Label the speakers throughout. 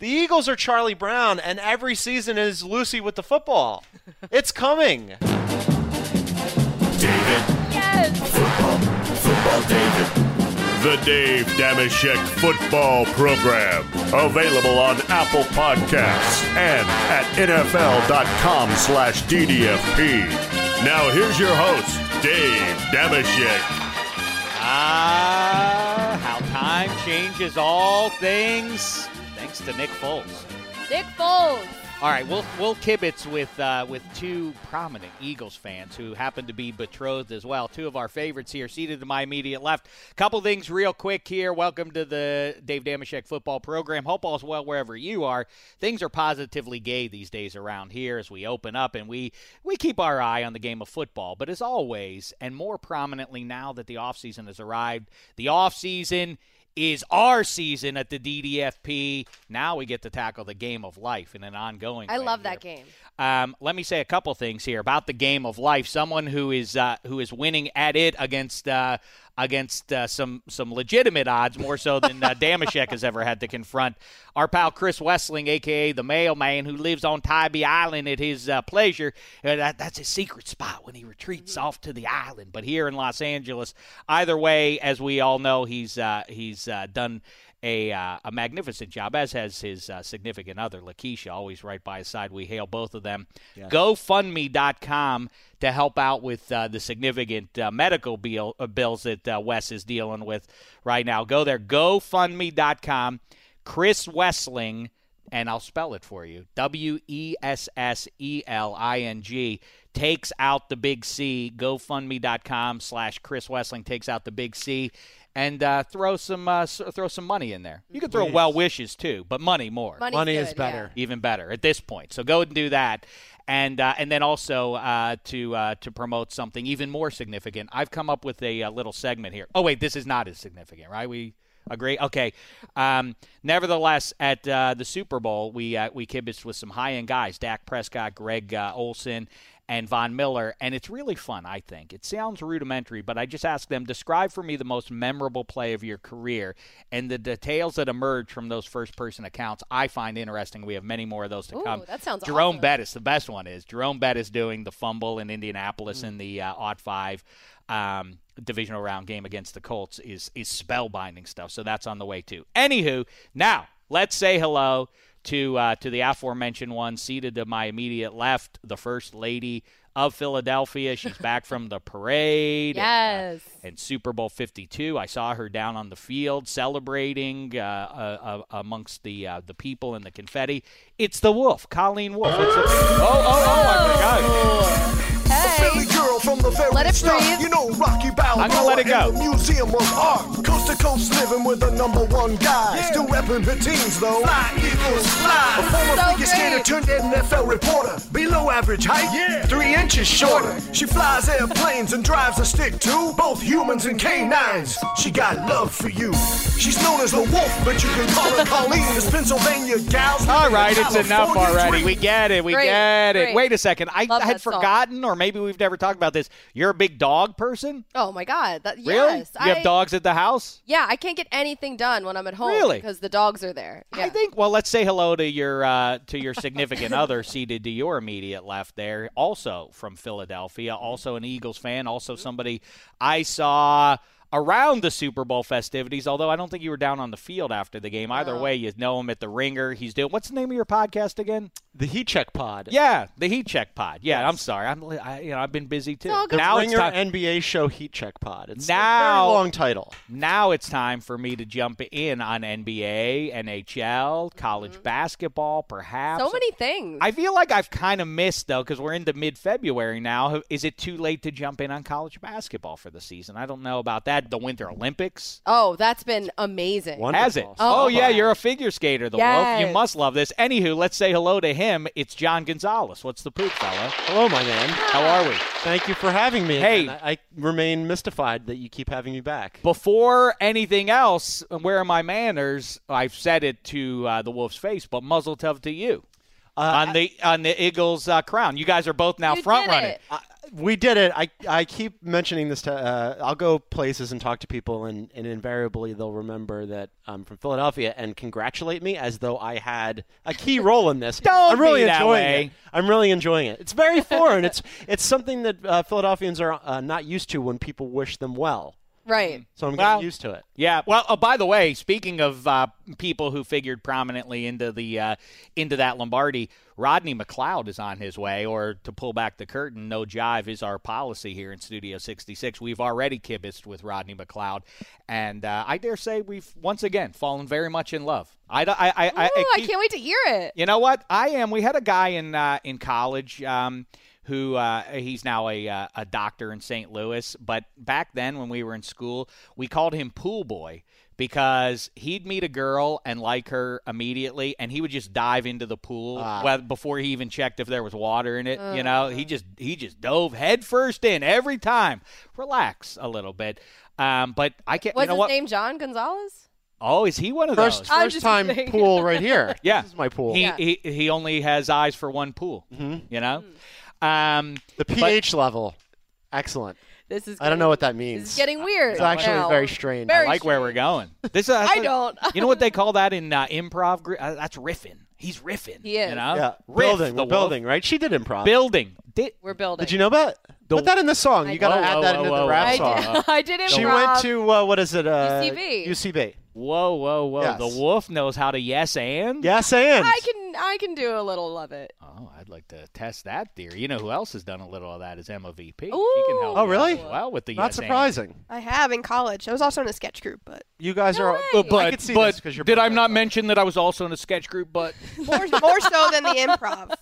Speaker 1: The Eagles are Charlie Brown, and every season is Lucy with the football. It's coming.
Speaker 2: Yes.
Speaker 3: The Dave Damashek Football Program. Available on Apple Podcasts and at NFL.com slash DDFP. Now here's your host, Dave Damashek.
Speaker 4: Ah, how time changes all things. Thanks to Nick Foles.
Speaker 2: Nick Foles.
Speaker 4: All right, we'll we'll kibitz with uh, with two prominent Eagles fans who happen to be betrothed as well. Two of our favorites here, seated to my immediate left. Couple things real quick here. Welcome to the Dave Damashek football program. Hope all's well wherever you are. Things are positively gay these days around here as we open up and we we keep our eye on the game of football. But as always, and more prominently now that the offseason has arrived, the offseason is our season at the DDFP. Now we get to tackle the game of life in an ongoing.
Speaker 2: I
Speaker 4: way
Speaker 2: love
Speaker 4: here.
Speaker 2: that game.
Speaker 4: Um, let me say a couple things here about the game of life. Someone who is uh, who is winning at it against uh, against uh, some some legitimate odds, more so than uh, Damashek has ever had to confront. Our pal Chris Wessling, aka the Mailman, who lives on Tybee Island at his uh, pleasure. Uh, that, that's his secret spot when he retreats off to the island. But here in Los Angeles, either way, as we all know, he's uh, he's uh, done a, uh, a magnificent job, as has his uh, significant other, Lakeisha, always right by his side. We hail both of them. GoFundMe.com to help out with uh, the significant uh, medical bill, uh, bills that uh, Wes is dealing with right now. Go there, GoFundMe.com. Chris Wessling, and I'll spell it for you W E S S E L I N G takes out the big C. GoFundMe.com slash Chris Wessling takes out the big C and uh, throw some uh, s- throw some money in there. You could throw well wishes too, but money more
Speaker 2: Money's
Speaker 1: Money is
Speaker 2: good,
Speaker 1: better.
Speaker 4: even better at this point. So go and do that, and uh, and then also uh, to uh, to promote something even more significant. I've come up with a, uh little segment here. Oh wait, this is not as significant, right? We agree. Okay. Um, nevertheless, at uh, the Super Bowl, we uh, we kibitzed with some high end guys: Dak Prescott, Greg uh, Olson. And Von Miller, and it's really fun, I think. It sounds rudimentary, but I just asked them describe for me the most memorable play of your career and the details that emerge from those first person accounts. I find interesting. We have many more of those to
Speaker 2: Ooh,
Speaker 4: come.
Speaker 2: that sounds
Speaker 4: Jerome
Speaker 2: awesome.
Speaker 4: Bettis, the best one is Jerome Bettis doing the fumble in Indianapolis in the uh, odd five um, divisional round game against the Colts is is spellbinding stuff. So that's on the way too. Anywho, now let's say hello to uh, to the aforementioned one seated to my immediate left, the first lady of Philadelphia. She's back from the parade. and, uh,
Speaker 2: Yes.
Speaker 4: and Super Bowl 52. I saw her down on the field celebrating uh, uh, uh, amongst the uh, the people and the confetti. It's the Wolf, Colleen Wolf. What's up?
Speaker 2: Hey.
Speaker 5: girl from the very
Speaker 2: Let it
Speaker 5: start.
Speaker 2: breathe.
Speaker 5: You know Rocky Balboa.
Speaker 4: I'm gonna let it go.
Speaker 5: in the museum of art. Coast to coast living with the number one guy. Still repping her teams though. Fly Eagles fly. A former
Speaker 2: So
Speaker 5: figure skater
Speaker 2: great.
Speaker 5: turned NFL reporter. Below average height. Three inches shorter. She flies airplanes and drives a stick too. Both humans and canines. She got love for you. She's known as the wolf, but you can call her Colleen. This Pennsylvania gals.
Speaker 4: All right, it's enough
Speaker 5: California
Speaker 4: already.
Speaker 5: dream.
Speaker 4: We get it. We
Speaker 2: Great,
Speaker 4: get it.
Speaker 2: great.
Speaker 4: Wait a second. I
Speaker 2: Love
Speaker 4: had
Speaker 2: that song.
Speaker 4: forgotten, or maybe we've never talked about this. You're a big dog person?
Speaker 2: Oh my God. That,
Speaker 4: Really?
Speaker 2: Yes.
Speaker 4: You
Speaker 2: I,
Speaker 4: have dogs at the house?
Speaker 2: Yeah, I can't get anything done when I'm at home
Speaker 4: Really?
Speaker 2: because the dogs are there. Yeah.
Speaker 4: I think. Well, let's say hello to your uh, to your significant other seated to your immediate left there, also from Philadelphia, also an Eagles fan, also somebody I saw around the Super Bowl festivities. Although I don't think you were down on the field after the game. Either way, you know him at the Ringer. He's doing. What's the name of your podcast again?
Speaker 1: The Heat Check Pod.
Speaker 4: Yeah, the Heat Check Pod. Yeah, I'm sorry. I'm li- I, you know I've been busy too.
Speaker 2: It's all good.
Speaker 1: The
Speaker 4: Now it's
Speaker 1: Ringer
Speaker 4: time.
Speaker 1: NBA show Heat Check Pod. It's
Speaker 4: Now-
Speaker 1: a very long title.
Speaker 4: now it's time for me to jump in on NBA, NHL, college basketball, perhaps.
Speaker 2: Mm-hmm. so many things.
Speaker 4: I feel like I've kind of missed though because we're into mid-February now. Is it too late to jump in on college basketball for the season? I don't know about that. at the Winter Olympics.
Speaker 2: Oh, that's been amazing.
Speaker 4: Has it?
Speaker 2: Oh.
Speaker 4: Oh, yeah, you're a figure skater, the wolf.
Speaker 2: Yes.
Speaker 4: You must love this. Anywho, let's say hello to him. It's John Gonzalez. What's the poop, fella?
Speaker 6: Hello, my man.
Speaker 4: How are we?
Speaker 6: Thank you for having me.
Speaker 4: Hey.
Speaker 6: again. I, I remain mystified that you keep having me back.
Speaker 4: Before anything else, where are my manners? I've said it to uh, the wolf's face, but muzzle tov to you on the on the Eagles' uh, crown. You guys are both now
Speaker 2: You
Speaker 4: front
Speaker 2: did
Speaker 4: running.
Speaker 2: it.
Speaker 6: I, we did it. I, I keep mentioning this to. Uh, I'll go places and talk to people, and, and invariably they'll remember that I'm from Philadelphia and congratulate me as though I had a key role in this.
Speaker 4: Don't
Speaker 6: I'm really
Speaker 4: be that
Speaker 6: enjoying
Speaker 4: way.
Speaker 6: it. I'm really enjoying it. It's very foreign. it's it's something that uh, Philadelphians are uh, not used to when people wish them well.
Speaker 2: Right.
Speaker 6: So I'm
Speaker 4: Well-
Speaker 6: getting used to it.
Speaker 4: Yeah. Well, oh, by the way, speaking of uh, people who figured prominently into the uh, into that Lombardi, Rodney McLeod is on his way. Or to pull back the curtain, no jive is our policy here in Studio 66. We've already kibitzed with Rodney McLeod, and uh, I dare say we've once again fallen very much in love. I, do- I, I, I,
Speaker 2: Ooh, I
Speaker 4: keep-
Speaker 2: can't wait to hear it.
Speaker 4: you know what? I am. We had a guy in uh, in college um, who uh, he's now a uh, a doctor in St. Louis, but back then when we were in school, we called him Pool Boy because he'd meet a girl and like her immediately, and he would just dive into the pool
Speaker 2: Ah.
Speaker 4: well, before he even checked if there was water in it. You
Speaker 2: Uh.
Speaker 4: know, he just he just dove headfirst in every time. Relax a little bit. Um, but I can't.
Speaker 2: Was
Speaker 4: you know
Speaker 2: his
Speaker 4: what?
Speaker 2: name John Gonzalez?
Speaker 4: Oh, is he one of
Speaker 6: First
Speaker 4: those?
Speaker 2: I was just
Speaker 6: first time
Speaker 2: saying.
Speaker 6: pool right here.
Speaker 4: Yeah.
Speaker 6: this is my pool. Mm-hmm.
Speaker 4: he,
Speaker 2: Yeah.
Speaker 4: he he only has eyes for one pool. You know,
Speaker 2: Mm.
Speaker 4: um,
Speaker 6: the pH level, excellent.
Speaker 2: This is.
Speaker 6: I don't know what that
Speaker 2: This is
Speaker 6: means.
Speaker 2: getting weird.
Speaker 6: It's actually
Speaker 2: now.
Speaker 6: very strange.
Speaker 2: Very-
Speaker 4: like where we're going. This uh,
Speaker 2: I don't.
Speaker 4: You know what they call that in uh, improv? gr- Uh, that's riffing. He's riffing.
Speaker 2: He is.
Speaker 4: You know,
Speaker 6: Yeah,
Speaker 4: Riff,
Speaker 6: building,
Speaker 4: the wolf.
Speaker 6: we're building, right? She did improv.
Speaker 4: building. Di-
Speaker 2: We're building.
Speaker 6: Did you know that? Put that in the Oh, song. You got
Speaker 4: Whoa,
Speaker 6: to add
Speaker 4: whoa,
Speaker 6: that
Speaker 4: whoa,
Speaker 6: into
Speaker 4: whoa,
Speaker 6: the rap
Speaker 2: I
Speaker 6: song.
Speaker 2: did. I did it.
Speaker 6: She
Speaker 2: Rob.
Speaker 6: went to uh, what is it? Uh,
Speaker 2: UCB.
Speaker 6: UCB.
Speaker 4: whoa, whoa, whoa!
Speaker 6: Yes.
Speaker 4: The wolf knows how to yes and.
Speaker 6: Yes, and
Speaker 2: I can. I can do a little of it.
Speaker 4: Oh, I'd like to test that theory. You know who else has done a little of that is Emma VP. She
Speaker 2: Ooh.
Speaker 4: can help.
Speaker 6: Oh,
Speaker 4: you
Speaker 6: really?
Speaker 4: out as Well, with the
Speaker 6: not
Speaker 4: yes
Speaker 6: surprising.
Speaker 7: I have in college. I was also in a sketch group, but
Speaker 6: You guys
Speaker 2: No
Speaker 6: are.
Speaker 2: way.
Speaker 6: I
Speaker 4: And.
Speaker 2: But-
Speaker 6: could see
Speaker 4: but
Speaker 6: this 'cause you're
Speaker 4: did I
Speaker 6: both-
Speaker 4: not mention that I was also in a sketch group? But
Speaker 7: more, more so than the improv.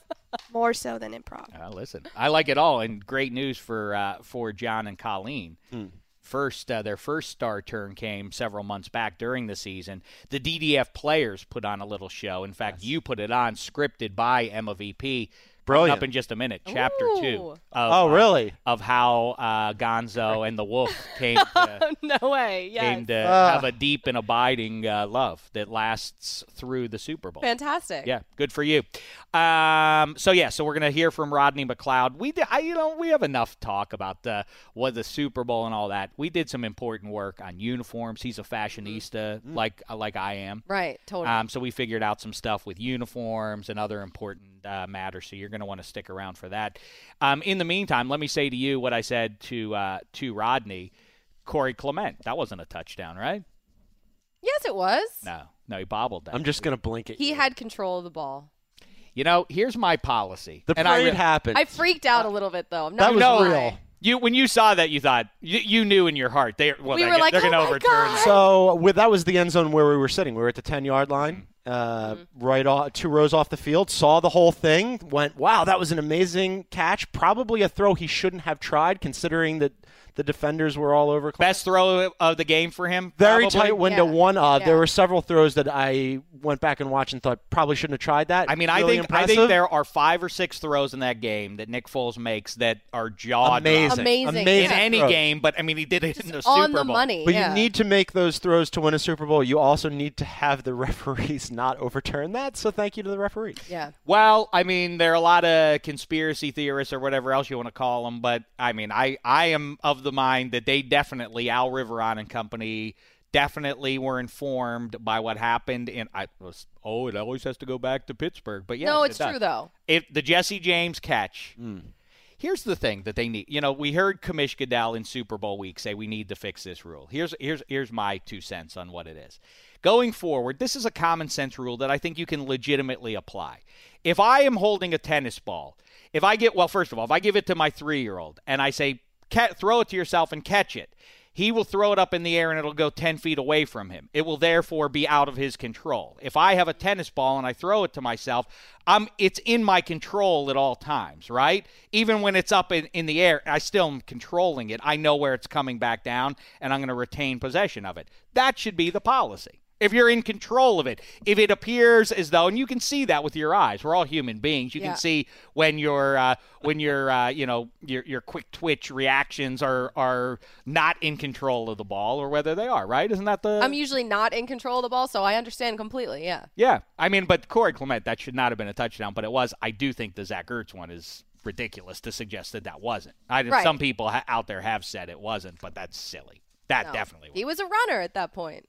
Speaker 7: More so than improv.
Speaker 4: Uh, listen, I like it all, and great news for uh, for John and Colleen.
Speaker 6: Hmm.
Speaker 4: First, uh, their first star turn came several months back during the season. The DDF players put on a little show. In fact, you put it on, scripted by Emma VP. Coming
Speaker 6: Brilliant.
Speaker 4: Up in just a minute, chapter two.
Speaker 2: Ooh.
Speaker 4: Of,
Speaker 6: Oh,
Speaker 4: uh,
Speaker 6: really?
Speaker 4: of how uh, Gonzo and the Wolf came to,
Speaker 2: no way. Yeah.
Speaker 4: came to
Speaker 6: Ah.
Speaker 4: have a deep and abiding uh, love that lasts through the Super Bowl.
Speaker 2: Fantastic.
Speaker 4: Yeah, good for you. Um, so yeah, so we're gonna hear from Rodney McLeod. We, did, I, you know, we have enough talk about the what the Super Bowl and all that. We did some important work on uniforms. He's a fashionista,
Speaker 6: Mm-hmm.
Speaker 4: like uh, like I am.
Speaker 2: Right. Totally.
Speaker 4: Um, so we figured out some stuff with uniforms and other important uh, matters. So you're going to want to stick around for that. Um, in the meantime, let me say to you what I said to uh, to Rodney, Corey Clement. That wasn't a touchdown, right?
Speaker 2: yes, it was.
Speaker 4: No, no, he bobbled that.
Speaker 6: I'm just gonna blink at
Speaker 2: He
Speaker 6: you.
Speaker 2: had control of the ball.
Speaker 4: you know, here's my policy.
Speaker 6: the
Speaker 4: and
Speaker 6: parade
Speaker 4: I re-
Speaker 6: happened.
Speaker 2: I freaked out a little bit though. I'm not
Speaker 6: that was
Speaker 2: gonna lie.
Speaker 6: real.
Speaker 4: You when you saw that, you thought you, you knew in your heart they well,
Speaker 2: We
Speaker 4: they,
Speaker 2: were like,
Speaker 4: are
Speaker 2: "Oh
Speaker 4: going to
Speaker 2: my
Speaker 4: overturn.
Speaker 2: God."
Speaker 4: that."
Speaker 6: So with, that was the end zone where we were sitting. We were at the ten yard line,
Speaker 4: Mm-hmm.
Speaker 6: uh,
Speaker 2: Mm-hmm.
Speaker 6: right off, two rows off the field. Saw the whole thing. Went, wow, that was an amazing catch. Probably a throw he shouldn't have tried, considering that the defenders were all over. Clemson.
Speaker 4: Best throw of the game for him.
Speaker 6: Very
Speaker 4: probably.
Speaker 6: tight window,
Speaker 2: Yeah.
Speaker 6: one of. There
Speaker 2: Yeah.
Speaker 6: were several throws that I went back and watched and thought probably shouldn't have tried that.
Speaker 4: I mean, I
Speaker 6: Really
Speaker 4: think I
Speaker 6: impressive.
Speaker 4: think there are five or six throws in that game that Nick Foles makes that are jaw
Speaker 6: amazing,
Speaker 2: Amazing. Yeah.
Speaker 4: in any
Speaker 6: throws.
Speaker 4: game. But I mean, he did it in the
Speaker 2: On
Speaker 4: Super
Speaker 2: the
Speaker 4: Bowl.
Speaker 2: money.
Speaker 6: But
Speaker 2: yeah.
Speaker 6: you need to make those throws to win a Super Bowl. You also need to have the referees not overturn that. So thank you to the referees.
Speaker 2: Yeah.
Speaker 4: Well, I mean, there are a lot of conspiracy theorists or whatever else you want to call them, but I mean, I, I am of the mind that they definitely, Al Riveron and company, definitely were informed by what happened. And I was, oh, it always has to go back to Pittsburgh. But yeah,
Speaker 2: no, it's
Speaker 4: it does.
Speaker 2: true though.
Speaker 4: If the Jesse James catch. Here's the thing that they need. You know, we heard Kamish Goodell in Super Bowl week say we need to fix this rule. Here's here's here's my two cents on what it is. Going forward, this is a common sense rule that I think you can legitimately apply. If I am holding a tennis ball, if I get well, first of all, if I give it to my three year old and I say "Ca- throw it to yourself and catch it, He will throw it up in the air and it'll go 10 feet away from him. It will therefore be out of his control. If I have a tennis ball and I throw it to myself, I'm, it's in my control at all times, right? Even when it's up in, in the air, I still am controlling it. I know where it's coming back down and I'm going to retain possession of it. That should be the policy if you're in control of it if it appears as though and you can see that with your eyes we're all human beings you
Speaker 2: Yeah.
Speaker 4: can see when your uh, when your uh, you know your, your quick twitch reactions are are not in control of the ball or whether they are right isn't that the
Speaker 2: I'm usually not in control of the ball, so I understand completely. Yeah.
Speaker 4: yeah i mean but corey clement that should not have been a touchdown but it was i do think the zach ertz one is ridiculous to suggest that that wasn't i
Speaker 2: Right.
Speaker 4: some people ha- out there have said it wasn't but that's silly that
Speaker 2: No.
Speaker 4: definitely was
Speaker 2: He was a runner at that point.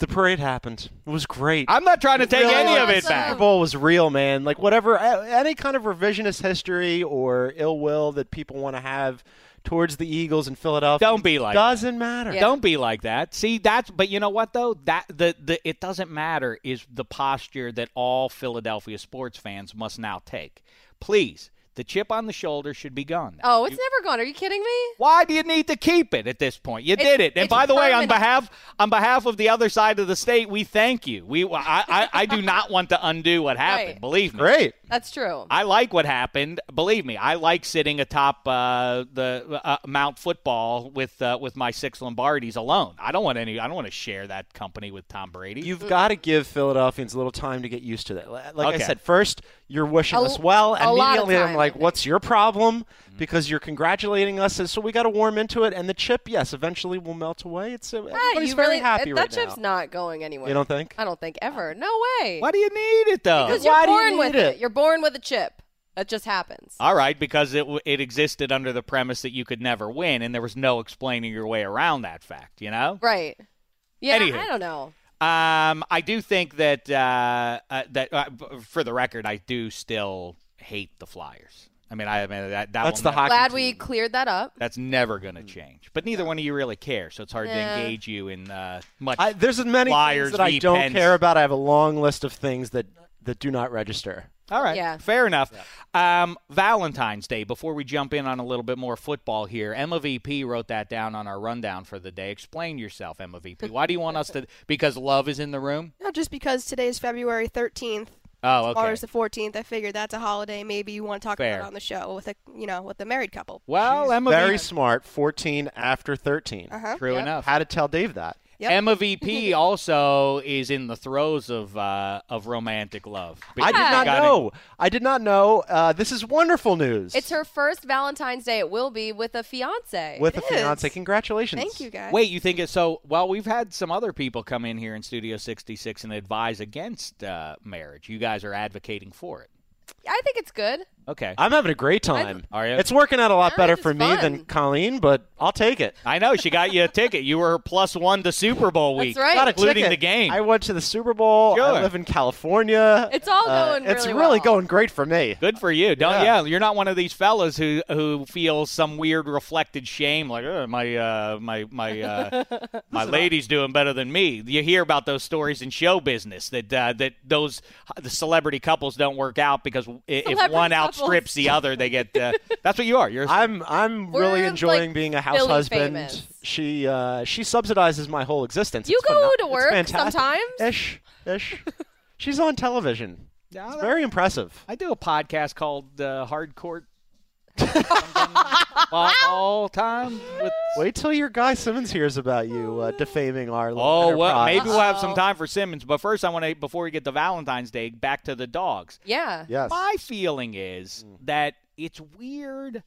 Speaker 6: The parade happened. It was great.
Speaker 4: i'm not trying to take
Speaker 6: Really
Speaker 4: any of it
Speaker 2: awesome.
Speaker 4: back
Speaker 6: Super Bowl was real, man. Like whatever, a- any kind of revisionist history or ill will that people want to have towards the Eagles in Philadelphia
Speaker 4: Don't be like
Speaker 6: doesn't matter.
Speaker 2: Yeah.
Speaker 4: Don't be like that. See, that's but you know what though? That the, the it doesn't matter is the posture that all Philadelphia sports fans must now take. Please, the chip on the shoulder should be gone. now.
Speaker 2: Oh, it's never gone. Are you kidding me?
Speaker 4: Why do you need to keep it at this point? You
Speaker 2: It-
Speaker 4: did it. And
Speaker 2: it's
Speaker 4: by the way, on
Speaker 2: permanent.
Speaker 4: behalf on behalf of the other side of the state, we thank you. We I I, I do not want to undo what happened.
Speaker 2: Right.
Speaker 4: Believe me.
Speaker 6: Great.
Speaker 2: That's true.
Speaker 4: I like what happened. Believe me, I like sitting atop uh, the uh, Mount Football with uh, with my six Lombardies alone. I don't want any. I don't want to share that company with Tom Brady.
Speaker 6: You've got to give Philadelphians a little time to get used to that. Like I
Speaker 4: Okay.
Speaker 6: said, first you're wishing
Speaker 2: A-
Speaker 6: us well,
Speaker 2: a lot of
Speaker 6: immediately
Speaker 2: time,
Speaker 6: I'm
Speaker 2: I
Speaker 6: like,
Speaker 2: think. Mm-hmm.
Speaker 6: "What's your problem?" Because you're congratulating us, and so we got to warm into it. And the chip, yes, eventually will melt away. It's uh,
Speaker 2: Ah,
Speaker 6: everybody's
Speaker 2: you
Speaker 6: very
Speaker 2: really,
Speaker 6: happy
Speaker 2: that
Speaker 6: right
Speaker 2: chip's
Speaker 6: now.
Speaker 2: not Um, going anywhere.
Speaker 6: You don't think?
Speaker 2: I don't think ever. No way.
Speaker 4: why do you need it though?
Speaker 2: Because
Speaker 6: Why
Speaker 2: you're
Speaker 6: do you
Speaker 2: born with
Speaker 6: need
Speaker 2: it?
Speaker 6: it?
Speaker 2: You're born with a chip. That just happens.
Speaker 4: All right, because it w- it existed under the premise that you could never win, and there was no explaining your way around that fact. You know.
Speaker 2: right. Yeah,
Speaker 4: Anywho.
Speaker 2: I don't know.
Speaker 4: Um, I do think that uh, uh, that uh, b- for the record, I do still hate the Flyers. I mean, I, I mean that, that
Speaker 6: That's
Speaker 4: will
Speaker 6: the
Speaker 4: never-
Speaker 6: hockey
Speaker 2: Glad
Speaker 6: team.
Speaker 2: we cleared that up.
Speaker 4: That's never going to change. But neither one of you really care, so it's hard to
Speaker 2: Nah.
Speaker 4: engage you in uh, much.
Speaker 6: I, there's as many
Speaker 4: Flyers
Speaker 6: things that I
Speaker 4: v.
Speaker 6: don't
Speaker 4: Pens.
Speaker 6: care about. I have a long list of things that that do not register.
Speaker 4: All right,
Speaker 2: Yeah.
Speaker 4: fair enough. Um, Valentine's Day. Before we jump in on a little bit more football here, Emma VP wrote that down on our rundown for the day. Explain yourself, Emma VP. Why do you want us to? Because love is in the room.
Speaker 7: No, just because today is February 13th,
Speaker 4: Oh,
Speaker 7: tomorrow
Speaker 4: okay.
Speaker 7: is the 14th. I figured that's a holiday. Maybe you want to talk
Speaker 4: Fair.
Speaker 7: about it on the show with a you know with a married couple.
Speaker 4: Well, Emma
Speaker 6: Very
Speaker 4: VP.
Speaker 6: smart. 14 after 13.
Speaker 7: Uh huh.
Speaker 2: Uh-huh,
Speaker 4: True enough.
Speaker 6: How to tell Dave that?
Speaker 7: Yep.
Speaker 4: Emma VP also is in the throes of uh, of romantic love.
Speaker 6: I did
Speaker 4: Because
Speaker 6: not
Speaker 4: you gotta-
Speaker 6: know. I did not know. Uh, this is wonderful news.
Speaker 2: It's her first Valentine's Day. It will be with a fiance.
Speaker 6: with a
Speaker 7: It
Speaker 6: fiance.
Speaker 7: is.
Speaker 6: Congratulations.
Speaker 7: Thank you guys.
Speaker 4: Wait, you think it's so? Well, we've had some other people come in here in Studio 66 and advise against uh, marriage. You guys are advocating for it.
Speaker 2: I think it's good.
Speaker 4: Okay. I,
Speaker 6: I'm having a great time.
Speaker 4: Are you?
Speaker 6: It's working out a
Speaker 2: Marriage
Speaker 6: lot better
Speaker 2: is
Speaker 6: for me than
Speaker 2: fun.
Speaker 6: Colleen, but I'll take it.
Speaker 4: know she got you a ticket. You were plus one to Super Bowl week.
Speaker 2: right.
Speaker 6: Got a
Speaker 4: Including
Speaker 6: ticket.
Speaker 4: the game.
Speaker 6: I went to the Super Bowl.
Speaker 4: Sure.
Speaker 6: I live in California.
Speaker 2: It's all
Speaker 6: Uh,
Speaker 2: going
Speaker 6: It's
Speaker 2: really
Speaker 6: really
Speaker 2: well.
Speaker 6: going great for me.
Speaker 4: Good for you. Don't yeah.
Speaker 6: Yeah.
Speaker 4: You're not one of these fellas who who feels some weird reflected shame like "Ugh, my uh, my my uh, my lady's doing better than me. You hear about those stories in show business that uh, that those the celebrity couples don't work out because i- if
Speaker 2: Celebrity
Speaker 4: one
Speaker 2: couples.
Speaker 4: outstrips the other, they get. Uh, that's what you are. You're. a
Speaker 6: I'm I'm
Speaker 2: We're,
Speaker 6: really
Speaker 2: like,
Speaker 6: enjoying being a house
Speaker 2: Philly
Speaker 6: husband.
Speaker 2: famous.
Speaker 6: She uh, she subsidizes my whole existence.
Speaker 2: You
Speaker 6: It's
Speaker 2: go
Speaker 6: pheno-
Speaker 2: to
Speaker 6: it's
Speaker 2: work
Speaker 6: fantastic.
Speaker 2: sometimes?
Speaker 6: Ish, ish. She's on television.
Speaker 4: Yeah,
Speaker 6: it's
Speaker 4: that-
Speaker 6: very impressive.
Speaker 4: I do a podcast called uh, Hard Court. all, all time. With,
Speaker 6: Wait till your guy Simmons hears about you uh, defaming our. little
Speaker 4: Oh well,
Speaker 6: enterprise.
Speaker 4: maybe we'll have some
Speaker 2: Uh-oh.
Speaker 4: time for Simmons. But first, I want to before we get to Valentine's Day, back to the dogs.
Speaker 2: Yeah.
Speaker 6: Yes. Mm.
Speaker 4: My feeling is that it's weird,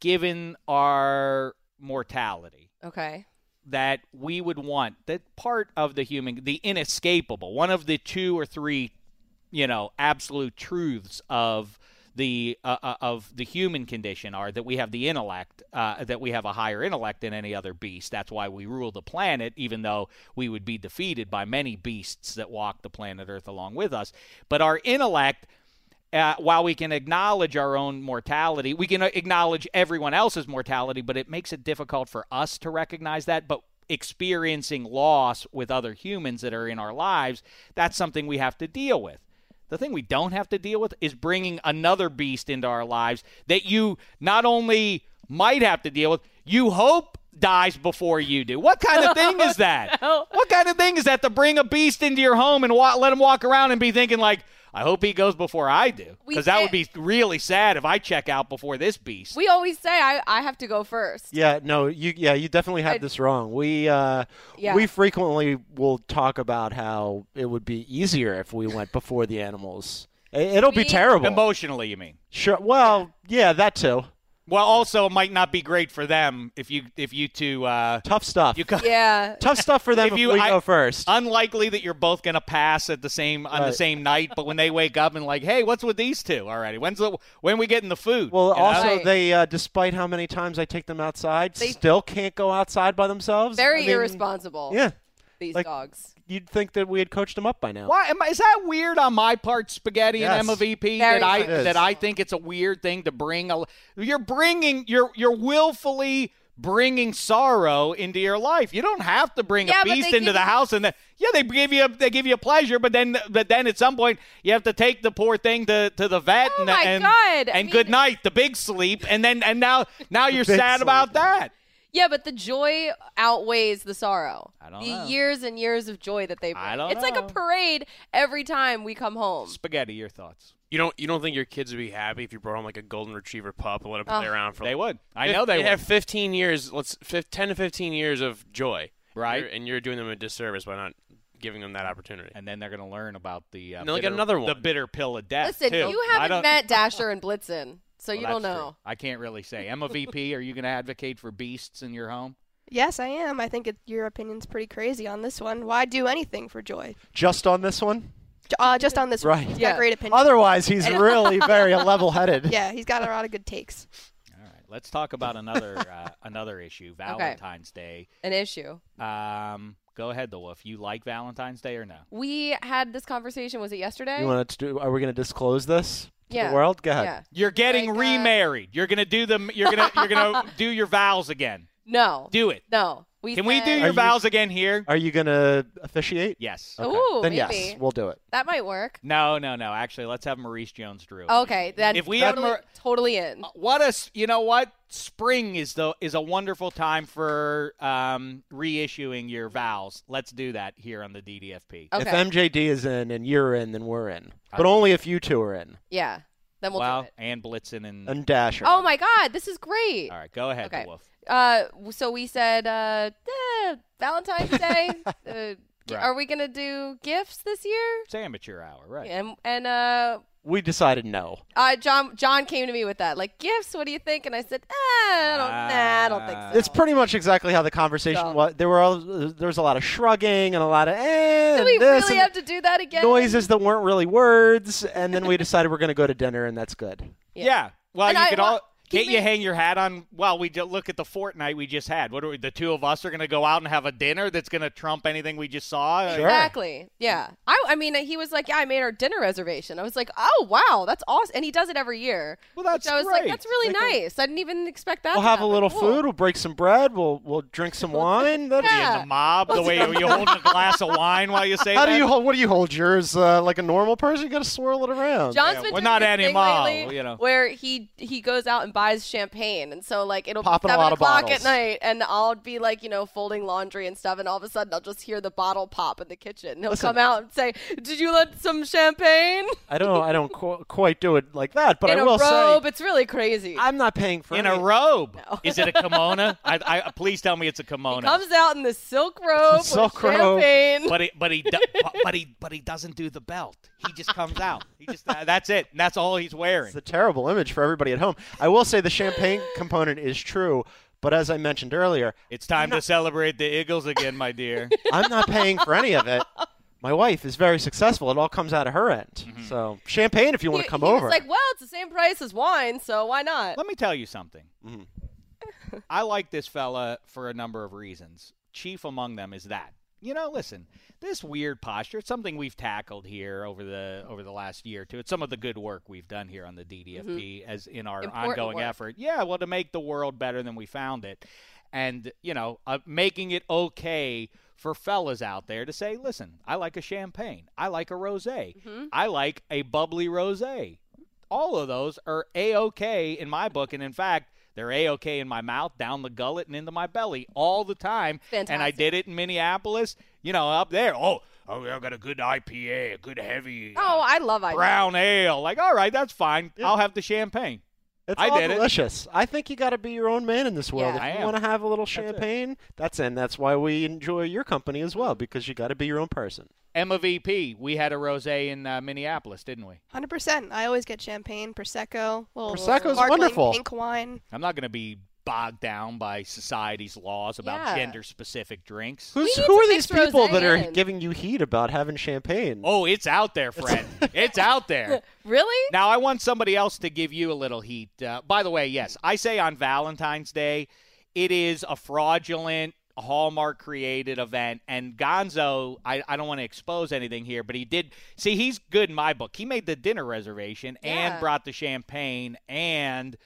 Speaker 4: given our mortality,
Speaker 2: Okay.
Speaker 4: that we would want that part of the human, the inescapable, one of the two or three, you know, absolute truths of the uh, uh, of the human condition are that we have the intellect, uh, that we have a higher intellect than any other beast. That's why we rule the planet, even though we would be defeated by many beasts that walk the planet Earth along with us. But our intellect uh, while we can acknowledge our own mortality, we can acknowledge everyone else's mortality, but it makes it difficult for us to recognize that. But experiencing loss with other humans that are in our lives, that's something we have to deal with. The thing we don't have to deal with is bringing another beast into our lives that you not only might have to deal with, you hope dies before you do. What kind of thing is that?
Speaker 8: no.
Speaker 4: What kind of thing is that to bring a beast into your home and wa- let him walk around and be thinking like, I hope he goes before I do,
Speaker 2: We
Speaker 4: because that would be
Speaker 2: did-
Speaker 4: really sad if I check out before this beast.
Speaker 2: We always say I, I have to go first.
Speaker 6: Yeah, no, you yeah, you definitely have
Speaker 2: I-
Speaker 6: this wrong. We uh,
Speaker 2: Yeah.
Speaker 6: we frequently will talk about how it would be easier if we went before the animals. It, will be
Speaker 2: We-
Speaker 6: terrible.
Speaker 4: Emotionally, you mean?
Speaker 6: sure. Well, yeah, that too.
Speaker 4: Well, also it might not be great for them if you if you two uh,
Speaker 6: Tough stuff.
Speaker 4: you co-
Speaker 2: Yeah.
Speaker 6: Tough stuff for them
Speaker 4: If
Speaker 6: if,
Speaker 4: you-
Speaker 6: we
Speaker 4: I-
Speaker 6: go first.
Speaker 4: unlikely that you're both gonna pass at the same on the
Speaker 6: Right.
Speaker 4: same night. But when they wake up and like, hey, what's with these two already? When's the when we getting the food?
Speaker 6: well,
Speaker 4: You know?
Speaker 6: also
Speaker 2: Right.
Speaker 6: they, uh, despite how many times I take them outside,
Speaker 2: They-
Speaker 6: still can't go outside by themselves.
Speaker 2: Very
Speaker 6: I mean,
Speaker 2: irresponsible.
Speaker 6: Yeah,
Speaker 2: These
Speaker 6: like-
Speaker 2: dogs.
Speaker 6: you'd think that we had coached them up by now.
Speaker 4: Why am I, is that weird on my part, Spaghetti
Speaker 6: Yes.
Speaker 4: and Emma VP?
Speaker 2: Very
Speaker 4: that I
Speaker 2: much
Speaker 6: so.
Speaker 4: that I think it's a weird thing to bring. A, you're bringing you're you're willfully bringing sorrow into your life. You don't have to bring
Speaker 2: Yeah,
Speaker 4: a
Speaker 2: but
Speaker 4: beast
Speaker 2: they
Speaker 4: into
Speaker 2: give
Speaker 4: the
Speaker 2: you-
Speaker 4: house, and then yeah, they give you a, they give you a pleasure, but then but then at some point you have to take the poor thing to, to the vet.
Speaker 2: Oh
Speaker 4: and,
Speaker 2: my
Speaker 4: and,
Speaker 2: God.
Speaker 4: And
Speaker 2: I mean-
Speaker 4: good night, the big sleep, and then and now now you're
Speaker 6: big
Speaker 4: sad about
Speaker 6: sleep.
Speaker 4: that.
Speaker 2: Yeah, but the joy outweighs the sorrow. I
Speaker 4: don't
Speaker 2: the
Speaker 4: know.
Speaker 2: years and years of joy that they bring.
Speaker 4: I don't
Speaker 2: it's like
Speaker 4: know.
Speaker 2: a parade every time we come home.
Speaker 4: Spaghetti, your thoughts?
Speaker 9: You don't you don't think your kids would be happy if you brought home like a golden retriever pup and let him play
Speaker 2: Oh.
Speaker 9: around for
Speaker 4: They
Speaker 9: like,
Speaker 4: would. I
Speaker 9: fif-
Speaker 4: know they
Speaker 9: they'd
Speaker 4: would.
Speaker 9: have 15 years, let's fif- 10 to 15 years of joy,
Speaker 4: Right.
Speaker 9: You're- and you're doing them a disservice by not giving them that opportunity.
Speaker 4: and then they're going to learn about the uh,
Speaker 9: And they'll
Speaker 4: bitter,
Speaker 9: get another
Speaker 4: the
Speaker 9: one.
Speaker 4: bitter pill of death.
Speaker 2: Listen,
Speaker 4: too.
Speaker 2: you
Speaker 4: I
Speaker 2: haven't
Speaker 4: don't-
Speaker 2: met Dasher and Blitzen, so you
Speaker 4: Well,
Speaker 2: don't
Speaker 4: that's
Speaker 2: know.
Speaker 4: true. I can't really say. Emma VP, are you going to advocate for beasts in your home?
Speaker 7: Yes, I am. I think it, your opinion's pretty crazy on this one. Why do anything for joy?
Speaker 6: Just on this one.
Speaker 7: J- Uh, just on this one.
Speaker 6: Right.
Speaker 7: He's
Speaker 2: Yeah.
Speaker 7: got great opinion.
Speaker 6: Otherwise, he's really very level-headed.
Speaker 7: yeah, he's got a lot of good takes.
Speaker 4: All right, let's talk about another uh, another issue. Valentine's
Speaker 2: An issue.
Speaker 4: Day. Um, go ahead, the wolf. You like Valentine's Day or no?
Speaker 2: We had this conversation. Was it yesterday?
Speaker 6: You want to? Do, are we going to disclose this to
Speaker 2: Yeah.
Speaker 6: the world? Go ahead.
Speaker 2: yeah.
Speaker 4: You're getting
Speaker 2: Like, uh,
Speaker 4: remarried. You're going to do them. You're going to you're going to do your vows again.
Speaker 2: No.
Speaker 4: Do it.
Speaker 2: no. We
Speaker 4: Can we do
Speaker 2: said-
Speaker 4: your
Speaker 6: you-
Speaker 4: vows again here?
Speaker 6: Are you going to officiate?
Speaker 4: Yes.
Speaker 2: Okay. Ooh,
Speaker 6: then yes,
Speaker 2: maybe.
Speaker 6: we'll do it.
Speaker 2: that might work.
Speaker 4: No, no, no. Actually, let's have Maurice Jones-Drew.
Speaker 2: Okay, then
Speaker 4: If we Oh. had
Speaker 2: totally,
Speaker 4: Mar-
Speaker 2: totally in.
Speaker 4: what a s- you know what spring is the is a wonderful time for um reissuing your vows let's do that here on the ddfp
Speaker 2: Okay.
Speaker 6: If MJD is in and you're in, then we're in. But only if you two are in
Speaker 2: yeah. Then we'll
Speaker 4: wow
Speaker 2: do it.
Speaker 4: and blitzen and
Speaker 6: and Dasher.
Speaker 2: Oh my God, this is great.
Speaker 4: all right go ahead
Speaker 2: Okay.
Speaker 4: the wolf
Speaker 2: Uh, w- so we said uh, eh, Valentine's Day. uh, g-
Speaker 4: Right.
Speaker 2: Are we gonna do gifts this year?
Speaker 4: it's amateur hour right
Speaker 2: And and uh,
Speaker 6: We decided no.
Speaker 2: uh, John John came to me with that like gifts. What do you think? And I said, eh, I don't, nah, I don't think
Speaker 4: Ah.
Speaker 2: so.
Speaker 6: It's pretty much exactly how the conversation
Speaker 2: So-
Speaker 6: was. There were all, there was a lot of shrugging and a lot of eh,
Speaker 2: Do
Speaker 6: and
Speaker 2: we
Speaker 6: this
Speaker 2: really
Speaker 6: and
Speaker 2: have to do that again?
Speaker 6: noises that weren't really words. And then we decided we're going to go to dinner, and that's good.
Speaker 4: yeah,
Speaker 2: Yeah.
Speaker 4: well
Speaker 2: And
Speaker 4: you
Speaker 2: I
Speaker 4: could
Speaker 2: wa-
Speaker 4: all
Speaker 2: keep
Speaker 4: can't you
Speaker 2: it-
Speaker 4: hang your hat on well we just look at the fortnight we just had what are we the two of us are going to go out and have a dinner that's going to trump anything we just saw
Speaker 6: Sure.
Speaker 2: Exactly. Yeah. I, I mean, he was like, yeah, I made our dinner reservation. I was like, oh, wow, that's awesome. And he does it every year.
Speaker 4: Well, that's
Speaker 2: Which I was
Speaker 4: great. uh,
Speaker 2: like, that's really nice. I I didn't even expect that.
Speaker 6: We'll
Speaker 2: to
Speaker 6: have a
Speaker 2: happen.
Speaker 6: little
Speaker 2: Cool.
Speaker 6: food. We'll break some bread. We'll we'll drink some wine. That'd be-
Speaker 4: Be in
Speaker 2: Yeah.
Speaker 4: the mob the way you hold a glass of wine while you say
Speaker 6: How
Speaker 4: that
Speaker 6: do you hold? What do you hold yours uh, like a normal person? You got to swirl it around.
Speaker 2: John's
Speaker 4: Yeah,
Speaker 2: been
Speaker 4: well,
Speaker 2: doing
Speaker 4: not
Speaker 2: this
Speaker 4: any
Speaker 2: thing
Speaker 4: mall,
Speaker 2: lately
Speaker 4: you know.
Speaker 2: where he he goes out and buys champagne, and so like it'll
Speaker 6: Popping
Speaker 2: be
Speaker 6: a
Speaker 2: seven
Speaker 6: lot of
Speaker 2: o'clock at
Speaker 6: bottles.
Speaker 2: night, and I'll be like you know folding laundry and stuff, and all of a sudden I'll just hear the bottle pop in the kitchen. And he'll
Speaker 6: Listen.
Speaker 2: come out and say, "Did you let some champagne
Speaker 6: I don't I don't qu- quite do it like that, but
Speaker 2: in
Speaker 6: I
Speaker 2: a
Speaker 6: will
Speaker 2: robe?"
Speaker 6: say
Speaker 2: It's really crazy.
Speaker 6: I'm not paying for
Speaker 4: in
Speaker 6: any-
Speaker 4: a robe is it a kimono I, I please tell me it's a kimono
Speaker 2: Comes out in the silk robe,
Speaker 6: Silk
Speaker 2: with
Speaker 6: robe.
Speaker 2: champagne.
Speaker 4: but he, but he, do, but, but he, but he doesn't do the belt. He just comes out. He just uh, that's it. And that's all he's wearing.
Speaker 6: It's a terrible image for everybody at home. I will say the champagne component is true, but as I mentioned earlier,
Speaker 4: It's time to celebrate the Eagles again, my dear.
Speaker 6: I'm not paying for any of it. My wife is very successful. It all comes out of her end.
Speaker 4: Mm-hmm.
Speaker 6: So champagne, if you want
Speaker 2: He-
Speaker 6: to come
Speaker 2: he
Speaker 6: over.
Speaker 2: Was like, well, it's the same price as wine, so why not?
Speaker 4: Let me tell you something. I like this fella for a number of reasons. Chief among them is that. You know, listen, this weird posture, it's something we've tackled here over the over the last year or two. It's some of the good work we've done here on the DDFP as in our
Speaker 2: Mm-hmm. Important
Speaker 4: ongoing
Speaker 2: work.
Speaker 4: effort. Yeah, well to make the world better than we found it. And, you know, uh, making it okay for fellas out there to say, "Listen, I like a champagne. I like a rosé.
Speaker 2: Mm-hmm.
Speaker 4: I like a bubbly rosé." all of those are a okay in my book. And in fact, They're a okay in my mouth, down the gullet, and into my belly all the time. And I
Speaker 2: Fantastic.
Speaker 4: did it in Minneapolis. You know, up there. Oh, oh, I got a good IPA, a good heavy uh,
Speaker 2: Oh, I love ice.
Speaker 4: brown ale. Like, all right, that's fine. I'll have the champagne.
Speaker 6: It's
Speaker 4: I
Speaker 6: all
Speaker 4: did it.
Speaker 6: delicious. I think you got to be your own man in this world.
Speaker 2: Yeah.
Speaker 4: I
Speaker 6: if
Speaker 4: am.
Speaker 6: you want to have a little
Speaker 4: it.
Speaker 6: champagne, that's in. That's why we enjoy your company as well because you got to be your own person.
Speaker 4: Emma VP, E we had a rosé in uh, Minneapolis, didn't we?
Speaker 7: Hundred percent. I always get champagne, prosecco, little
Speaker 6: Prosecco's
Speaker 7: sparkling
Speaker 6: wonderful.
Speaker 7: pink wine.
Speaker 4: I'm not going to be bogged down by society's laws about
Speaker 2: Yeah.
Speaker 4: gender-specific drinks.
Speaker 6: Who's,
Speaker 2: need
Speaker 6: who
Speaker 2: to
Speaker 6: are these
Speaker 2: mix
Speaker 6: people
Speaker 2: rosé
Speaker 6: that are
Speaker 2: in.
Speaker 6: giving you heat about having champagne?
Speaker 4: Oh, it's out there, friend. it's out there.
Speaker 2: Really?
Speaker 4: Now, I want somebody else to give you a little heat. Uh, by the way, yes, I say on Valentine's Day, it is a fraudulent Hallmark created event. And Gonzo, I, I don't want to expose anything here, but he did. See, he's good in my book. He made the dinner reservation and
Speaker 2: Yeah.
Speaker 4: brought the champagne and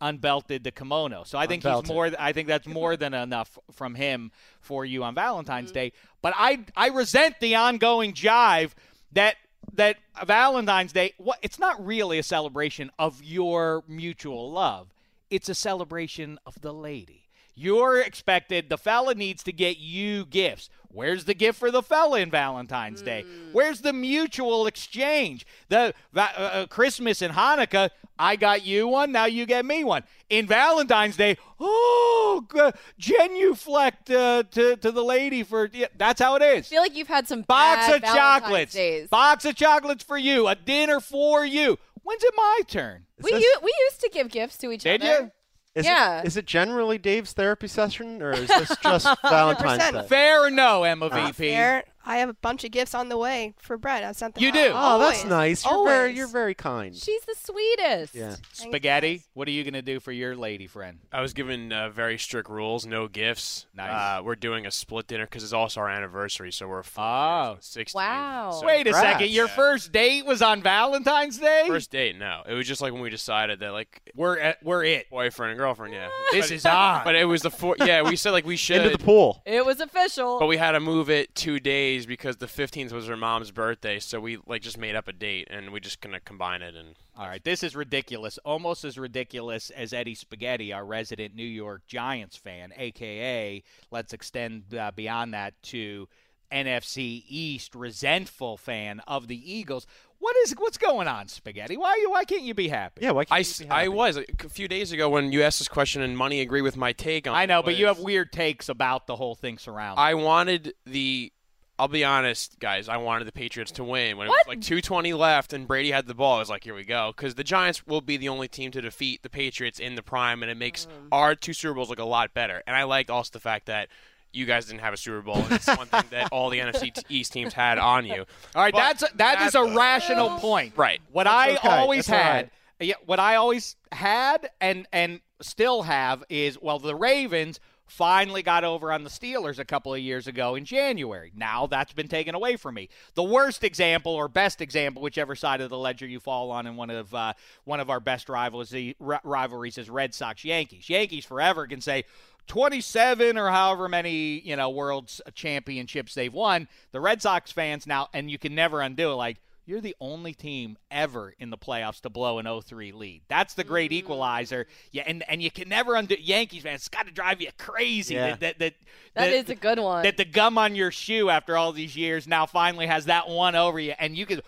Speaker 4: unbelted the kimono. So I think
Speaker 6: Unbelted.
Speaker 4: he's more. I think that's more than enough from him for you on Valentine's Day. But I I resent the ongoing jive that that Valentine's Day. What it's not really a celebration of your mutual love. It's a celebration of the lady. You're expected. The fella needs to get you gifts. Where's the gift for the fella in Valentine's Day?
Speaker 2: Hmm.
Speaker 4: Where's the mutual exchange? The va- uh, uh, Christmas and Hanukkah, I got you one, now you get me one. In Valentine's Day, oh, g- genuflect uh, to to the lady for yeah, that's how it is.
Speaker 2: I feel like you've had some
Speaker 4: Box
Speaker 2: bad
Speaker 4: of
Speaker 2: Valentine's
Speaker 4: chocolates.
Speaker 2: Days.
Speaker 4: Box of chocolates for you. A dinner for you. When's it my turn?
Speaker 2: we, u- we used to give gifts to each
Speaker 4: Did
Speaker 2: other.
Speaker 4: you?
Speaker 6: Is
Speaker 2: yeah.
Speaker 6: It, is it generally Dave's therapy session or is this just Valentine's
Speaker 7: 100%.
Speaker 6: Day?
Speaker 4: Fair or no, Emma VP?
Speaker 7: There, I have a bunch of gifts on the way for Brett. I sent them.
Speaker 4: You
Speaker 7: out.
Speaker 4: do?
Speaker 6: Oh,
Speaker 7: Always.
Speaker 6: that's nice. You're very,
Speaker 7: Always.
Speaker 6: you're very kind.
Speaker 2: She's the sweetest.
Speaker 6: Yeah.
Speaker 4: Spaghetti, what are you going to do for your lady friend?
Speaker 9: I was given uh, very strict rules, no gifts.
Speaker 4: Nice.
Speaker 9: Uh, we're doing a split dinner because it's also our anniversary, so we're four
Speaker 4: Oh.
Speaker 9: six.
Speaker 2: Wow.
Speaker 9: So
Speaker 4: Wait a
Speaker 6: Congrats.
Speaker 4: second. Your first date was on Valentine's Day?
Speaker 9: First date? No, it was just like when we decided that like
Speaker 4: we're at, we're it.
Speaker 9: boyfriend and girlfriend. Yeah,
Speaker 4: This
Speaker 9: But-
Speaker 4: is on.
Speaker 9: But it was the four. Yeah, we said like we should.
Speaker 6: Into the pool.
Speaker 2: It was official.
Speaker 9: But we had to move it two days because the 15th was her mom's birthday, so we like just made up a date and we just gonna combine it and
Speaker 4: All right, this is ridiculous. Almost as ridiculous as Eddie Spaghetti, our resident New York Giants fan, aka let's extend uh, beyond that to NFC East resentful fan of the Eagles. What is what's going on, Spaghetti? Why you why can't you be happy?
Speaker 6: Yeah, why can't
Speaker 9: I,
Speaker 6: you
Speaker 9: s-
Speaker 6: be
Speaker 9: I
Speaker 6: happy?
Speaker 9: was a c- few days ago when you asked this question and money agree with my take on.
Speaker 4: I know,
Speaker 9: it
Speaker 4: but you
Speaker 9: was-
Speaker 4: have weird takes about the whole thing surrounding.
Speaker 9: I wanted the. I'll be honest, guys. I wanted the Patriots to win when it was
Speaker 2: What?
Speaker 9: like 2:20 left and Brady had the ball. I was like, here we go, because the Giants will be the only team to defeat the Patriots in the prime, and it makes
Speaker 4: Um.
Speaker 9: our two Super Bowls look a lot better. And I liked also the fact that. You guys didn't have a Super Bowl, and it's one thing that all the NFC t- East teams had on you.
Speaker 4: All right,
Speaker 9: But
Speaker 4: that's a, that is a rational point.
Speaker 9: Right.
Speaker 4: What I
Speaker 6: okay.
Speaker 4: always
Speaker 6: That's all
Speaker 4: had,
Speaker 6: right.
Speaker 4: yeah, what I always had and and still have is well, the Ravens finally got over on the Steelers a couple of years ago in January. Now that's been taken away from me. The worst example or best example, whichever side of the ledger you fall on, in one of uh, one of our best rivals r- rivalries is Red Sox Yankees. Yankees forever can say 27 or however many you know world's uh, championships they've won the red sox fans now and you can never undo it like you're the only team ever in the playoffs to blow an 0-3 lead that's the great equalizer yeah and and you can never undo yankees fans it's got to drive you crazy
Speaker 6: Yeah.
Speaker 4: that that that,
Speaker 2: that is a good one.
Speaker 4: that the gum on your shoe after all these years now finally has that one over you and you can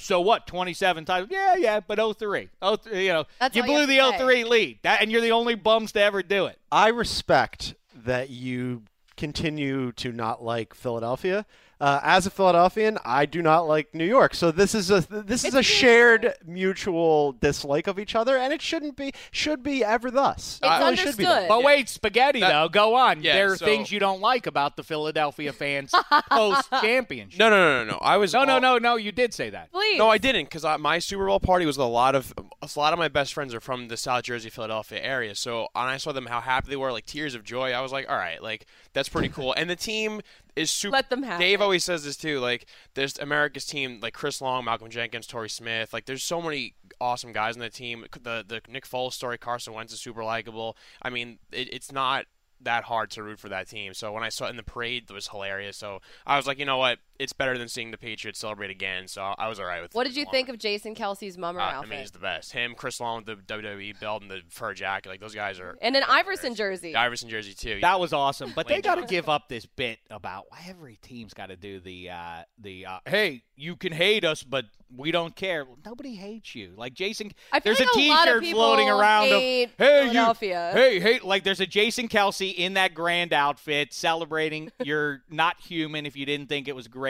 Speaker 4: so what 27 titles yeah yeah but 0-3 0-3 you know
Speaker 2: That's
Speaker 4: you
Speaker 2: all you
Speaker 4: blew
Speaker 2: have to
Speaker 4: the
Speaker 2: say.
Speaker 4: 0-3 lead that, and you're the only bums to ever do it
Speaker 6: I respect that you continue to not like Philadelphia. Uh, as a Philadelphian, I do not like New York. So this is a this is a shared mutual dislike of each other, and it shouldn't be should be ever thus.
Speaker 2: it's
Speaker 6: it really should be that.
Speaker 2: understood.
Speaker 4: But wait, spaghetti
Speaker 9: That-
Speaker 4: though. Go on.
Speaker 9: Yeah,
Speaker 4: there are
Speaker 9: so-
Speaker 4: things you don't like about the Philadelphia fans post championship.
Speaker 9: No, no, no, no, no. I was
Speaker 4: No, no,
Speaker 9: all-
Speaker 4: no, no. You did say that.
Speaker 2: Please.
Speaker 9: No, I didn't, because my Super Bowl party was with a lot of a lot of my best friends are from the South Jersey, Philadelphia area. So, and I saw them how happy they were, like tears of joy. I was like, all right, like that's pretty cool. And the team is super.
Speaker 2: Let them have
Speaker 9: Dave
Speaker 2: it.
Speaker 9: always says this too. Like, there's America's team, like Chris Long, Malcolm Jenkins, Torrey Smith. Like, there's so many awesome guys on the team. The the Nick Foles story, Carson Wentz is super likable. I mean, it, it's not that hard to root for that team. So when I saw it in the parade, it was hilarious. So I was like, you know what? It's better than seeing the Patriots celebrate again. So I was all right with.
Speaker 2: What did you think of Jason Kelsey's mummer
Speaker 9: Uh, I
Speaker 2: outfit?
Speaker 9: mean, he's the best. Him, Chris Long with the WWE belt and the fur jacket. Like those guys are.
Speaker 2: and an Iverson jersey.
Speaker 9: The Iverson jersey too.
Speaker 4: That was awesome, but they
Speaker 9: Lame
Speaker 4: got to
Speaker 9: job.
Speaker 4: give up this bit about why every team's got to do the uh, the uh, hey, you can hate us, but we don't care. Well, nobody hates you. Like Jason,
Speaker 2: I feel
Speaker 4: there's
Speaker 2: like
Speaker 4: a
Speaker 2: a lot of
Speaker 4: T-shirt
Speaker 2: people
Speaker 4: floating around
Speaker 2: hate
Speaker 4: of hey, you,
Speaker 2: Philadelphia."
Speaker 4: hey, hey, like there's a Jason Kelsey in that grand outfit celebrating. you're not human if you didn't think it was great.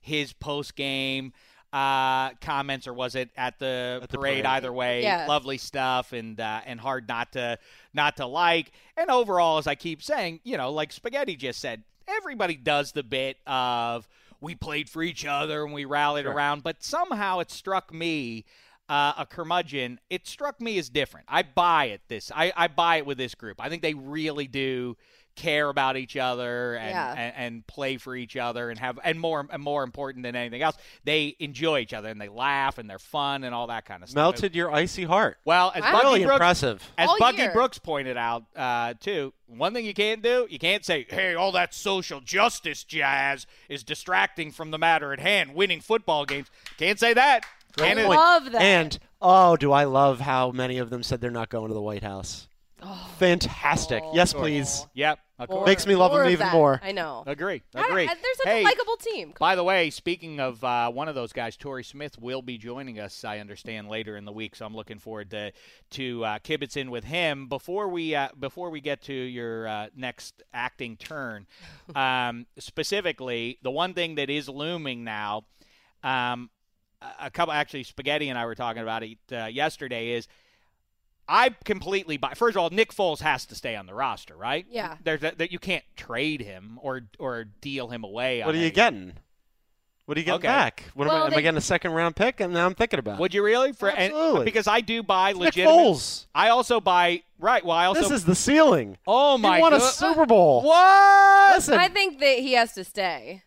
Speaker 4: His post game uh comments or was it at the,
Speaker 6: At the
Speaker 4: parade,
Speaker 6: parade.
Speaker 4: either way
Speaker 2: Yeah.
Speaker 4: lovely stuff and uh, and hard not to not to like. And overall, as I keep saying, you know, like Spaghetti just said, everybody does the bit of we played for each other and we rallied around, but somehow it struck me. Uh, a curmudgeon, it struck me as different. I buy it. This, I, I buy it with this group. I think they really do care about each other and,
Speaker 2: Yeah.
Speaker 4: and and play for each other and have and more and more important than anything else, they enjoy each other and they laugh and they're fun and all that kind of stuff.
Speaker 6: Melted your icy heart.
Speaker 4: Well, as
Speaker 2: Wow.
Speaker 4: Bucky
Speaker 6: Really
Speaker 4: Brooks-
Speaker 6: impressive.
Speaker 4: as
Speaker 2: All
Speaker 4: Bucky
Speaker 2: year.
Speaker 4: Brooks pointed out, uh, too, one thing you can't do, you can't say, hey, all that social justice jazz is distracting from the matter at hand, winning football games. Can't say that.
Speaker 2: I
Speaker 4: Can't
Speaker 2: love that.
Speaker 6: And oh, do I love how many of them said they're not going to the White House?
Speaker 2: Oh.
Speaker 6: Fantastic. yes, please.
Speaker 4: Yep, of
Speaker 2: More-
Speaker 4: course.
Speaker 6: Makes me love
Speaker 2: more
Speaker 6: him
Speaker 2: of
Speaker 6: even
Speaker 2: that.
Speaker 6: more.
Speaker 2: I know.
Speaker 4: Agree.
Speaker 2: I don't-
Speaker 4: Agree.
Speaker 2: They're such
Speaker 4: hey,
Speaker 2: a likable team.
Speaker 4: By the way, speaking of uh, one of those guys, Torrey Smith will be joining us, I understand, later in the week. So I'm looking forward to to uh, kibitzing with him before we uh, before we get to your uh, next acting turn. Um, specifically, the one thing that is looming now, um, a- a couple actually, Spaghetti and I were talking about it uh, yesterday. Is I completely buy. First of all, Nick Foles has to stay on the roster, right?
Speaker 2: Yeah.
Speaker 4: There's that that you can't trade him or or deal him away.
Speaker 6: What
Speaker 4: on
Speaker 6: are you
Speaker 4: any-
Speaker 6: getting? What are you getting
Speaker 4: Okay.
Speaker 6: back? What am,
Speaker 2: Well,
Speaker 6: I, am
Speaker 2: they-
Speaker 6: I getting a second round pick? And now I'm thinking about. it.
Speaker 4: Would you really? For and-
Speaker 6: Absolutely.
Speaker 4: because I do buy
Speaker 6: Nick
Speaker 4: legitimate.
Speaker 6: Foles.
Speaker 4: I also buy right. Well, I also.
Speaker 6: This is the ceiling.
Speaker 4: oh
Speaker 6: He
Speaker 4: my
Speaker 6: won a
Speaker 4: god.
Speaker 6: Super Bowl.
Speaker 4: What?
Speaker 6: Listen,
Speaker 2: I think that he has to stay.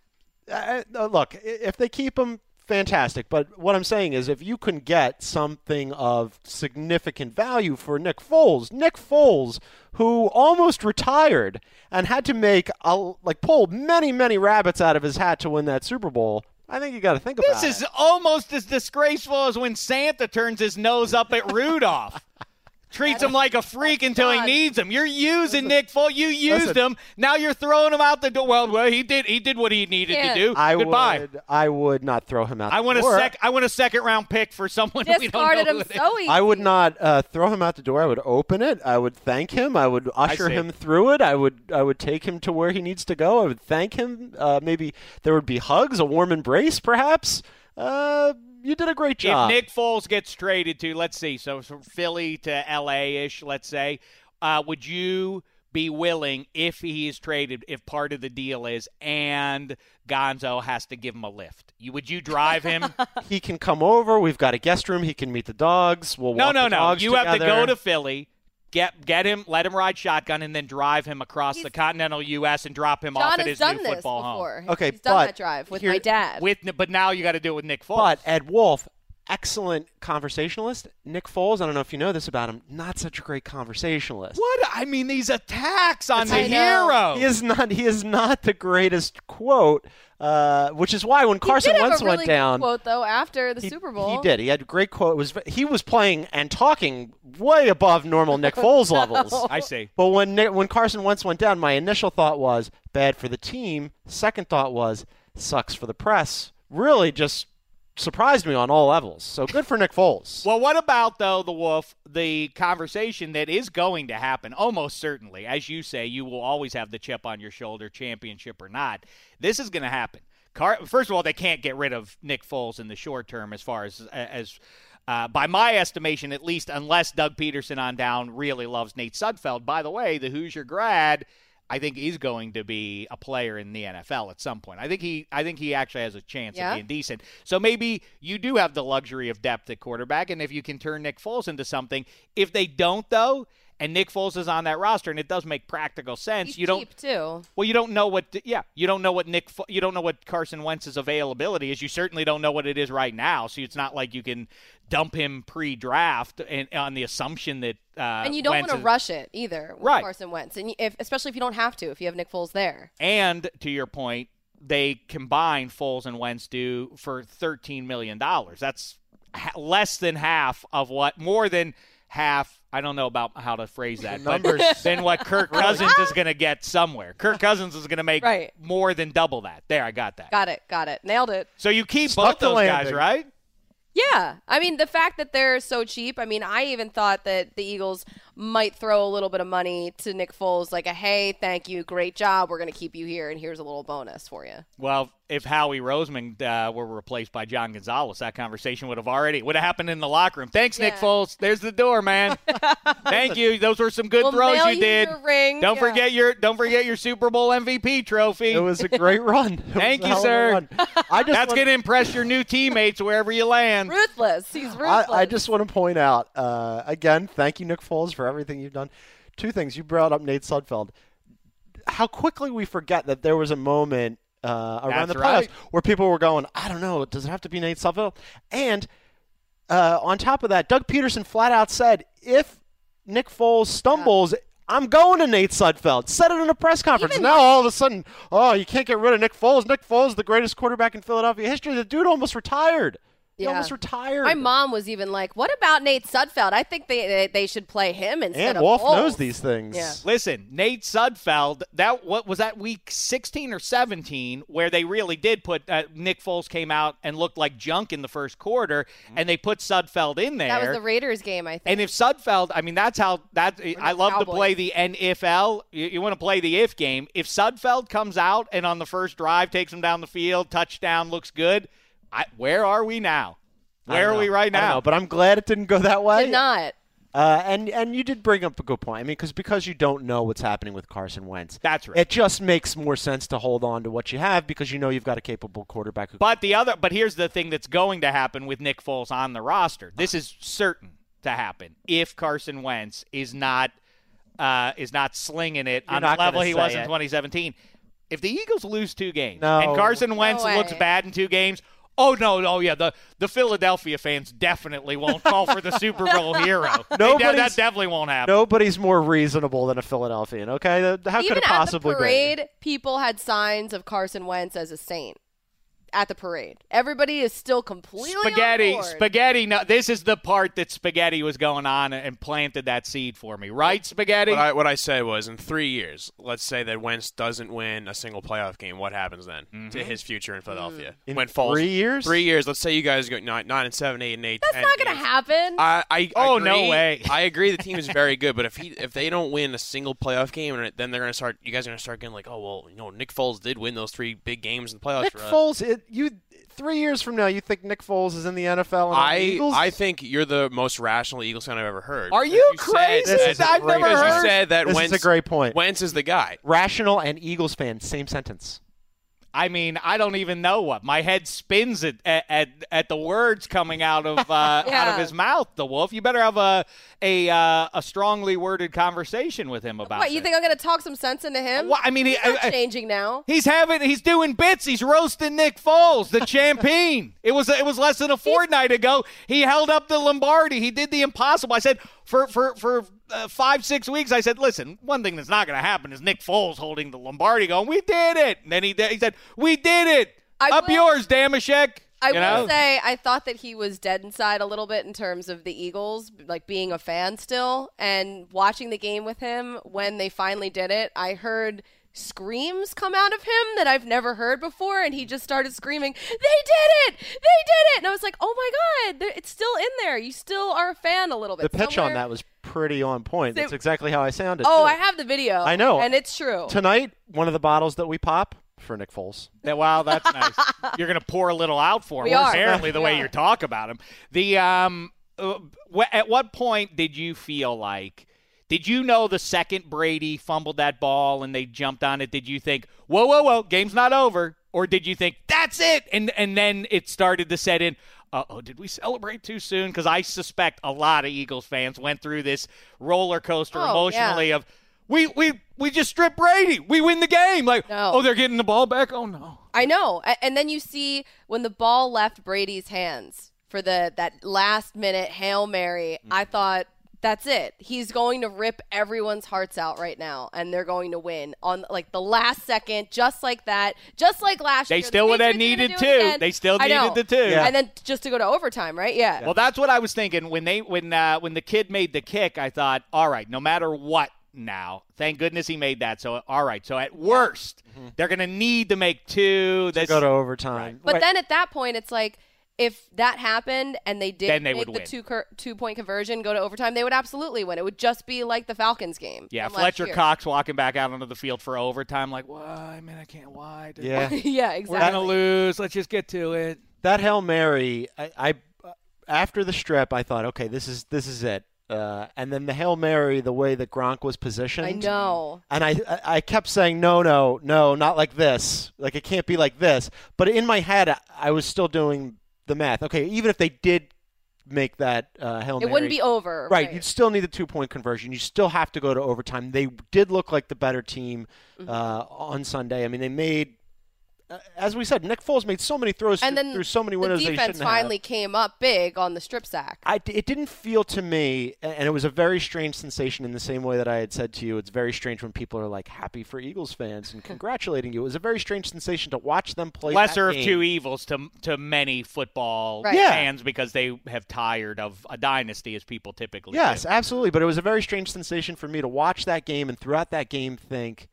Speaker 6: I- I- uh, look, i- if they keep him, fantastic. But what I'm saying is, if you can get something of significant value for Nick Foles, Nick Foles, who almost retired and had to make a, like pull many many rabbits out of his hat to win that Super Bowl, I think you got to think about
Speaker 4: This is
Speaker 6: it.
Speaker 4: almost as disgraceful as when Santa turns his nose up at Rudolph. Treats him like a freak until he
Speaker 2: God.
Speaker 4: needs him. You're using Nick Foles. You used him. Now you're throwing him out the door. Well, well, he did. He did what he needed to
Speaker 2: Can't.
Speaker 4: do.
Speaker 6: I
Speaker 4: Goodbye.
Speaker 6: would I would not throw him out.
Speaker 4: I
Speaker 6: the
Speaker 4: want a
Speaker 6: door.
Speaker 4: sec. I want a second round pick for someone we don't know
Speaker 2: Discarded
Speaker 4: who
Speaker 2: him
Speaker 4: it is.
Speaker 2: so easy.
Speaker 6: I would not uh, throw him out the door. I would open it. I would thank him. I would usher
Speaker 4: see.
Speaker 6: him through it. I would I would take him to where he needs to go. I would thank him. Uh, maybe there would be hugs, a warm embrace, perhaps. Uh, you did a great
Speaker 4: If
Speaker 6: job.
Speaker 4: Nick Foles gets traded to, let's see, so from Philly to LA ish, let's say, uh, would you be willing if he is traded, if part of the deal is, and Gonzo has to give him a lift? You would you drive him?
Speaker 6: he can come over. We've got a guest room. He can meet the dogs. We'll
Speaker 4: no,
Speaker 6: walk
Speaker 4: no,
Speaker 6: the
Speaker 4: no.
Speaker 6: dogs
Speaker 4: You have to
Speaker 6: together.
Speaker 4: go to Philly. Get, get him, let him ride shotgun, and then drive him across
Speaker 2: He's-
Speaker 4: the continental U.S. and drop him off
Speaker 2: John
Speaker 4: at
Speaker 2: has
Speaker 4: his
Speaker 2: done
Speaker 4: new
Speaker 2: this
Speaker 4: football
Speaker 2: before.
Speaker 6: Okay,
Speaker 2: he's done
Speaker 6: but
Speaker 2: that drive with
Speaker 6: here-
Speaker 2: my dad.
Speaker 4: home. With, but now you got to do it with Nick Foles.
Speaker 6: But Ed Wolf, excellent conversationalist. Nick Foles. I don't know if you know this about him. Not such a great conversationalist.
Speaker 4: what I mean, these attacks on the
Speaker 2: I know.
Speaker 4: hero.
Speaker 6: He is not. He is not the greatest quote, uh, which is why when
Speaker 2: He
Speaker 6: Carson
Speaker 2: did have
Speaker 6: Wentz
Speaker 2: a really
Speaker 6: went
Speaker 2: good
Speaker 6: down,
Speaker 2: Quote though after the
Speaker 6: he,
Speaker 2: Super Bowl,
Speaker 6: he did. He had a great quote. It was he was playing and talking way above normal Nick Foles levels.
Speaker 4: I see.
Speaker 6: But when Nick, when Carson Wentz went down, my initial thought was bad for the team. Second thought was sucks for the press. Really, just surprised me on all levels. So good for Nick Foles.
Speaker 4: Well, what about though the wolf? The conversation that is going to happen, almost certainly, as you say, you will always have the chip on your shoulder, championship or not. This is going to happen. Car- First of all, they can't get rid of Nick Foles in the short term, as far as as. Uh, by my estimation, at least, unless Doug Peterson on down really loves Nate Sudfeld. By the way, the Hoosier grad, I think he's going to be a player in the NFL at some point. I think he, I think he actually has a chance
Speaker 2: Yeah.
Speaker 4: of being decent. So maybe you do have the luxury of depth at quarterback, and if you can turn Nick Foles into something, if they don't though, And Nick Foles is on that roster, and it does make practical sense.
Speaker 2: He's
Speaker 4: you don't
Speaker 2: cheap too.
Speaker 4: well, you don't know what. Yeah, you don't know what Nick. Fo- You don't know what Carson Wentz's availability is. You certainly don't know what it is right now. So it's not like you can dump him pre-draft and on the assumption that. Uh,
Speaker 2: And you don't
Speaker 4: Wentz
Speaker 2: want to
Speaker 4: is-
Speaker 2: rush it either with
Speaker 4: Right.
Speaker 2: Carson Wentz, and if especially if you don't have to, if you have Nick Foles there.
Speaker 4: And to your point, they combined Foles and Wentz do for thirteen million dollars. That's ha- less than half of what, more than half. I don't know about how to phrase that. but
Speaker 6: numbers.
Speaker 4: than what Kirk Cousins is going to get somewhere. Kirk Cousins is going to make
Speaker 2: Right.
Speaker 4: more than double that. There, I got that.
Speaker 2: Got it, got it, nailed it.
Speaker 4: So you keep
Speaker 6: Stuck
Speaker 4: both
Speaker 6: the
Speaker 4: those guys,
Speaker 6: landing.
Speaker 4: right?
Speaker 2: Yeah. I mean, the fact that they're so cheap, I mean, I even thought that the Eagles might throw a little bit of money to Nick Foles, like a hey, thank you, great job, we're going to keep you here, and here's a little bonus for you.
Speaker 4: Well, if Howie Roseman uh, were replaced by John Gonzalez, that conversation would have already would have happened in the locker room. Thanks, Nick
Speaker 2: Yeah.
Speaker 4: Foles. There's the door, man. Thank you. Those were some good
Speaker 2: We'll
Speaker 4: throws
Speaker 2: mail
Speaker 4: you
Speaker 2: you
Speaker 4: did.
Speaker 2: your ring.
Speaker 4: Don't
Speaker 2: Yeah.
Speaker 4: forget your don't forget your Super Bowl MVP trophy.
Speaker 6: It was a great run. It was
Speaker 4: Thank
Speaker 6: a
Speaker 4: you,
Speaker 6: hell of a
Speaker 4: sir.
Speaker 6: run. I just
Speaker 4: That's
Speaker 6: want-
Speaker 4: going to impress your new teammates wherever you land.
Speaker 2: Ruthless. He's
Speaker 6: I,
Speaker 2: ruthless.
Speaker 6: I just want to point out uh, again. Thank you, Nick Foles, for everything you've done. Two things you brought up, Nate Sudfeld. How quickly we forget that there was a moment uh, around
Speaker 4: That's
Speaker 6: the playoffs
Speaker 4: right.
Speaker 6: where people were going, I don't know, does it have to be Nate Sudfeld? And uh, on top of that, Doug Peterson flat out said, if Nick Foles stumbles. I'm going to Nate Sudfeld. Said it in a press conference.
Speaker 2: Even-
Speaker 6: now all of a sudden, oh, you can't get rid of Nick Foles. Nick Foles, the greatest quarterback in Philadelphia history. The dude almost retired. He
Speaker 2: Yeah.
Speaker 6: almost retired.
Speaker 2: My mom was even like, "What about Nate Sudfeld? I think they they, they should play him instead
Speaker 6: And
Speaker 2: of
Speaker 6: Wolf
Speaker 2: Foles."
Speaker 6: knows these things.
Speaker 2: Yeah.
Speaker 4: Listen, Nate Sudfeld. That what was that week sixteen or seventeen where they really did put uh, Nick Foles came out and looked like junk in the first quarter, and they put Sudfeld in there.
Speaker 2: Mm-hmm. That was the Raiders game, I think.
Speaker 4: and if Sudfeld, I mean, that's how that I love to
Speaker 2: Cowboys.
Speaker 4: play the NFL. You, you want to play the if game. If Sudfeld comes out and on the first drive takes him down the field, touchdown looks good. I, where are we now? Where are we right
Speaker 6: I don't
Speaker 4: now?
Speaker 6: know, but I'm glad it didn't go that way.
Speaker 2: did not.
Speaker 6: Uh, and and you did bring up a good point. I mean, because because you don't know what's happening with Carson Wentz.
Speaker 4: That's right.
Speaker 6: It just makes more sense to hold on to what you have because you know you've got a capable quarterback. Who
Speaker 4: But the other, but here's the thing that's going to happen with Nick Foles on the roster. This is certain to happen if Carson Wentz is not uh, is not slinging it
Speaker 6: You're
Speaker 4: on the
Speaker 6: not gonna
Speaker 4: level he
Speaker 6: say
Speaker 4: was in
Speaker 6: it.
Speaker 4: 2017. If the Eagles lose two games
Speaker 6: No.
Speaker 4: and Carson Wentz
Speaker 2: way.
Speaker 4: looks bad in two games, oh no, oh yeah, the the Philadelphia fans definitely won't call for the Super Bowl hero. They de- that
Speaker 6: Nobody's-
Speaker 4: definitely won't happen.
Speaker 6: nobody's more reasonable than a Philadelphian. Okay, Th- how
Speaker 2: Even
Speaker 6: could it
Speaker 2: at
Speaker 6: possibly
Speaker 2: the parade, people had signs of Carson Wentz as a saint at the parade. Everybody is still completely on
Speaker 4: Spaghetti,
Speaker 2: board.
Speaker 4: spaghetti. No, this is the part that spaghetti was going on and planted that seed for me, right? Spaghetti.
Speaker 9: What I, what I said was, in three years, let's say that Wentz doesn't win a single playoff game. What happens then to his future in Philadelphia?
Speaker 6: Mm-hmm. In
Speaker 9: when Foles-
Speaker 6: three years?
Speaker 9: Three years. Let's say you guys go nine, nine and seven, eight and eight.
Speaker 2: That's
Speaker 9: ten
Speaker 2: not going to
Speaker 9: years.
Speaker 2: happen.
Speaker 9: I, I
Speaker 4: Oh,
Speaker 9: agree.
Speaker 4: no way.
Speaker 9: I agree. The team is very good, but if he if they don't win a single playoff game, and then they're gonna start. You guys are gonna start getting like, oh well, you know, Nick Foles did win those three big games in the playoffs.
Speaker 6: Nick
Speaker 9: for us.
Speaker 6: Foles, it, you three years from now, you think Nick Foles is in the NFL? And on the
Speaker 9: I
Speaker 6: Eagles?
Speaker 9: I think you're the most rational Eagles fan I've ever heard.
Speaker 4: Are
Speaker 9: Because
Speaker 4: you
Speaker 9: said
Speaker 4: crazy?
Speaker 9: that-
Speaker 6: This is I've never
Speaker 9: because
Speaker 6: heard.
Speaker 9: You said that
Speaker 6: This is
Speaker 9: Wentz,
Speaker 6: a great point.
Speaker 9: Wentz is the guy.
Speaker 6: rational and Eagles fan, same sentence.
Speaker 4: I mean, I don't even know what my head spins at at, at, at the words coming out of uh, out
Speaker 2: Yeah.
Speaker 4: of his mouth. The wolf. You better have a a uh, a strongly worded conversation with him about.
Speaker 2: what, you
Speaker 4: this.
Speaker 2: think I'm going to talk some sense into him?
Speaker 4: Well, I mean, he-
Speaker 2: He's not
Speaker 4: I- I-
Speaker 2: changing now.
Speaker 4: He's having, he's doing bits. He's roasting Nick Foles, the champion. It was, it was less than a fortnight ago. He held up the Lombardi. He did the impossible. I said for for for uh, five six weeks. I said, listen, one thing that's not going to happen is Nick Foles holding the Lombardi, going, "We did it." And then he did, he said, "We did it."
Speaker 2: I
Speaker 4: up
Speaker 2: will-
Speaker 4: yours, Damashek.
Speaker 2: I
Speaker 4: you
Speaker 2: will
Speaker 4: know?
Speaker 2: say I thought that he was dead inside a little bit in terms of the Eagles, like being a fan still, and watching the game with him when they finally did it. I heard screams come out of him that I've never heard before, and he just started screaming, "They did it! They did it!" And I was like, "Oh my god, there- it's still in there. You still are a fan a little bit."
Speaker 6: The pitch on
Speaker 2: Somewhere-
Speaker 6: that was pretty on point.
Speaker 2: They-
Speaker 6: That's exactly how I sounded.
Speaker 2: Oh,
Speaker 6: too.
Speaker 2: I have the video.
Speaker 6: I know.
Speaker 2: and it's true.
Speaker 6: Tonight, one of the bottles that we pop for Nick Foles.
Speaker 4: Yeah, wow, that's nice. You're gonna pour a little out for him.
Speaker 2: We are.
Speaker 4: Apparently, the way
Speaker 2: Yeah.
Speaker 4: you talk about him. The um, uh, wh- at what point did you feel like? Did you know the second Brady fumbled that ball and they jumped on it? Did you think, whoa, whoa, whoa, game's not over? Or did you think that's it? And and then it started to set in. uh oh, did we celebrate too soon? Because I suspect a lot of Eagles fans went through this roller coaster
Speaker 2: Oh,
Speaker 4: emotionally of we we we just strip Brady, we win the game. Like
Speaker 2: No.
Speaker 4: oh, they're getting the ball back. Oh no.
Speaker 2: I know. A- And then you see when the ball left Brady's hands for the that last minute Hail Mary,
Speaker 4: Mm.
Speaker 2: I thought that's it. He's going to rip everyone's hearts out right now and they're going to win on like the last second just like that, just like last
Speaker 4: They
Speaker 2: year. The
Speaker 4: still would have
Speaker 2: Patriots were gonna
Speaker 4: needed
Speaker 2: do it
Speaker 4: two.
Speaker 2: again.
Speaker 4: They still
Speaker 2: I know.
Speaker 4: needed the two.
Speaker 6: Yeah.
Speaker 2: And then just to go to overtime, right? Yeah.
Speaker 4: Well, that's what I was thinking when they when uh, when the kid made the kick. I thought, all right, no matter what. Now, thank goodness he made that. So, all right. So, at worst, they're going to need to make two. This,
Speaker 6: Go Mm-hmm. to overtime.
Speaker 2: But
Speaker 6: Right.
Speaker 2: then at that point, it's like if that happened and they did
Speaker 4: Then they
Speaker 2: make
Speaker 4: would
Speaker 2: the
Speaker 4: win.
Speaker 2: two cur- two point conversion, go to overtime, they would absolutely win. It would just be like the Falcons game.
Speaker 4: yeah,
Speaker 2: from last
Speaker 4: Fletcher
Speaker 2: year.
Speaker 4: Cox walking back out onto the field for overtime, like, why, man, I can't. Why? Did-
Speaker 2: yeah,
Speaker 6: yeah.
Speaker 4: We're going to
Speaker 2: exactly.
Speaker 4: lose. Let's just get to it.
Speaker 6: that Hail Mary, I, I after the strip, I thought, okay, this is this is it. Uh, and then the Hail Mary, the way that Gronk was positioned,
Speaker 2: I know.
Speaker 6: And I, I- I kept saying, no, no, no, not like this. Like it can't be like this. But in my head, I, I was still doing the math. Okay, even if they did make that uh, Hail Mary,
Speaker 2: It wouldn't be over.
Speaker 6: Right. You'd still need the two point conversion. You still have to go to overtime. They did look like the better team
Speaker 2: Mm-hmm.
Speaker 6: uh, on Sunday. I mean, they made, uh, as we said, Nick Foles made so many throws
Speaker 2: and
Speaker 6: through,
Speaker 2: then
Speaker 6: through so many windows.
Speaker 2: the
Speaker 6: they
Speaker 2: defense
Speaker 6: shouldn't
Speaker 2: finally
Speaker 6: Have.
Speaker 2: came up big on the strip sack.
Speaker 6: I, it didn't feel to me, a- and it was a very strange sensation in the same way that I had said to you, it's very strange when people are like happy for Eagles fans and congratulating you. It was a very strange sensation to watch them play.
Speaker 4: Lesser
Speaker 6: that
Speaker 4: of
Speaker 6: game.
Speaker 4: two evils to to many football
Speaker 2: Right.
Speaker 6: Yeah.
Speaker 4: fans because they have tired of a dynasty, as people typically
Speaker 6: Yes,
Speaker 4: do.
Speaker 6: absolutely. But it was a very strange sensation for me to watch that game and throughout that game think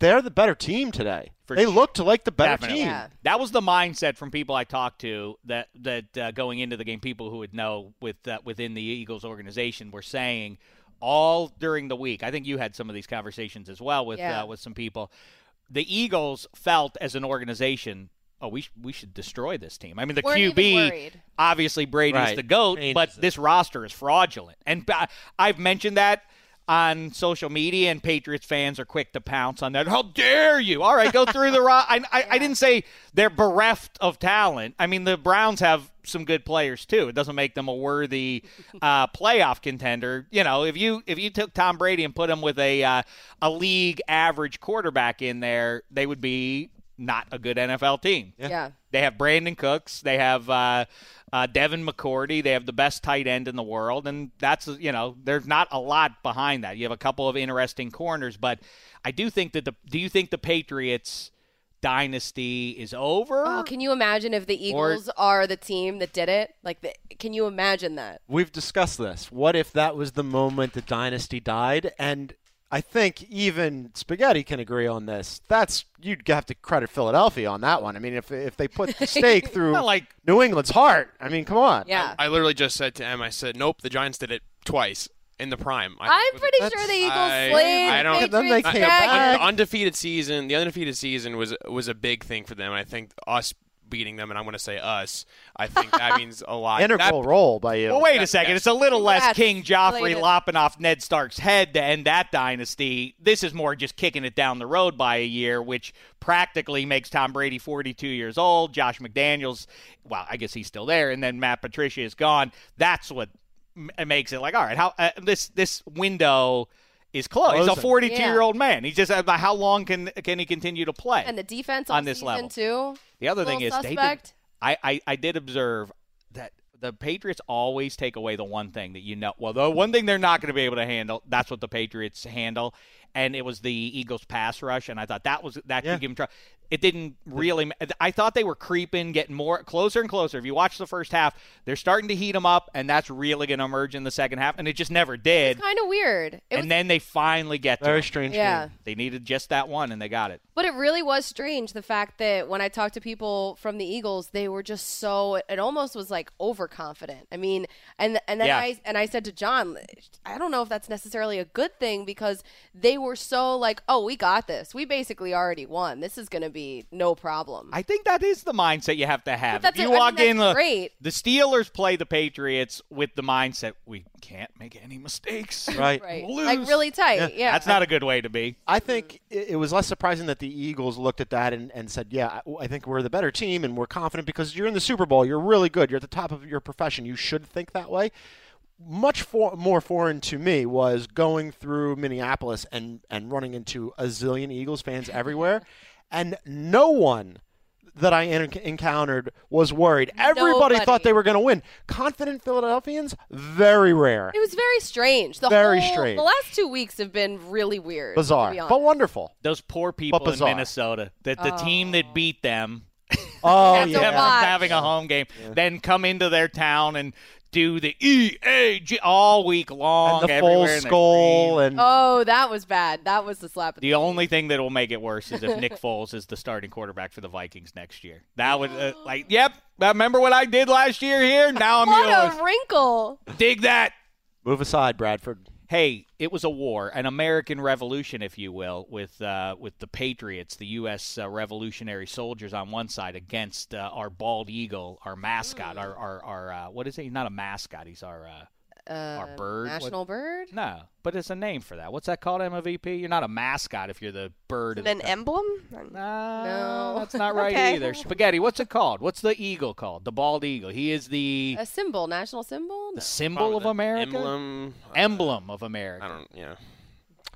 Speaker 6: they're the better team today.
Speaker 4: For
Speaker 6: they
Speaker 4: sure.
Speaker 6: looked like the better
Speaker 4: Definitely.
Speaker 6: team.
Speaker 2: Yeah.
Speaker 4: That was the mindset from people I talked to that that uh, going into the game, people who would know with uh, within the Eagles organization were saying all during the week. I think you had some of these conversations as well with
Speaker 2: Yeah.
Speaker 4: uh, with some people. The Eagles felt as an organization, oh, we sh- we should destroy this team. I mean, the
Speaker 2: Weren't even
Speaker 4: QB,
Speaker 2: worried.
Speaker 4: obviously Brady's
Speaker 6: Right.
Speaker 4: the goat,
Speaker 6: Changes
Speaker 4: but
Speaker 6: it.
Speaker 4: this roster is fraudulent, and ba- I've mentioned that. On social media, and Patriots fans are quick to pounce on that. How dare you? All right, go through the. Ro- I, I, I didn't say they're bereft of talent. I mean, the Browns have some good players too. It doesn't make them a worthy uh, playoff contender. You know, if you if you took Tom Brady and put him with a uh, a league average quarterback in there, they would be not a good NFL team.
Speaker 2: Yeah.
Speaker 4: They have Brandon Cooks. They have uh, uh, Devin McCourty. They have the best tight end in the world, and that's you know there's not a lot behind that. You have a couple of interesting corners, but I do think that the do you think the Patriots dynasty is over?
Speaker 2: Oh, can you imagine if the
Speaker 4: Or-
Speaker 2: Eagles are the team that did it? Like, the, can you imagine that?
Speaker 6: We've discussed this. What if that was the moment the dynasty died? And I think even Spaghetti can agree on this. That's you'd have to credit Philadelphia on that one. I mean, if if they put the stake through
Speaker 4: Not like-
Speaker 6: New England's heart, I mean, come on.
Speaker 2: Yeah.
Speaker 9: I literally just said to Em, I said, nope, the Giants did it twice in the prime.
Speaker 2: I'm pretty sure the Eagles
Speaker 9: I-
Speaker 2: slayed
Speaker 9: I
Speaker 2: the
Speaker 9: don't-
Speaker 2: Patriots
Speaker 6: Then they came
Speaker 2: back.
Speaker 6: back.
Speaker 9: Un- undefeated season. The undefeated season was was a big thing for them. I think us beating them, and I'm going to say us. I think that means a lot.
Speaker 6: Integral
Speaker 9: That-
Speaker 6: role by you.
Speaker 4: Well, wait a second. It's a little less
Speaker 2: Congrats,
Speaker 4: King Joffrey
Speaker 2: related.
Speaker 4: lopping off Ned Stark's head to end that dynasty. This is more just kicking it down the road by a year, which practically makes Tom Brady 42 years old. Josh McDaniels, well, I guess he's still there, and then Matt Patricia is gone. That's what m- makes it like all right. How uh, this this window is closed. He's a
Speaker 6: Closing.
Speaker 4: 42
Speaker 2: Yeah.
Speaker 4: year old man. He's just uh, how long can can he continue to play?
Speaker 2: And the defense
Speaker 4: On
Speaker 2: all
Speaker 4: this
Speaker 2: season,
Speaker 4: level.
Speaker 2: too.
Speaker 4: The other thing is
Speaker 2: Little
Speaker 4: they did,
Speaker 2: suspect.
Speaker 4: I, I I did observe that the Patriots always take away the one thing that you know. Well, the one thing they're not going to be able to handle. That's what the Patriots handle, and it was the Eagles pass rush. And I thought that was that
Speaker 6: Yeah.
Speaker 4: could give them trouble. It didn't really. ma- I thought they were creeping, getting more closer and closer. If you watch the first half, they're starting to heat them up, and that's really going to emerge in the second half. And it just never did.
Speaker 2: Kind of weird. It was,
Speaker 4: and then they finally get to
Speaker 6: Very
Speaker 4: it.
Speaker 6: strange.
Speaker 2: yeah.
Speaker 6: game.
Speaker 4: They needed just that one, and they got it.
Speaker 2: But it really was strange the fact that when I talked to people from the Eagles, they were just so it almost was like overconfident. I mean, and and then
Speaker 4: Yeah.
Speaker 2: I and I said to John, I don't know if that's necessarily a good thing because they were so like, oh, we got this. We basically already won. This is going to be no problem.
Speaker 4: I think that is the mindset you have to have.
Speaker 2: that's
Speaker 4: if you
Speaker 2: it. I
Speaker 4: walk
Speaker 2: mean,
Speaker 4: in,
Speaker 2: that's
Speaker 4: look,
Speaker 2: great.
Speaker 4: the Steelers play the Patriots with the mindset we can't make any mistakes.
Speaker 6: Right.
Speaker 2: right.
Speaker 4: Lose.
Speaker 2: Like really tight. Yeah.
Speaker 4: That's not a good way to be.
Speaker 6: I think i- it was less surprising that the Eagles looked at that and, and said, "Yeah, I I think we're the better team and we're confident because you're in the Super Bowl. You're really good. You're at the top of your profession. You should think that way." Much for, more foreign to me was going through Minneapolis and and running into a zillion Eagles fans everywhere, and no one that I en- encountered was worried. Everybody thought
Speaker 2: Nobody.
Speaker 6: they were going to win. Confident Philadelphians, very rare,
Speaker 2: It was very strange. The
Speaker 6: Very
Speaker 2: whole-
Speaker 6: strange.
Speaker 2: The last two weeks have been really weird. to
Speaker 6: bizarre,
Speaker 2: be honest.
Speaker 6: but wonderful.
Speaker 4: Those poor people in
Speaker 6: bizarre.
Speaker 4: Minnesota. That the team that beat them
Speaker 6: Oh
Speaker 2: That's a
Speaker 4: kept
Speaker 6: yeah.
Speaker 4: from
Speaker 2: lot.
Speaker 4: having a home game, then come into their town and do the E A G all week long.
Speaker 6: and the
Speaker 4: everywhere
Speaker 6: full
Speaker 4: in the
Speaker 6: skull
Speaker 4: green.
Speaker 6: and
Speaker 2: Oh, that was bad. That was the slap. in
Speaker 4: The only thing that will make it worse is if Nick Foles is the starting quarterback for the Vikings next year. That would uh, like, yep. Remember what I did last year here? Now I'm
Speaker 2: What
Speaker 4: yours.
Speaker 2: a wrinkle.
Speaker 4: Dig that.
Speaker 6: move aside, Bradford.
Speaker 4: hey, it was a war, an American Revolution, if you will, with uh, with the Patriots, the U.S. Uh, Revolutionary soldiers on one side against uh, our bald eagle, our mascot,
Speaker 2: Mm.
Speaker 4: our our, our uh, what is he? Not a mascot. He's our uh,
Speaker 2: Uh,
Speaker 4: our bird. What-
Speaker 2: National bird.
Speaker 4: No, but it's a name for that. What's that called? MVP. You're not a mascot if you're the bird.
Speaker 7: Is
Speaker 4: Of
Speaker 7: it an
Speaker 4: the...
Speaker 7: emblem?
Speaker 4: No,
Speaker 2: No.
Speaker 4: that's not right
Speaker 7: Okay.
Speaker 4: either. Spaghetti. What's it called? What's the eagle called? The bald eagle. He is the
Speaker 2: A symbol. National symbol.
Speaker 4: the
Speaker 2: No.
Speaker 4: symbol of America.
Speaker 9: Emblem.
Speaker 4: Emblem of America.
Speaker 9: I don't. Yeah.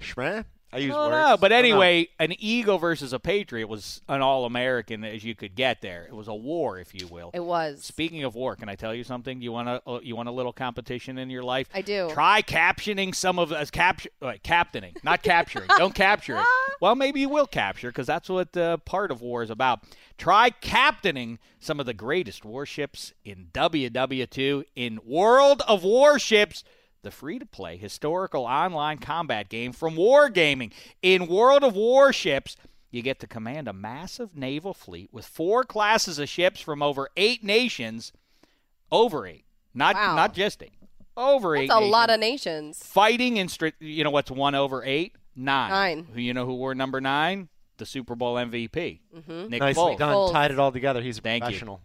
Speaker 6: Schmeh? I use
Speaker 4: No,
Speaker 6: words. Oh,
Speaker 4: no, but
Speaker 6: I don't
Speaker 4: anyway, an eagle versus a patriot was an all-American as you could get there. It was a war, if you will.
Speaker 2: It was.
Speaker 4: Speaking of war, can I tell you something? You want a uh, you want a little competition in your life?
Speaker 2: I do.
Speaker 4: Try captioning some of us capture uh, captaining, not capturing. Don't capture it. Well, maybe you will capture because that's what uh, part of war is about. Try captaining some of the greatest warships in WW2 in World of Warships. The free to play historical online combat game from Wargaming. In World of Warships, you get to command a massive naval fleet with four classes of ships from over eight nations. Over eight. Not,
Speaker 2: Wow.
Speaker 4: not just eight. Over eight.
Speaker 2: That's a lot
Speaker 4: nations
Speaker 2: of nations.
Speaker 4: fighting in stri- you know what's one over eight nine
Speaker 2: Nine.
Speaker 4: who you know who wore number nine the super bowl mvp
Speaker 2: Mm-hmm.
Speaker 4: nick
Speaker 6: Nicely
Speaker 4: Foles.
Speaker 6: done.
Speaker 2: Foles.
Speaker 6: Tied it all together. He's a
Speaker 4: Thank you.
Speaker 6: professional.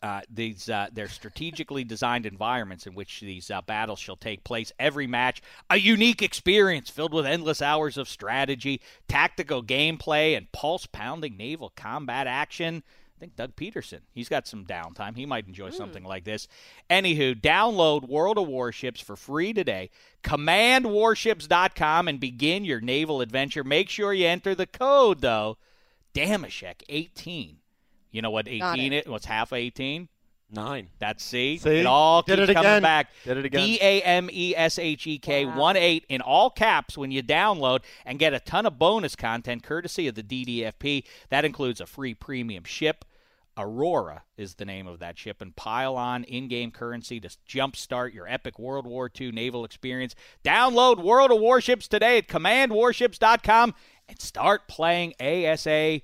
Speaker 4: Uh, these uh, they're strategically designed environments in which these uh, battles shall take place. Every match, a unique experience filled with endless hours of strategy, tactical gameplay, and pulse pounding naval combat action. I think Doug Peterson, he's got some downtime. He might
Speaker 2: Hmm.
Speaker 4: enjoy something like this. Anywho, download World of Warships for free today. CommandWarships.com and begin your naval adventure. Make sure you enter the code though, Damashek eighteen. You know what
Speaker 2: Got
Speaker 4: eighteen?
Speaker 2: it.
Speaker 4: It what's half eighteen?
Speaker 6: Nine.
Speaker 4: That's C.
Speaker 6: See?
Speaker 4: It all
Speaker 6: Did
Speaker 4: keeps
Speaker 6: it
Speaker 4: coming
Speaker 6: again.
Speaker 4: back.
Speaker 6: Did it again.
Speaker 4: D A M E S H E K 1 8 in all caps when you download and get a ton of bonus content courtesy of the DDFP. That includes a free premium ship. Aurora is the name of that ship, and pile on in game currency to jumpstart your epic World War II naval experience. Download World of Warships today at commandwarships.com and start playing ASA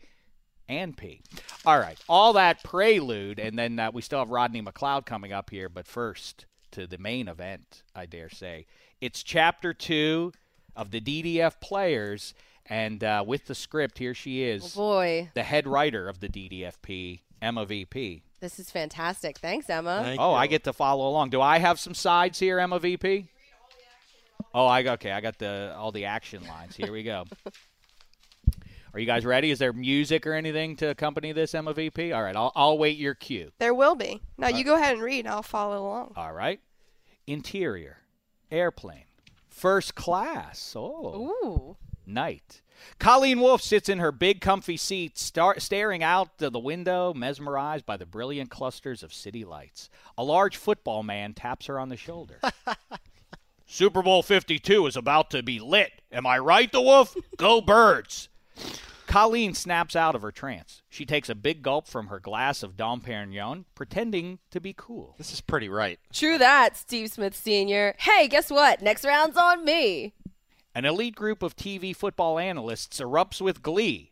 Speaker 4: and P. All right, all that prelude, and then uh, we still have Rodney McLeod coming up here. But first, to the main event, I dare say it's chapter two of the DDF players, and uh, with the script, here she
Speaker 2: Oh,
Speaker 4: is,
Speaker 2: boy,
Speaker 4: the head writer of the DDFP, Emma VP.
Speaker 2: this is fantastic. Thanks, Emma.
Speaker 6: Thank
Speaker 4: oh,
Speaker 6: you.
Speaker 4: I get to follow along. Do I have some sides here, Emma VP? Oh, I okay. I got the all the action lines. Here we go. Are you guys ready? Is there music or anything to accompany this, Emma VP? All right, I'll, I'll wait your cue.
Speaker 7: There will be. No, you go ahead and read. and I'll follow along.
Speaker 4: All right. Interior, airplane, first class. Oh,
Speaker 2: Ooh,
Speaker 4: night. Colleen Wolfe sits in her big, comfy seat, star- staring out the the window, mesmerized by the brilliant clusters of city lights. A large football man taps her on the shoulder. Super Bowl 52 is about to be lit. Am I right, the Wolf? Go birds. Colleen snaps out of her trance. She takes a big gulp from her glass of Dom Perignon, pretending to be cool.
Speaker 6: This is pretty right.
Speaker 2: true that, Steve Smith Senior. Hey, guess what? Next round's on me.
Speaker 4: An elite group of TV football analysts erupts with glee.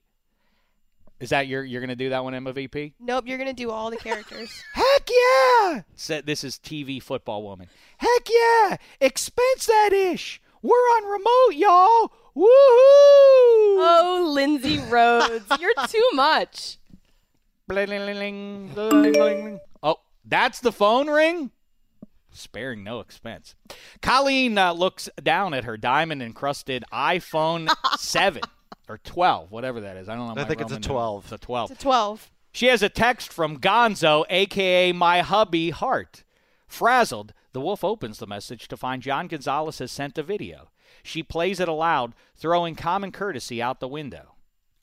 Speaker 4: Is that your you're going to do that one, MVP?
Speaker 7: Nope, you're gonna do all the characters.
Speaker 4: Heck yeah! Said this is TV football woman. Heck yeah! Expense that ish. We're on remote, y'all. Woohoo!
Speaker 2: Oh, Lindsay Rhodes, you're too much.
Speaker 4: Bling-a-ling-a-ling, bling-a-ling-a-ling. Oh, that's the phone ring? Sparing no expense. Colleen uh, looks down at her diamond encrusted iPhone 7 or 12, whatever that is. I don't know. my
Speaker 6: I think it's a
Speaker 4: Roman numerals.
Speaker 6: 12.
Speaker 4: It's a 12.
Speaker 7: It's a 12.
Speaker 4: She has a text from Gonzo, aka my hubby Hart. Frazzled, the wolf opens the message to find John Gonzalez has sent a video. She plays it aloud, throwing common courtesy out the window.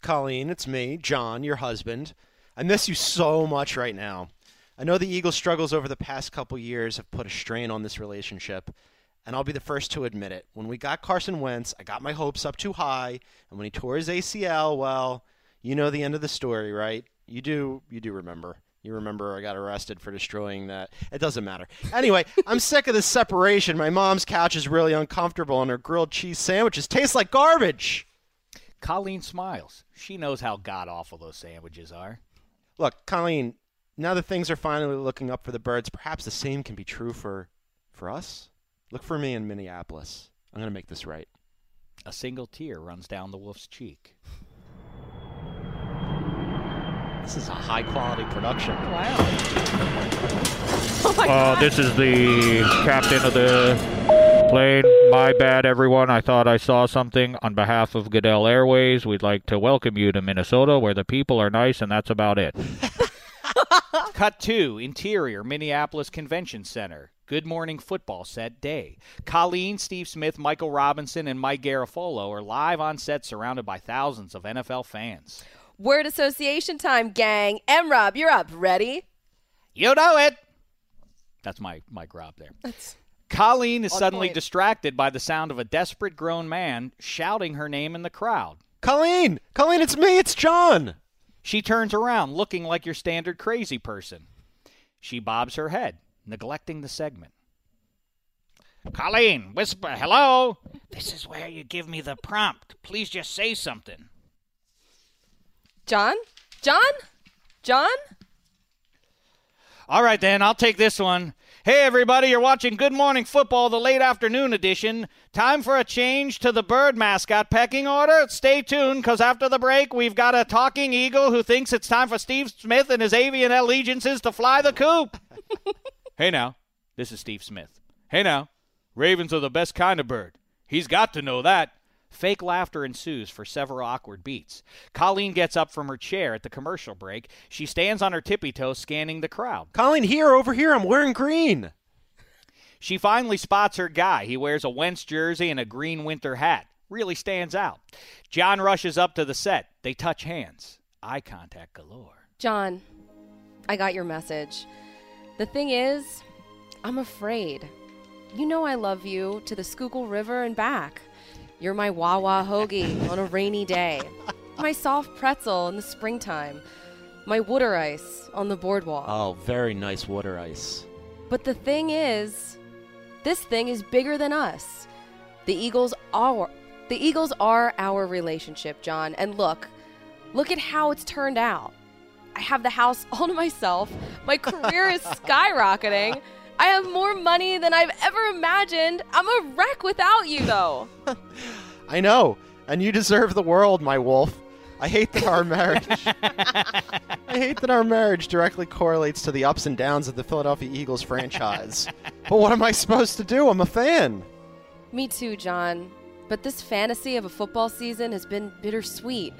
Speaker 6: Colleen, it's me, John, your husband. I miss you so much right now. I know the Eagles' struggles over the past couple years have put a strain on this relationship, and I'll be the first to admit it. When we got Carson Wentz, I got my hopes up too high, and when he tore his ACL, well, you know the end of the story, right? You do, you do remember. You remember I got arrested for destroying that. It doesn't matter. Anyway, I'm sick of this separation. My mom's couch is really uncomfortable, and her grilled cheese sandwiches taste like garbage.
Speaker 4: Colleen smiles. She knows how god awful those sandwiches are.
Speaker 6: Look, Colleen, now that things are finally looking up for the birds, perhaps the same can be true for for us. Look for me in Minneapolis. I'm going to make this right.
Speaker 4: A single tear runs down the wolf's cheek.
Speaker 6: This is a high quality production.
Speaker 2: Oh my
Speaker 8: Uh,
Speaker 2: god.
Speaker 8: this is the captain of the plane. My bad, everyone. I thought I saw something. On behalf of Goodell Airways, we'd like to welcome you to Minnesota, where the people are nice, and that's about it.
Speaker 4: Cut two, interior, Minneapolis Convention Center. Good morning football set day. Colleen, Steve Smith, Michael Robinson, and Mike Garafolo are live on set surrounded by thousands of NFL fans.
Speaker 2: Word association time, gang. M Rob, you're up. Ready?
Speaker 4: You know it. That's my my grob there. Colleen is
Speaker 2: On
Speaker 4: suddenly
Speaker 2: point.
Speaker 4: distracted by the sound of a desperate grown man shouting her name in the crowd.
Speaker 6: Colleen, Colleen, it's me. It's John.
Speaker 4: She turns around looking like your standard crazy person. She bobs her head, neglecting the segment. Colleen, whisper, hello. This is where you give me the prompt. Please just say something.
Speaker 2: John? John? John?
Speaker 4: All right, then, I'll take this one. Hey, everybody, you're watching Good Morning Football, the late afternoon edition. Time for a change to the bird mascot pecking order. Stay tuned, because after the break, we've got a talking eagle who thinks it's time for Steve Smith and his avian allegiances to fly the coop. hey, now, this is Steve Smith. Hey, now, ravens are the best kind of bird. He's got to know that. Fake laughter ensues for several awkward beats. Colleen gets up from her chair at the commercial break. She stands on her tippy toe, scanning the crowd.
Speaker 6: Colleen, here, over here. I'm wearing green.
Speaker 4: She finally spots her guy. He wears a Wentz jersey and a green winter hat. Really stands out. John rushes up to the set. They touch hands. Eye contact galore.
Speaker 2: John, I got your message. The thing is, I'm afraid. You know I love you to the Schuylkill River and back. You're my Wawa hoagie on a rainy day, my soft pretzel in the springtime, my water ice on the boardwalk.
Speaker 6: Oh, very nice water ice.
Speaker 2: But the thing is, this thing is bigger than us. The Eagles are the Eagles are our relationship, John. And look, look at how it's turned out. I have the house all to myself. My career is skyrocketing. I have more money than I've ever imagined. I'm a wreck without you, though.
Speaker 6: I know, and you deserve the world, my wolf. I hate that our marriage. I hate that our marriage directly correlates to the ups and downs of the Philadelphia Eagles franchise. but what am I supposed to do? I'm a fan.
Speaker 2: Me too, John. But this fantasy of a football season has been bittersweet.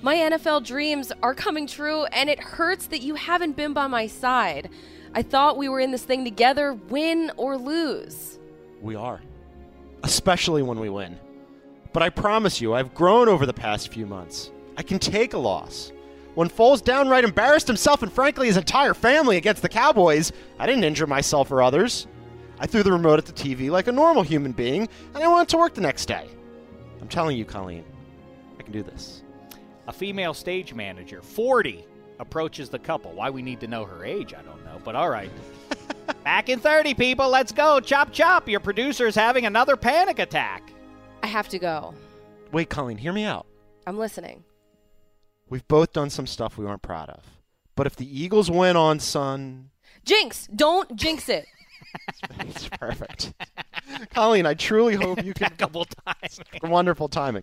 Speaker 2: My NFL dreams are coming true, and it hurts that you haven't been by my side. I thought we were in this thing together, win or lose.
Speaker 6: We are. Especially when we win. But I promise you, I've grown over the past few months. I can take a loss. When Foles downright embarrassed himself and frankly his entire family against the Cowboys, I didn't injure myself or others. I threw the remote at the TV like a normal human being, and I went to work the next day. I'm telling you, Colleen, I can do this.
Speaker 4: A female stage manager, 40, approaches the couple. Why we need to know her age, I don't know, but all right. Back in 30, people. Let's go. Chop, chop. Your producer's having another panic attack.
Speaker 2: I have to go.
Speaker 6: Wait, Colleen, hear me out.
Speaker 2: I'm listening.
Speaker 6: We've both done some stuff we weren't proud of. But if the Eagles win on Sun,
Speaker 2: Jinx, don't jinx it.
Speaker 6: It's perfect. Colleen, I truly hope you can.
Speaker 4: couple times.
Speaker 6: Wonderful timing.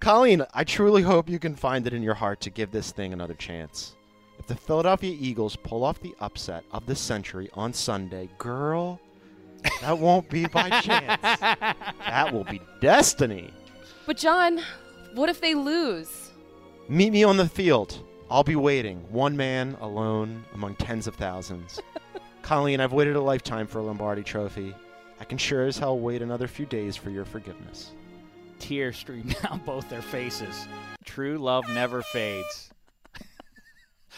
Speaker 6: Colleen, I truly hope you can find it in your heart to give this thing another chance. If the Philadelphia Eagles pull off the upset of the century on Sunday, girl, that won't be by chance. That will be destiny.
Speaker 2: But John, what if they lose?
Speaker 6: Meet me on the field. I'll be waiting, one man alone among tens of thousands. Colleen, I've waited a lifetime for a Lombardi trophy. I can sure as hell wait another few days for your forgiveness.
Speaker 4: Tears stream down both their faces. True love never fades.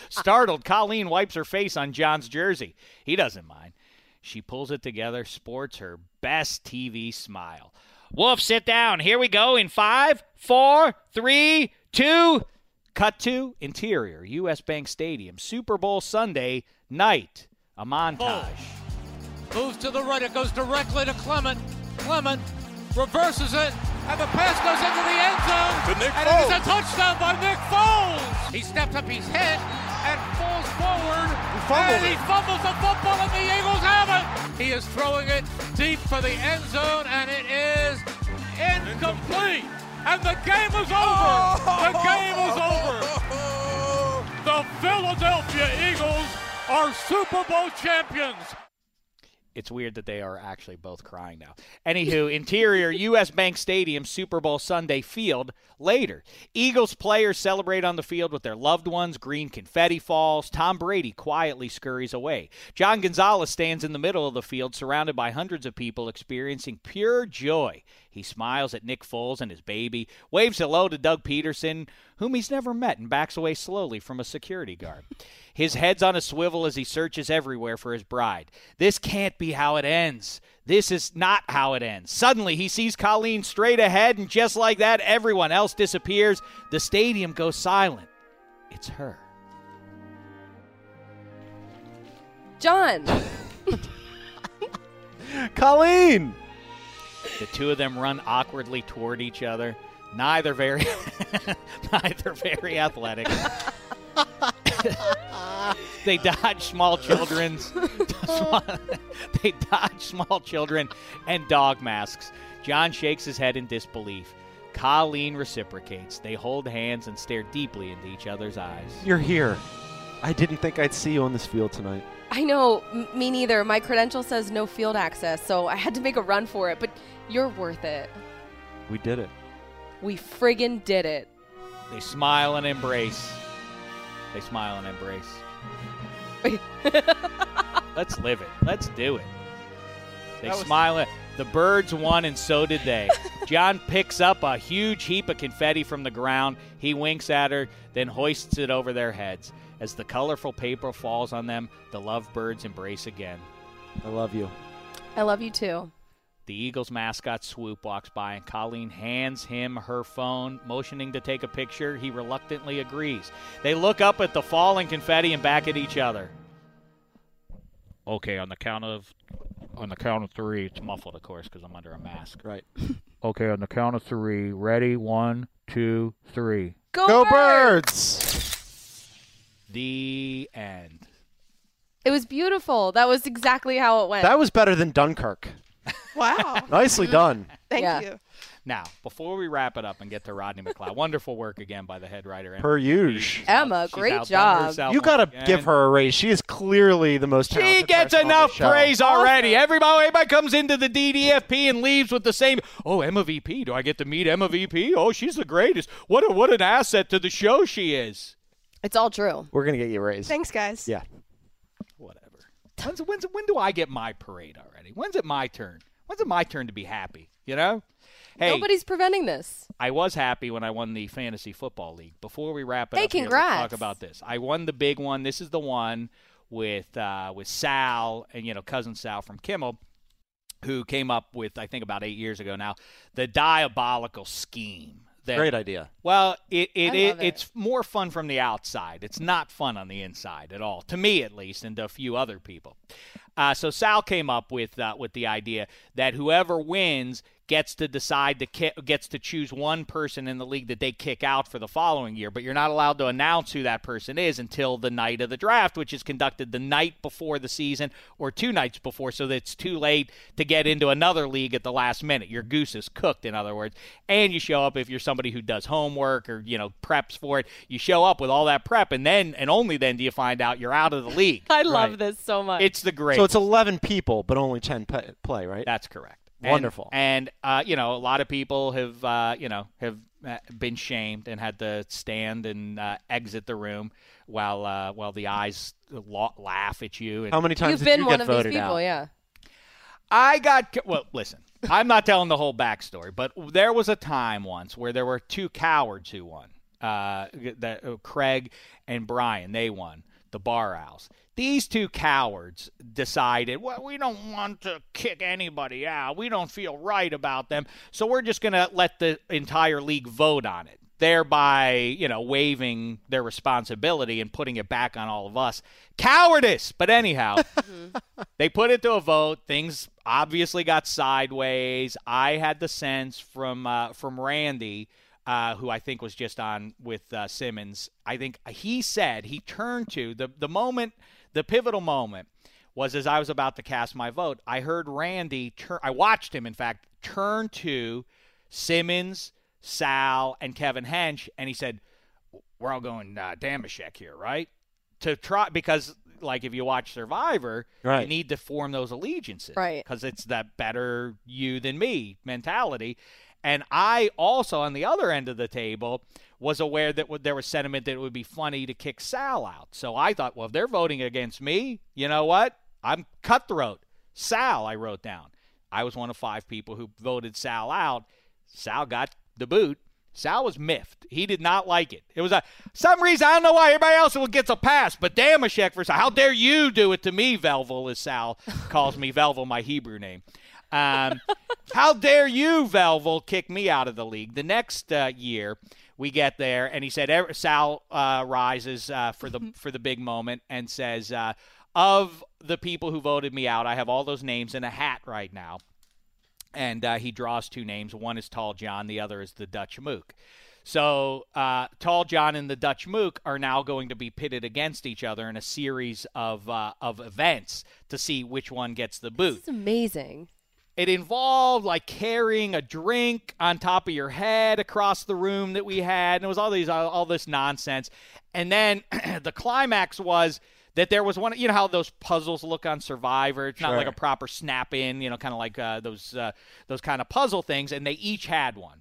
Speaker 4: Startled, Colleen wipes her face on John's jersey. He doesn't mind. She pulls it together, sports her best TV smile. Wolf, sit down. Here we go in five, four, three, two. Cut to interior, U.S. Bank Stadium, Super Bowl Sunday night. A montage.
Speaker 10: Moves to the right. It goes directly to Clement. Clement reverses it, and the pass goes into the end zone. and it is a touchdown by Nick Foles. He steps up his head and falls forward. and he fumbles the football, and the Eagles have it. He is throwing it deep for the end zone, and it is incomplete. And the game is over. The game is over. The Philadelphia Eagles are Super Bowl champions.
Speaker 4: it's weird that they are actually both crying now. Anywho, interior U.S. Bank Stadium, Super Bowl Sunday field later. Eagles players celebrate on the field with their loved ones. Green confetti falls. Tom Brady quietly scurries away. John Gonzalez stands in the middle of the field, surrounded by hundreds of people experiencing pure joy. He smiles at Nick Foles and his baby, waves hello to Doug Peterson, whom he's never met, and backs away slowly from a security guard. His head's on a swivel as he searches everywhere for his bride. This can't be how it ends. This is not how it ends. Suddenly, he sees Colleen straight ahead, and just like that, everyone else disappears. The stadium goes silent. It's her.
Speaker 2: John,
Speaker 6: Colleen!
Speaker 4: The two of them run awkwardly toward each other. Neither very, neither very athletic. they dodge small children's. they dodge small children and dog masks. John shakes his head in disbelief. Colleen reciprocates. They hold hands and stare deeply into each other's eyes.
Speaker 6: You're here. I didn't think I'd see you on this field tonight.
Speaker 2: I know, m- me neither. My credential says no field access, so I had to make a run for it, but you're worth it.
Speaker 6: We did it.
Speaker 2: We friggin' did it.
Speaker 4: They smile and embrace. They smile and embrace. Let's live it. Let's do it. They smile. At, the birds won, and so did they. John picks up a huge heap of confetti from the ground. He winks at her, then hoists it over their heads. As the colorful paper falls on them, the lovebirds embrace again.
Speaker 6: I love you.
Speaker 2: I love you too.
Speaker 4: The Eagles mascot Swoop walks by and Colleen hands him her phone, motioning to take a picture. He reluctantly agrees. They look up at the falling confetti and back at each other.
Speaker 8: Okay, on the count of on the count of three, it's
Speaker 4: It's muffled, of course, because I'm under a mask.
Speaker 6: Right.
Speaker 8: okay on the count of three. Ready? One, two, three.
Speaker 2: Go,
Speaker 6: Go
Speaker 2: Birds!
Speaker 6: birds!
Speaker 4: The end.
Speaker 2: It was beautiful. That was exactly how it went.
Speaker 6: That was better than Dunkirk.
Speaker 7: Wow.
Speaker 6: Nicely
Speaker 2: Mm-hmm.
Speaker 6: done.
Speaker 7: Thank
Speaker 2: Yeah.
Speaker 7: you.
Speaker 4: Now, before we wrap it up and get to Rodney McLeod, wonderful work again by the head writer. Emma.
Speaker 6: Per usual.
Speaker 2: Emma,
Speaker 4: She's
Speaker 2: Uh, great
Speaker 4: outdone
Speaker 2: job.
Speaker 4: herself
Speaker 6: You gotta
Speaker 4: once again.
Speaker 6: give her a raise. She is clearly the most.
Speaker 4: She
Speaker 6: talented
Speaker 4: gets
Speaker 6: person on
Speaker 4: enough
Speaker 6: the show.
Speaker 4: praise already. Everybody, everybody comes into the DDFP and leaves with the same. Oh, Emma VP. Do I get to meet Emma VP? Oh, she's the greatest. What a, what an asset to the show she is.
Speaker 2: It's all true.
Speaker 6: We're gonna get you a raise.
Speaker 7: Thanks, guys.
Speaker 6: yeah.
Speaker 4: Whatever. When's, when's, when do I get my parade already? When's it my turn? When's it my turn to be happy? You know? Hey,
Speaker 2: Nobody's preventing this.
Speaker 4: I was happy when I won the fantasy football league. Before we wrap it
Speaker 2: Hey,
Speaker 4: up, here, let's
Speaker 2: congrats.
Speaker 4: talk about this. I won the big one. This is the one with uh, with Sal and you know cousin Sal from Kimmel, who came up with I think about eight years ago now the diabolical scheme. That,
Speaker 6: Great idea.
Speaker 4: Well, it
Speaker 2: I
Speaker 4: it,
Speaker 2: love it.
Speaker 4: it it's more fun from the outside. It's not fun on the inside at all, to me at least, and to a few other people. Uh, so Sal came up with uh, with the idea that whoever wins gets to decide to ki- gets to choose one person in the league that they kick out for the following year, but you're not allowed to announce who that person is until the night of the draft, which is conducted the night before the season or two nights before, so that it's too late to get into another league at the last minute. Your goose is cooked, in other words, and you show up if you're somebody who does homework or you know preps for it. You show up with all that prep, and then and only then do you find out you're out of the league.
Speaker 11: I love
Speaker 4: Right.
Speaker 11: this so much.
Speaker 4: It's the great.
Speaker 6: So it's 11 people, but only 10 pe- play, right?
Speaker 4: That's correct. And-
Speaker 6: Wonderful.
Speaker 4: And, uh, you know, a lot of people have, uh, you know, have uh, been shamed and had to stand and uh, exit the room while uh, while the eyes lo- laugh at you. And
Speaker 6: How many times
Speaker 2: You've
Speaker 6: did
Speaker 2: been
Speaker 6: you
Speaker 2: one
Speaker 6: get
Speaker 2: of these
Speaker 6: voted
Speaker 2: people,
Speaker 6: out?
Speaker 2: yeah.
Speaker 4: I got co- well. Listen, I'm not telling the whole backstory, but there was a time once where there were two cowards who won. Uh, that uh, Craig and Brian, they won the bar house. These two cowards decided, well, we don't want to kick anybody out. We don't feel right about them, so we're just gonna let the entire league vote on it, thereby, you know, waiving their responsibility and putting it back on all of us. Cowardice. But anyhow, they put it to a vote. Things obviously got sideways. I had the sense from uh, from Randy, uh, who I think was just on with uh, Simmons. I think he said he turned to the the moment, the pivotal moment was as I was about to cast my vote. I heard Randy turn. I watched him, in fact, turn to Simmons, Sal, and Kevin Hench, and he said, "We're all going uh, Damashek here, right?" To try because like if you watch Survivor,
Speaker 6: Right.
Speaker 4: you need to form those allegiances,
Speaker 2: Right.
Speaker 4: Because it's that better you than me mentality. And I also, on the other end of the table, was aware that w- there was sentiment that it would be funny to kick Sal out. So I thought, well, if they're voting against me, you know what? I'm cutthroat. Sal, I wrote down. I was one of five people who voted Sal out. Sal got the boot. Sal was miffed. He did not like it. It was a some reason I don't know why everybody else will gets a pass, but Damashek for Sal. How dare you do it to me, Velvel? As Sal calls me Velvel, my Hebrew name. Um, how dare you, Velvel, kick me out of the league? The next uh, year, we get there, and he said "Ev- Sal uh, rises uh, for the for the big moment and says, uh, "Of the people who voted me out, I have all those names in a hat right now." and uh, he draws two names. One is Tall John, the other is the Dutch Mook. So uh, Tall John and the Dutch Mook are now going to be pitted against each other in a series of uh, of events to see which one gets the boot.
Speaker 2: It's amazing.
Speaker 4: It involved like carrying a drink on top of your head across the room that we had, and it was all these all, all this nonsense. And then the climax was that there was one. You know how those puzzles look on Survivor? It's not like a
Speaker 6: Sure.
Speaker 4: proper snap in. You know, kind of like uh, those uh, those kind of puzzle things. And they each had one,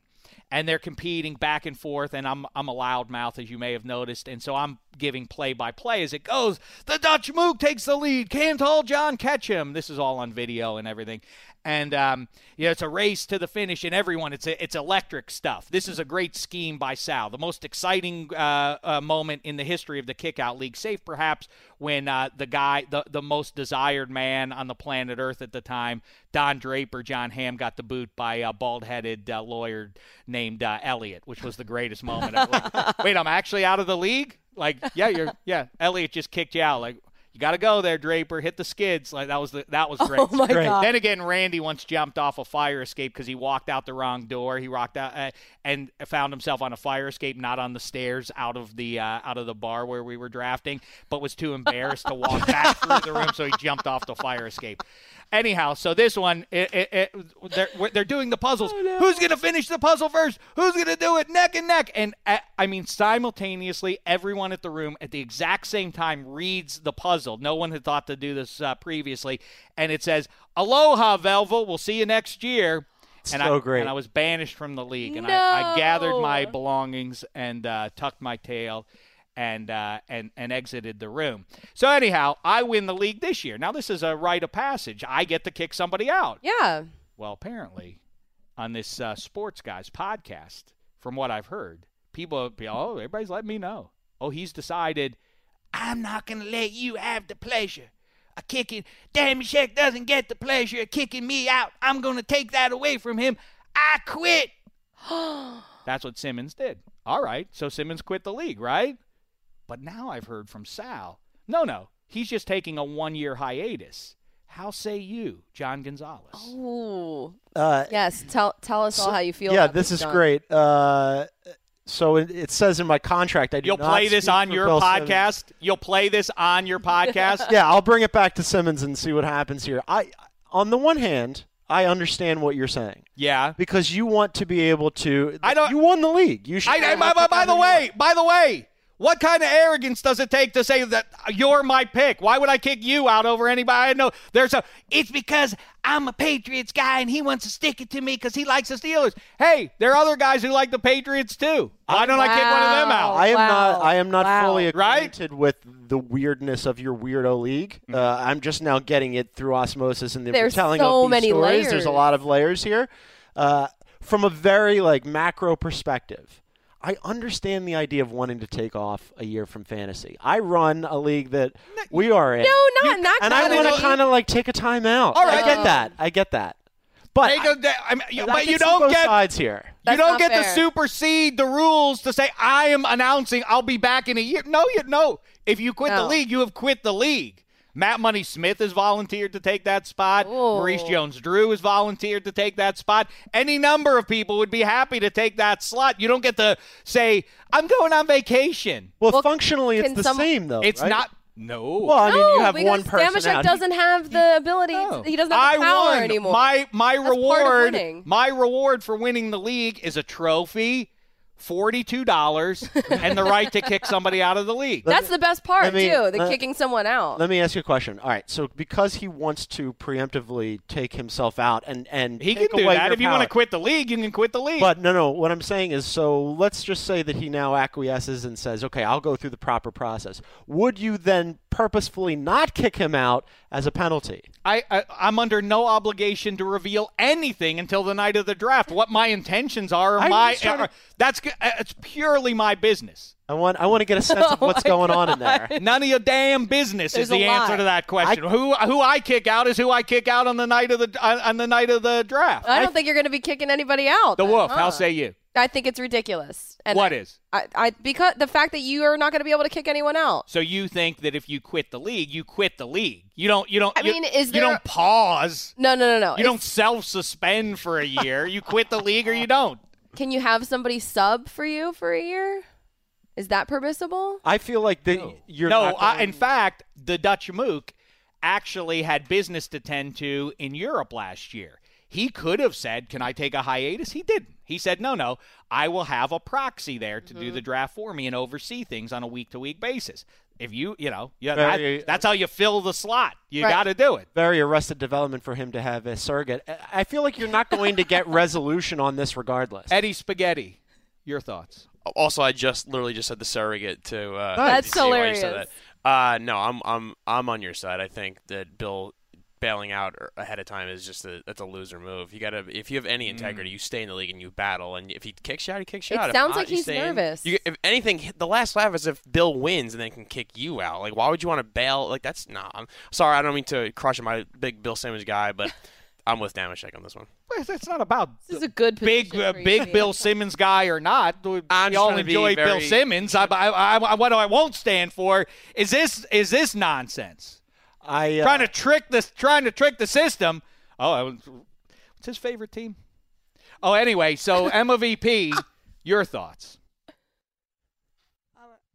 Speaker 4: and they're competing back and forth. And I'm I'm a loudmouth, as you may have noticed, and so I'm giving play by play as it goes. The Dutch Mook takes the lead. Can't hold John catch him. This is all on video and everything and um, you know it's a race to the finish, and everyone it's a, it's electric stuff. This is a great scheme by Sal, the most exciting uh, uh, moment in the history of the kickout league, save perhaps when uh, the guy, the the most desired man on the planet Earth at the time, Don Draper, John Hamm, got the boot by a bald-headed uh, lawyer named uh, Elliot, which was the greatest moment. Of, like, Wait, I'm actually out of the league? Like, yeah, you're yeah. Elliot just kicked you out. Like. You got to go there, Draper. Hit the skids. Like that was the, that was great.
Speaker 2: Oh my
Speaker 6: Great.
Speaker 2: god.
Speaker 4: Then again, Randy once jumped off a fire escape because he walked out the wrong door. He rocked out uh, and found himself on a fire escape, not on the stairs out of the uh, out of the bar where we were drafting, but was too embarrassed to walk back through the room, so he jumped off the fire escape. Anyhow, so this one, it, it, it, they're we're- they're doing the puzzles. Who's gonna finish the puzzle first? Who's gonna do it neck and neck? And uh, I mean, simultaneously, everyone at the room at the exact same time reads the puzzle. No one had thought to do this uh, previously, and it says, "Aloha, Velvel. We'll see you next year." And
Speaker 6: So
Speaker 4: I,
Speaker 6: great.
Speaker 4: And I was banished from the league, and I, I gathered my
Speaker 2: No.
Speaker 4: belongings and uh, tucked my tail. And, uh, and and exited the room. So anyhow, I win the league this year. Now this is a rite of passage. I get to kick somebody out.
Speaker 2: Yeah.
Speaker 4: Well, apparently, on this uh, sports guys podcast, from what I've heard, people, be, oh, everybody's letting me know. Oh, he's decided, I'm not going to let you have the pleasure of kicking. Damashek doesn't get the pleasure of kicking me out. I'm going to take that away from him. I quit. That's what Simmons did. All right. So Simmons quit the league, right? But now I've heard from Sal. No, no. He's just taking a one year hiatus. How say you, John Gonzalez?
Speaker 2: Oh. Ooh.
Speaker 6: Uh,
Speaker 2: yes. Tell tell us all how you feel.
Speaker 6: Yeah,
Speaker 2: about
Speaker 6: this is
Speaker 2: John.
Speaker 6: great. Uh, so it, it says in my contract, I do
Speaker 4: You'll
Speaker 6: not
Speaker 4: play this
Speaker 6: speak
Speaker 4: on
Speaker 6: for
Speaker 4: your
Speaker 6: Bill Simmons.
Speaker 4: podcast. You'll play this on your podcast.
Speaker 6: yeah, I'll bring it back to Simmons and see what happens here. I, on the one hand, I understand what you're saying
Speaker 4: Yeah.
Speaker 6: because you want to be able to. I don't. You won the league. You should.
Speaker 4: I, I- by, by- by the way, by the way, what kind of arrogance does it take to say that you're my pick? Why would I kick you out over anybody I know? There's a. It's because I'm a Patriots guy and he wants to stick it to me because he likes the Steelers. Hey, there are other guys who like the Patriots too. Why don't I kick one of them out?
Speaker 6: I am not. I am not
Speaker 2: Wow.
Speaker 6: fully
Speaker 4: Right? Mm-hmm.
Speaker 6: acquainted with the weirdness of your weirdo league. Uh, I'm just now getting it through osmosis and the
Speaker 2: There's
Speaker 6: telling
Speaker 2: so
Speaker 6: of these
Speaker 2: many
Speaker 6: stories. There's a
Speaker 2: layers.
Speaker 6: lot of layers here. Uh, from a very like macro perspective, I understand the idea of wanting to take off a year from fantasy. I run a league that we are in.
Speaker 2: No, not not.
Speaker 6: and I
Speaker 2: Connor.
Speaker 6: want to kind of like take a time out.
Speaker 4: All right.
Speaker 6: I get that. I get that. But
Speaker 4: Take
Speaker 6: I-
Speaker 4: a da- I mean, you-
Speaker 6: I
Speaker 4: but
Speaker 6: can
Speaker 4: you
Speaker 6: see
Speaker 4: don't
Speaker 6: both
Speaker 4: get
Speaker 6: sides here.
Speaker 4: you
Speaker 2: That's
Speaker 4: don't
Speaker 2: not
Speaker 4: get to
Speaker 2: fair.
Speaker 4: supersede the rules to say I am announcing I'll be back in a year. No, you no. If you quit the
Speaker 2: No.
Speaker 4: league, you have quit the league. Matt Money Smith has volunteered to take that spot.
Speaker 2: Ooh.
Speaker 4: Maurice Jones Drew has volunteered to take that spot. Any number of people would be happy to take that slot. You don't get to say I'm going on vacation.
Speaker 6: Well,
Speaker 2: Well,
Speaker 6: functionally, it's
Speaker 2: can
Speaker 6: the
Speaker 2: some-
Speaker 6: same though.
Speaker 4: It's
Speaker 6: Oh, right?
Speaker 4: not no.
Speaker 6: Well, I mean, you have
Speaker 2: because
Speaker 6: one person
Speaker 2: Damashek
Speaker 6: out.
Speaker 2: doesn't have the ability.
Speaker 4: No.
Speaker 2: He doesn't have the
Speaker 4: I
Speaker 2: power
Speaker 4: won.
Speaker 2: anymore.
Speaker 4: My my
Speaker 2: part of
Speaker 4: reward
Speaker 2: winning.
Speaker 4: my reward for winning the league is a trophy, forty two dollars, and the right to kick somebody out of the league.
Speaker 2: That's the best part
Speaker 6: let me-
Speaker 2: too. The
Speaker 6: let-
Speaker 2: kicking someone out.
Speaker 6: Let me ask you a question. All right, so because he wants to preemptively take himself out and and
Speaker 4: he can
Speaker 6: take
Speaker 4: do
Speaker 6: away
Speaker 4: that.
Speaker 6: your
Speaker 4: If you want
Speaker 6: power.
Speaker 4: to quit the league, you can quit the league.
Speaker 6: But no, no. What I'm saying is, so let's just say that he now acquiesces and says, "Okay, I'll go through the proper process." Would you then purposefully not kick him out as a penalty?
Speaker 4: I, I I'm under no obligation to reveal anything until the night of the draft. What my intentions are, are
Speaker 6: I'm
Speaker 4: my
Speaker 6: just trying to-
Speaker 4: are- that's g- uh, it's purely my business.
Speaker 6: I want I want to get a sense
Speaker 2: Oh
Speaker 6: of what's going on in there.
Speaker 4: None of your damn business is
Speaker 2: There's
Speaker 4: the
Speaker 2: a
Speaker 4: answer
Speaker 2: lot.
Speaker 4: to that question. who who I kick out is who I kick out on the night of the on, on the night of the draft.
Speaker 2: I don't think you're going to be kicking anybody out.
Speaker 4: The
Speaker 2: then,
Speaker 4: wolf.
Speaker 2: huh?
Speaker 6: Oh.
Speaker 4: How say you?
Speaker 2: I think it's ridiculous. uh, And
Speaker 4: What
Speaker 2: I,
Speaker 4: is?
Speaker 2: I, I because the fact that you are not going to be able to kick anyone out.
Speaker 4: So you think that if you quit the league, you quit the league. You don't. You don't.
Speaker 2: I
Speaker 4: you,
Speaker 2: mean, is
Speaker 4: you
Speaker 2: there-
Speaker 4: don't pause.
Speaker 2: No, no, no, no.
Speaker 4: You don't self-suspend for a year. you quit the league or you don't.
Speaker 2: Can you have somebody sub for you for a year? Is that permissible?
Speaker 6: I feel like the, you're
Speaker 4: no.
Speaker 6: not
Speaker 4: I,
Speaker 6: going-
Speaker 4: in fact, the Dutch Mook actually had business to tend to in Europe last year. He could have said, "Can I take a hiatus?" He didn't. He said, "No, no. I will have a proxy there to
Speaker 2: Mm-hmm.
Speaker 4: do the draft for me and oversee things on a week-to-week basis." If you, you know, yeah,
Speaker 6: Very-
Speaker 4: that, that's how you fill the slot. You
Speaker 2: Right.
Speaker 4: got to do it.
Speaker 6: very arrested development for him to have a surrogate. I- I feel like you're not going to get resolution on this regardless.
Speaker 4: Eddie Spaghetti, your thoughts?
Speaker 9: Also, I just literally just said the surrogate to. Uh,
Speaker 2: That's
Speaker 9: to see why you said
Speaker 2: hilarious.
Speaker 9: that. Uh, no, I'm I'm I'm on your side. I think that Bill bailing out er- ahead of time is just a that's a loser move. You gotta if you have any integrity, you stay in the league and you battle. And if he kicks you out, he kicks you
Speaker 2: It
Speaker 9: out. If
Speaker 2: sounds
Speaker 9: not,
Speaker 2: like
Speaker 9: you
Speaker 2: he's
Speaker 9: stay in.
Speaker 2: nervous.
Speaker 9: You, if anything, h- the last laugh is if Bill wins and then can kick you out. Like why would you want to bail? Like that's nah. I'm sorry, I don't mean to crush my big Bill Simmons guy, but I'm with Damashek on this one.
Speaker 4: Well, it's not about
Speaker 2: This is a good
Speaker 4: big
Speaker 2: position
Speaker 4: uh,
Speaker 2: for you to
Speaker 4: big
Speaker 2: be
Speaker 4: Bill
Speaker 2: in.
Speaker 4: Simmons guy or not. We
Speaker 9: I'm
Speaker 4: we
Speaker 9: just
Speaker 4: all
Speaker 9: trying to be
Speaker 4: enjoy Bill
Speaker 9: very-
Speaker 4: Simmons. I, I, I, what I won't stand for is this is this nonsense.
Speaker 6: I uh,
Speaker 4: Trying to trick this, trying to trick the system. Oh, I was- what's his favorite team? Oh, anyway, so MVP, your thoughts?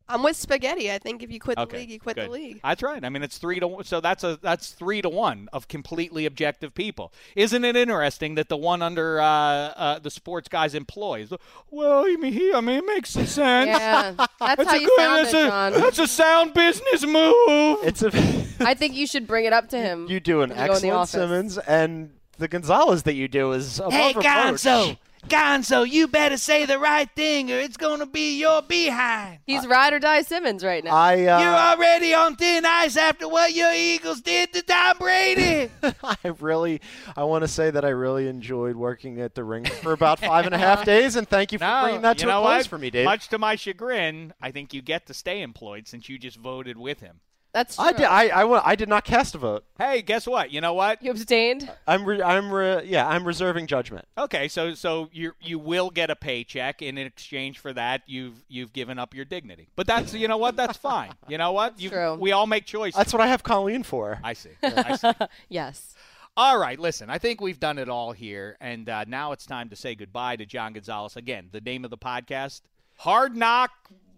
Speaker 7: I'm with Spaghetti. I think if you quit
Speaker 4: Okay,
Speaker 7: the league, you quit
Speaker 4: good.
Speaker 7: the league.
Speaker 4: That's right. I mean, it's three to one. So that's a that's three to one of completely objective people. Isn't it interesting that the one under uh, uh, the sports guy's employs? Well, I mean, he, I mean, it makes some sense.
Speaker 2: Yeah, that's, how
Speaker 4: a
Speaker 2: you
Speaker 4: good-
Speaker 2: sound it,
Speaker 4: that's a-
Speaker 2: John.
Speaker 4: That's a sound business move.
Speaker 6: it's a
Speaker 2: I think you should bring it up to him.
Speaker 6: you do
Speaker 2: when
Speaker 6: an
Speaker 2: you go in the
Speaker 6: excellent
Speaker 2: office.
Speaker 6: Simmons and the Gonzalez that you do is above reproach.
Speaker 4: Gonzo, you better say the right thing, or it's gonna be your behind.
Speaker 2: He's ride or die Simmons right now.
Speaker 6: I uh,
Speaker 4: already on thin ice after what your Eagles did to Tom Brady.
Speaker 6: I really I want to say that I really enjoyed working at the ring for about five and a half days, and thank you for bringing that to
Speaker 4: you
Speaker 6: a
Speaker 4: know
Speaker 6: close
Speaker 4: what?
Speaker 6: for me, Dave.
Speaker 4: Much to my chagrin, I think you get to stay employed since you just voted with him.
Speaker 2: That's true.
Speaker 6: I did. I, I, wa- I did not cast a vote.
Speaker 4: Hey, guess what? You know what?
Speaker 2: you abstained.
Speaker 6: I'm re, I'm re, yeah. I'm reserving judgment.
Speaker 4: Okay, so so you you will get a paycheck, and in exchange for that, you've you've given up your dignity. But that's you know what? That's fine. You know what? You,
Speaker 2: true.
Speaker 4: We all make choices.
Speaker 6: That's what I have Colleen for.
Speaker 4: I see. I see.
Speaker 2: yes.
Speaker 4: All right, listen, I think we've done it all here, and uh, now it's time to say goodbye to John Gonzalez. Again, the name of the podcast: Hard Knock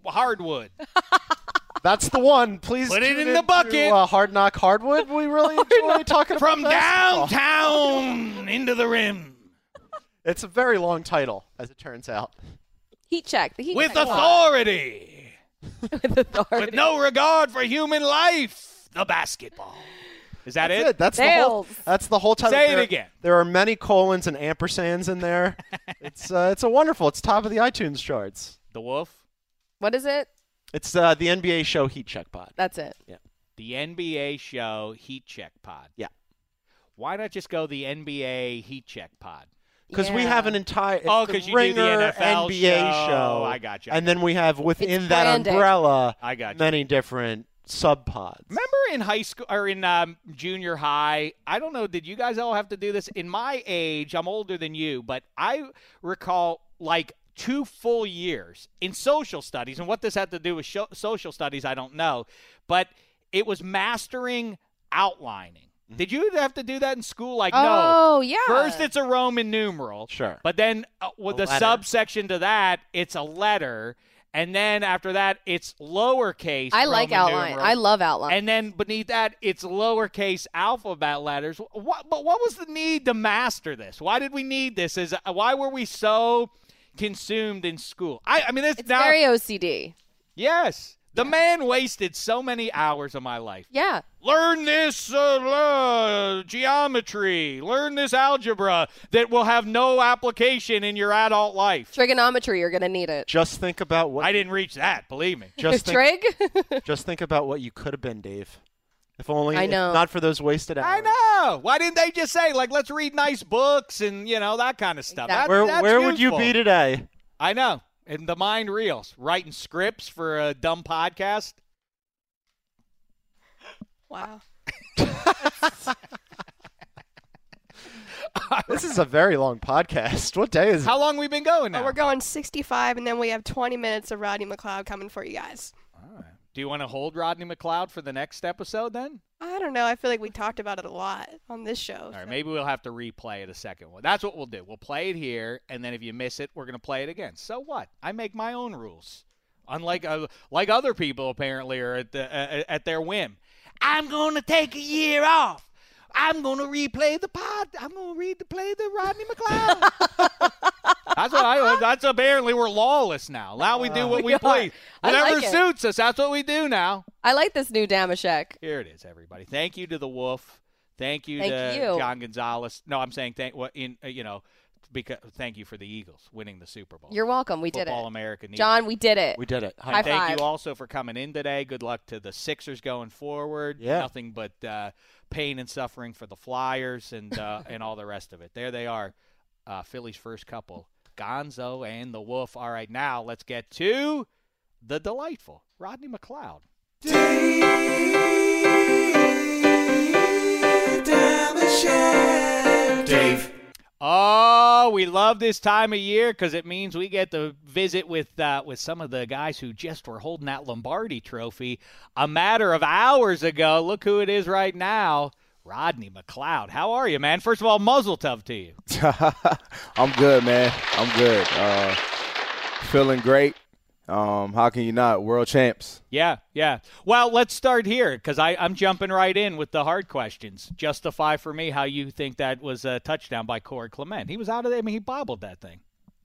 Speaker 4: Hardwood.
Speaker 6: That's the one. Please
Speaker 4: Put it
Speaker 6: tune
Speaker 4: in the bucket.
Speaker 6: To, uh, hard knock hardwood. We really enjoy talking
Speaker 4: From
Speaker 6: about basketball.
Speaker 4: downtown into the rim
Speaker 6: It's a very long title, as it turns out.
Speaker 2: Heat check. The heat
Speaker 4: with
Speaker 2: check.
Speaker 4: authority,
Speaker 2: With authority.
Speaker 4: with no regard for human life. The basketball. Is that
Speaker 6: That's
Speaker 4: it?
Speaker 6: it. That's the whole.
Speaker 2: Nails.
Speaker 6: That's the whole title.
Speaker 4: Say it
Speaker 6: There-
Speaker 4: again.
Speaker 6: There are many colons and ampersands in there. it's uh, it's a wonderful. It's top of the iTunes charts.
Speaker 4: The Wolf,
Speaker 2: What is it?
Speaker 6: It's uh, the NBA show Heat Check Pod.
Speaker 2: That's it.
Speaker 4: the NBA show Heat Check Pod.
Speaker 6: Yeah.
Speaker 4: Why not just go the NBA Heat Check Pod?
Speaker 6: Because we
Speaker 2: Yeah.
Speaker 6: have an entire it's
Speaker 4: Oh,
Speaker 6: the
Speaker 4: 'cause you do the
Speaker 6: Ringer
Speaker 4: NFL
Speaker 6: NBA
Speaker 4: show.
Speaker 6: show.
Speaker 4: I gotcha, I
Speaker 6: And then we have within
Speaker 2: It's
Speaker 6: that
Speaker 2: branding.
Speaker 6: umbrella
Speaker 4: I gotcha.
Speaker 6: many different subpods.
Speaker 4: Remember in high school or in um, junior high? I don't know. Did you guys all have to do this? In my age, I'm older than you, but I recall like two full years in social studies. And what this had to do with sho- social studies, I don't know. But it was mastering outlining.
Speaker 6: Mm-hmm.
Speaker 4: Did you have to do that in school? Like, no.
Speaker 2: Oh yeah.
Speaker 4: First, it's a Roman numeral.
Speaker 6: Sure.
Speaker 4: But then uh, with
Speaker 6: A
Speaker 4: the
Speaker 6: letter.
Speaker 4: subsection to that, it's a letter. And then after that, it's lowercase.
Speaker 2: I like
Speaker 4: Roman
Speaker 2: outline.
Speaker 4: numerals.
Speaker 2: I love outline.
Speaker 4: And then beneath that, it's lowercase alphabet letters. What, but what was the need to master this? Why did we need this? Is why were we so consumed in school? I, I mean, it's,
Speaker 2: it's
Speaker 4: now.
Speaker 2: very OCD.
Speaker 4: yes, the man wasted so many hours of my life.
Speaker 2: Yeah.
Speaker 4: Learn this uh, uh, geometry. Learn this algebra that will have no application in your adult life.
Speaker 2: Trigonometry. You're gonna need it.
Speaker 6: Just think about what
Speaker 4: I didn't reach that. Believe me.
Speaker 6: just think,
Speaker 2: Trig.
Speaker 6: just think about what you could have been, Dave. If only
Speaker 2: I
Speaker 6: if
Speaker 2: know.
Speaker 6: not for those wasted hours.
Speaker 4: I know. Why didn't they just say like let's read nice books and you know that kind of stuff? That-
Speaker 2: Exactly.
Speaker 6: Where
Speaker 4: that's
Speaker 6: where would you
Speaker 4: useful.
Speaker 6: be today?
Speaker 4: I know. And the mind reels, writing scripts for a dumb podcast.
Speaker 7: Wow.
Speaker 6: This is a very long podcast. What day is it?
Speaker 4: How long we been going now?
Speaker 7: Oh, We're going 65, and then we have 20 minutes of Rodney McLeod coming for you guys.
Speaker 4: Do you want to hold Rodney McLeod for the next episode then?
Speaker 7: I don't know. I feel like we talked about it a lot on this show.
Speaker 4: All right, maybe we'll have to replay it a second one. That's what we'll do. We'll play it here, and then if you miss it, we're gonna play it again. So what? I make my own rules, unlike uh, like other people apparently are at the uh, at their whim. I'm gonna take a year off. I'm gonna replay the pod. I'm gonna read the play the Rodney McLeod. that's what I. That's apparently we're lawless now. Now we do what we
Speaker 2: Uh, We are.
Speaker 4: please.
Speaker 2: I like
Speaker 4: Whatever
Speaker 2: it.
Speaker 4: suits us. That's what we do now.
Speaker 2: I like this new Damashek.
Speaker 4: Here it is, everybody. Thank you to the Wolf. Thank you
Speaker 2: Thank
Speaker 4: to
Speaker 2: you.
Speaker 4: John Gonzalez. No, I'm saying thank. What in uh, you know, because thank you for the Eagles winning the Super Bowl.
Speaker 2: You're welcome. We did
Speaker 4: Football
Speaker 2: it,
Speaker 4: America needs
Speaker 2: John. We did it.
Speaker 6: We did it. Hi.
Speaker 2: High
Speaker 4: Thank
Speaker 2: five.
Speaker 4: you also for coming in today. Good luck to the Sixers going forward.
Speaker 6: Yeah.
Speaker 4: Nothing but uh, pain and suffering for the Flyers and uh, and all the rest of it. There they are, uh, Philly's first couple, Gonzo and the Wolf. All right, now let's get to the delightful Rodney McLeod.
Speaker 5: Dave.
Speaker 4: Oh, we love this time of year because it means we get to visit with uh, with some of the guys who just were holding that Lombardi Trophy a matter of hours ago. Look who it is right now, Rodney McLeod. How are you, man? First of all, muzzle tov to you.
Speaker 11: I'm good, man. I'm good. Uh, feeling great. Um, how can you not? World champs.
Speaker 4: Yeah, yeah. Well, let's start here because I'm jumping right in with the hard questions. Justify for me how you think that was a touchdown by Corey Clement. He was out of there. I mean, he bobbled that thing.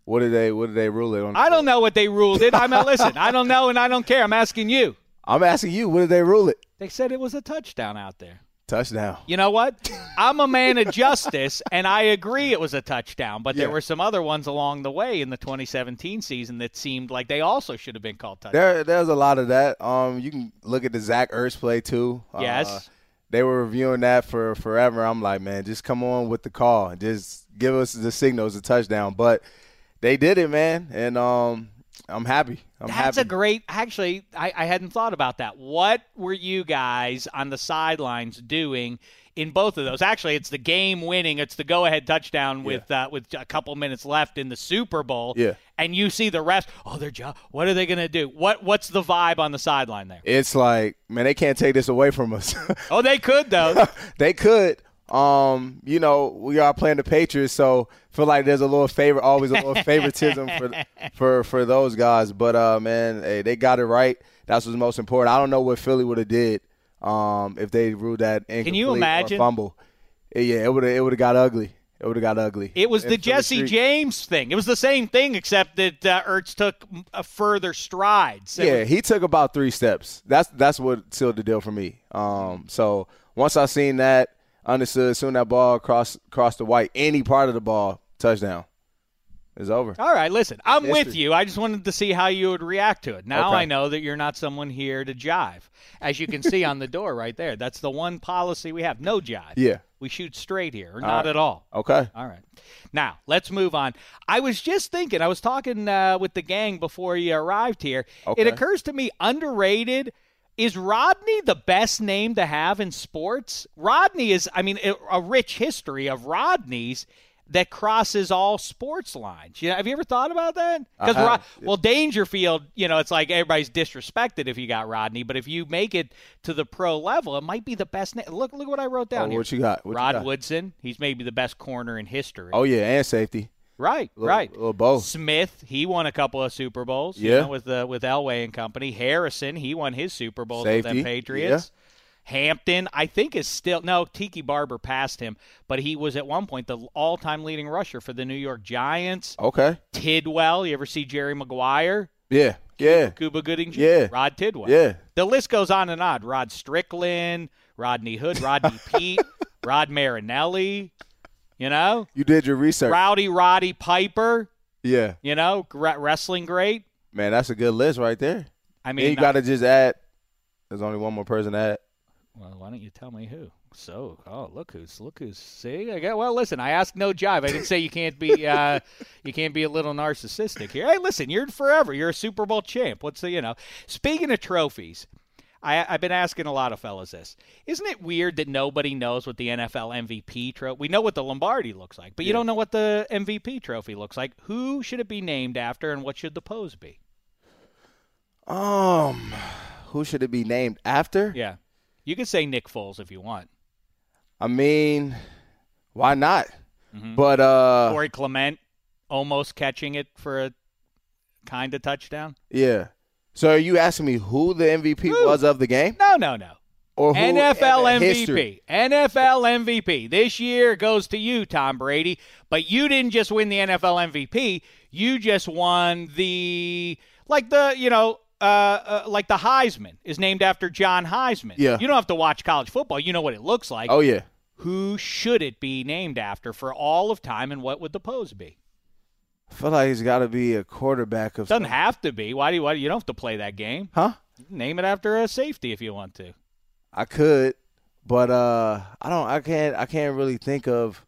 Speaker 11: What did they? What did they rule it on?
Speaker 4: I don't know what they ruled it. I'm listen. I don't know and I don't care. I'm asking you.
Speaker 11: I'm asking you. What did they rule it?
Speaker 4: They said it was a touchdown out there.
Speaker 11: Touchdown.
Speaker 4: You know what? I'm a man of justice, and I agree it was a touchdown, but there
Speaker 11: Yeah.
Speaker 4: were some other ones along the way in the 2017 season that seemed like they also should have been called touchdowns.
Speaker 11: There, there's a lot of that. Um, you can look at the Zach Ertz play too. Uh,
Speaker 4: Yes.
Speaker 11: they were reviewing that for forever. I'm like, man, just come on with the call. Just give us the signals, a touchdown. But they did it, man. And um, I'm happy. I'm
Speaker 4: That's
Speaker 11: happy.
Speaker 4: a great. Actually, I, I hadn't thought about that. What were you guys on the sidelines doing in both of those? Actually, it's the game-winning. It's the go-ahead touchdown with uh, with a couple minutes left in the Super Bowl.
Speaker 11: Yeah.
Speaker 4: and you see the rest. Oh, they're jo- What are they going to do? What What's the vibe on the sideline there?
Speaker 11: it's like, man, they can't take this away from us.
Speaker 4: oh, they could though.
Speaker 11: they could. Um, you know, we are playing the Patriots, so feel like there's a little favor, always a little favoritism for for for those guys. But uh, man, hey, they got it right. That's what's most important. I don't know what Philly would have did um if they ruled that incomplete
Speaker 4: you
Speaker 11: or
Speaker 4: imagine?
Speaker 11: fumble. Yeah, it would have it would have got ugly. It would have got ugly.
Speaker 4: It was
Speaker 11: In
Speaker 4: the
Speaker 11: Philly
Speaker 4: Jesse
Speaker 11: street.
Speaker 4: James thing. It was the same thing, except that uh, Ertz took a further strides. It
Speaker 11: Yeah,
Speaker 4: was-
Speaker 11: he took about three steps. That's that's what sealed the deal for me. Um, so once I seen that, understood. Soon that ball crossed crossed the white, any part of the ball, touchdown, is over.
Speaker 4: All right, listen, I'm with
Speaker 11: History.
Speaker 4: you. I just wanted to see how you would react to it. Now
Speaker 11: Okay.
Speaker 4: I know that you're not someone here to jive. As you can see on the door right there, that's the one policy we have no jive.
Speaker 11: Yeah.
Speaker 4: We shoot straight here, or
Speaker 11: All
Speaker 4: not
Speaker 11: right.
Speaker 4: at all.
Speaker 11: Okay.
Speaker 4: All right. Now, let's move on. I was just thinking, I was talking uh, with the gang before you arrived here.
Speaker 11: Okay.
Speaker 4: It occurs to me underrated. Is Rodney the best name to have in sports? Rodney is, I mean, a- a rich history of Rodneys that crosses all sports lines. You know, have you ever thought about that? Because
Speaker 11: I
Speaker 4: Rod-
Speaker 11: have.
Speaker 4: well, Dangerfield, you know, it's like everybody's disrespected if you got Rodney, but if you make it to the pro level, it might be the best name. Look, look what I wrote down
Speaker 11: Oh,
Speaker 4: here.
Speaker 11: what you got? What you
Speaker 4: Rod
Speaker 11: got?
Speaker 4: Woodson. He's maybe the best corner in history.
Speaker 11: Oh yeah, and safety.
Speaker 4: Right,
Speaker 11: Little-
Speaker 4: right.
Speaker 11: little both.
Speaker 4: Smith, he won a couple of Super Bowls. you
Speaker 11: Yeah.
Speaker 4: know, with uh, with Elway and company. Harrison, he won his Super Bowl with
Speaker 11: Safety,
Speaker 4: the Patriots. Hampton, I think is still no Tiki Barber passed him, but he was at one point the all-time leading rusher for the New York Giants.
Speaker 11: Okay.
Speaker 4: Tidwell, you ever see Jerry Maguire?
Speaker 11: Yeah. Yeah.
Speaker 4: Cuba Gooding, Jr.,
Speaker 11: Yeah.
Speaker 4: Rod Tidwell.
Speaker 11: Yeah.
Speaker 4: The list goes on and on. Rod Strickland, Rodney Hood, Rodney Pete, Rod Marinelli, you know?
Speaker 11: You did your research.
Speaker 4: Rowdy Roddy Piper,
Speaker 11: Yeah.
Speaker 4: you know, gr- wrestling great.
Speaker 11: Man, that's a good list right there.
Speaker 4: I
Speaker 11: then
Speaker 4: mean, uh,
Speaker 11: you got to just add. There's only one more person to add.
Speaker 4: well, why don't you tell me who? So, oh, look who's look who's see. I got well. Listen, I asked no jive. I didn't say you can't be uh, you can't be a little narcissistic here. Hey, listen, you're forever. You're a Super Bowl champ. What's the you know? Speaking of trophies, I, I've been asking a lot of fellas this. Isn't it weird that nobody knows what the NFL MVP trophy? We know what the Lombardi looks like, but you don't know what the MVP trophy looks like. Who should it be named after, and what should the pose be?
Speaker 11: Um, who should it be named after?
Speaker 4: Yeah. You can say Nick Foles if you want.
Speaker 11: I mean, why not?
Speaker 4: Mm-hmm.
Speaker 11: But uh,
Speaker 4: Corey Clement almost catching it for a kind of touchdown.
Speaker 11: Yeah. So are you asking me who the MVP was of the game?
Speaker 4: No, no, no.
Speaker 11: Or who in the
Speaker 4: NFL
Speaker 11: history?
Speaker 4: MVP. NFL MVP. This year goes to you, Tom Brady. But you didn't just win the NFL MVP. You just won the like the you know. Uh, uh, like the Heisman is named after John Heisman.
Speaker 11: Yeah.
Speaker 4: You don't have to watch college football. You know what it looks like.
Speaker 11: Oh yeah.
Speaker 4: Who should it be named after for all of time and what would the pose be?
Speaker 11: I feel like it's gotta be a quarterback of
Speaker 4: Doesn't have to be. Why do you, why do you don't have to play that game?
Speaker 11: Huh?
Speaker 4: Name it after a safety if you want to.
Speaker 11: I could, but uh I don't I can't I can't really think of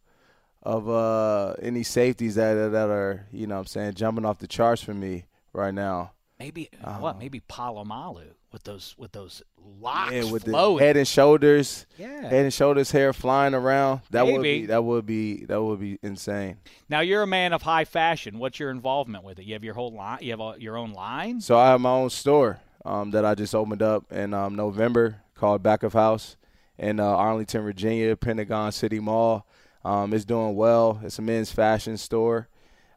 Speaker 11: of uh any safeties that that are, you know what I'm saying, jumping off the charts for me right now.
Speaker 4: Maybe uh,
Speaker 11: Uh-huh.
Speaker 4: what? Maybe Palomalu with those with those locks
Speaker 11: Yeah, with the
Speaker 4: flowing.
Speaker 11: head and shoulders.
Speaker 4: Yeah.
Speaker 11: Head and shoulders hair flying around. That would
Speaker 4: Maybe.
Speaker 11: be that would be that would be insane.
Speaker 4: Now you're a man of high fashion. What's your involvement with it? You have your whole line. You have all, your own lines.
Speaker 11: So I have my own store um, that I just opened up in um, November called Back of House in uh, Arlington, Virginia, Pentagon City Mall. Um, it's doing well. It's a men's fashion store.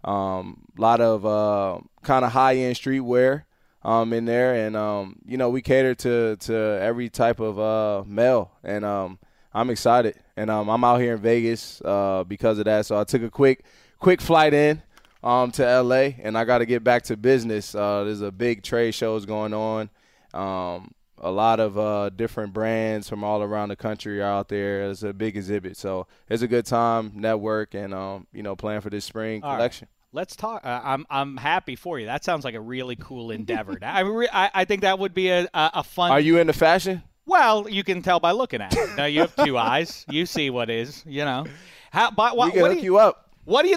Speaker 11: A um, lot of uh, kind of high end streetwear um, in there, and um, you know we cater to to every type of uh, male, and um, I'm excited. And um, I'm out here in Vegas uh, because of that. So I took a quick quick flight in um, to LA, and I got to get back to business. Uh, there's a big trade shows going on. Um, a lot of uh, different brands from all around the country are out there. It's a big exhibit, so it's a good time. Network and um, you know, plan for this spring
Speaker 4: All right.
Speaker 11: collection.
Speaker 4: Let's talk. Uh, I'm I'm happy for you. That sounds like a really cool endeavor. I, re- I I think that would be a a, a fun.
Speaker 11: Are you into fashion?
Speaker 4: Well, you can tell by looking at it. Now you have two eyes. You see what is. You know. How? By, wha-
Speaker 11: we can
Speaker 4: what do
Speaker 11: hook you up.
Speaker 4: What do you?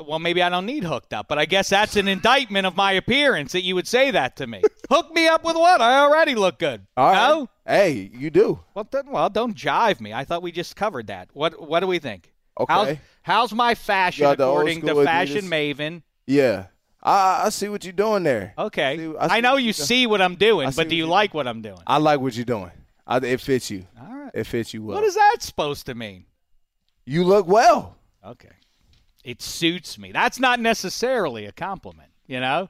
Speaker 4: well, maybe I don't need hooked up, but I guess that's an indictment of my appearance that you would say that to me. Hook me up with what? I already look good.
Speaker 11: All right.
Speaker 4: no?
Speaker 11: Hey, you do.
Speaker 4: Well, then, well, don't jive me. I thought we just covered that. What What do we think?
Speaker 11: Okay.
Speaker 4: How's, how's my fashion
Speaker 11: Got the old
Speaker 4: according to
Speaker 11: school
Speaker 4: Fashion
Speaker 11: Adidas.
Speaker 4: Maven?
Speaker 11: Yeah. I, I see what you're doing there.
Speaker 4: Okay.
Speaker 11: See-
Speaker 4: I,
Speaker 11: see
Speaker 4: know
Speaker 11: what
Speaker 4: you
Speaker 11: do-
Speaker 4: see what I'm doing,
Speaker 11: I see
Speaker 4: but do
Speaker 11: what
Speaker 4: you
Speaker 11: you
Speaker 4: like what I'm doing?
Speaker 11: I like what you're doing. I, it fits you. All right. It fits you well.
Speaker 4: What is that supposed to mean?
Speaker 11: You look well.
Speaker 4: Okay. It suits me. That's not necessarily a compliment, you know?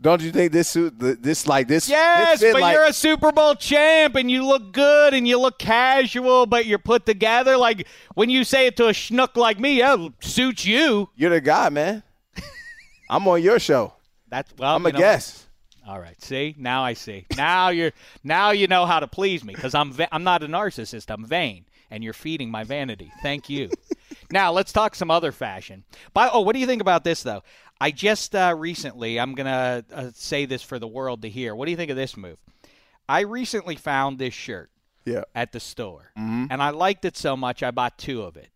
Speaker 11: Don't you think this suit, th- this like this?
Speaker 4: Yes,
Speaker 11: this fit
Speaker 4: but
Speaker 11: like-
Speaker 4: you're a Super Bowl champ and you look good and you look casual, but you're put together. Like when you say it to a schnook like me, yeah, suits you.
Speaker 11: You're the guy, man. I'm on your show.
Speaker 4: That's well.
Speaker 11: I'm
Speaker 4: you
Speaker 11: a
Speaker 4: know-
Speaker 11: guest.
Speaker 4: All right. See, now I see. Now you're now you know how to please me because I'm va- I'm not a narcissist. I'm vain, and you're feeding my vanity. Thank you. now let's talk some other fashion. By oh, what do you think about this though? I just uh, recently I'm gonna uh, say this for the world to hear. What do you think of this move? I recently found this shirt
Speaker 11: Yeah.
Speaker 4: at the store, and I liked it so much I bought two of it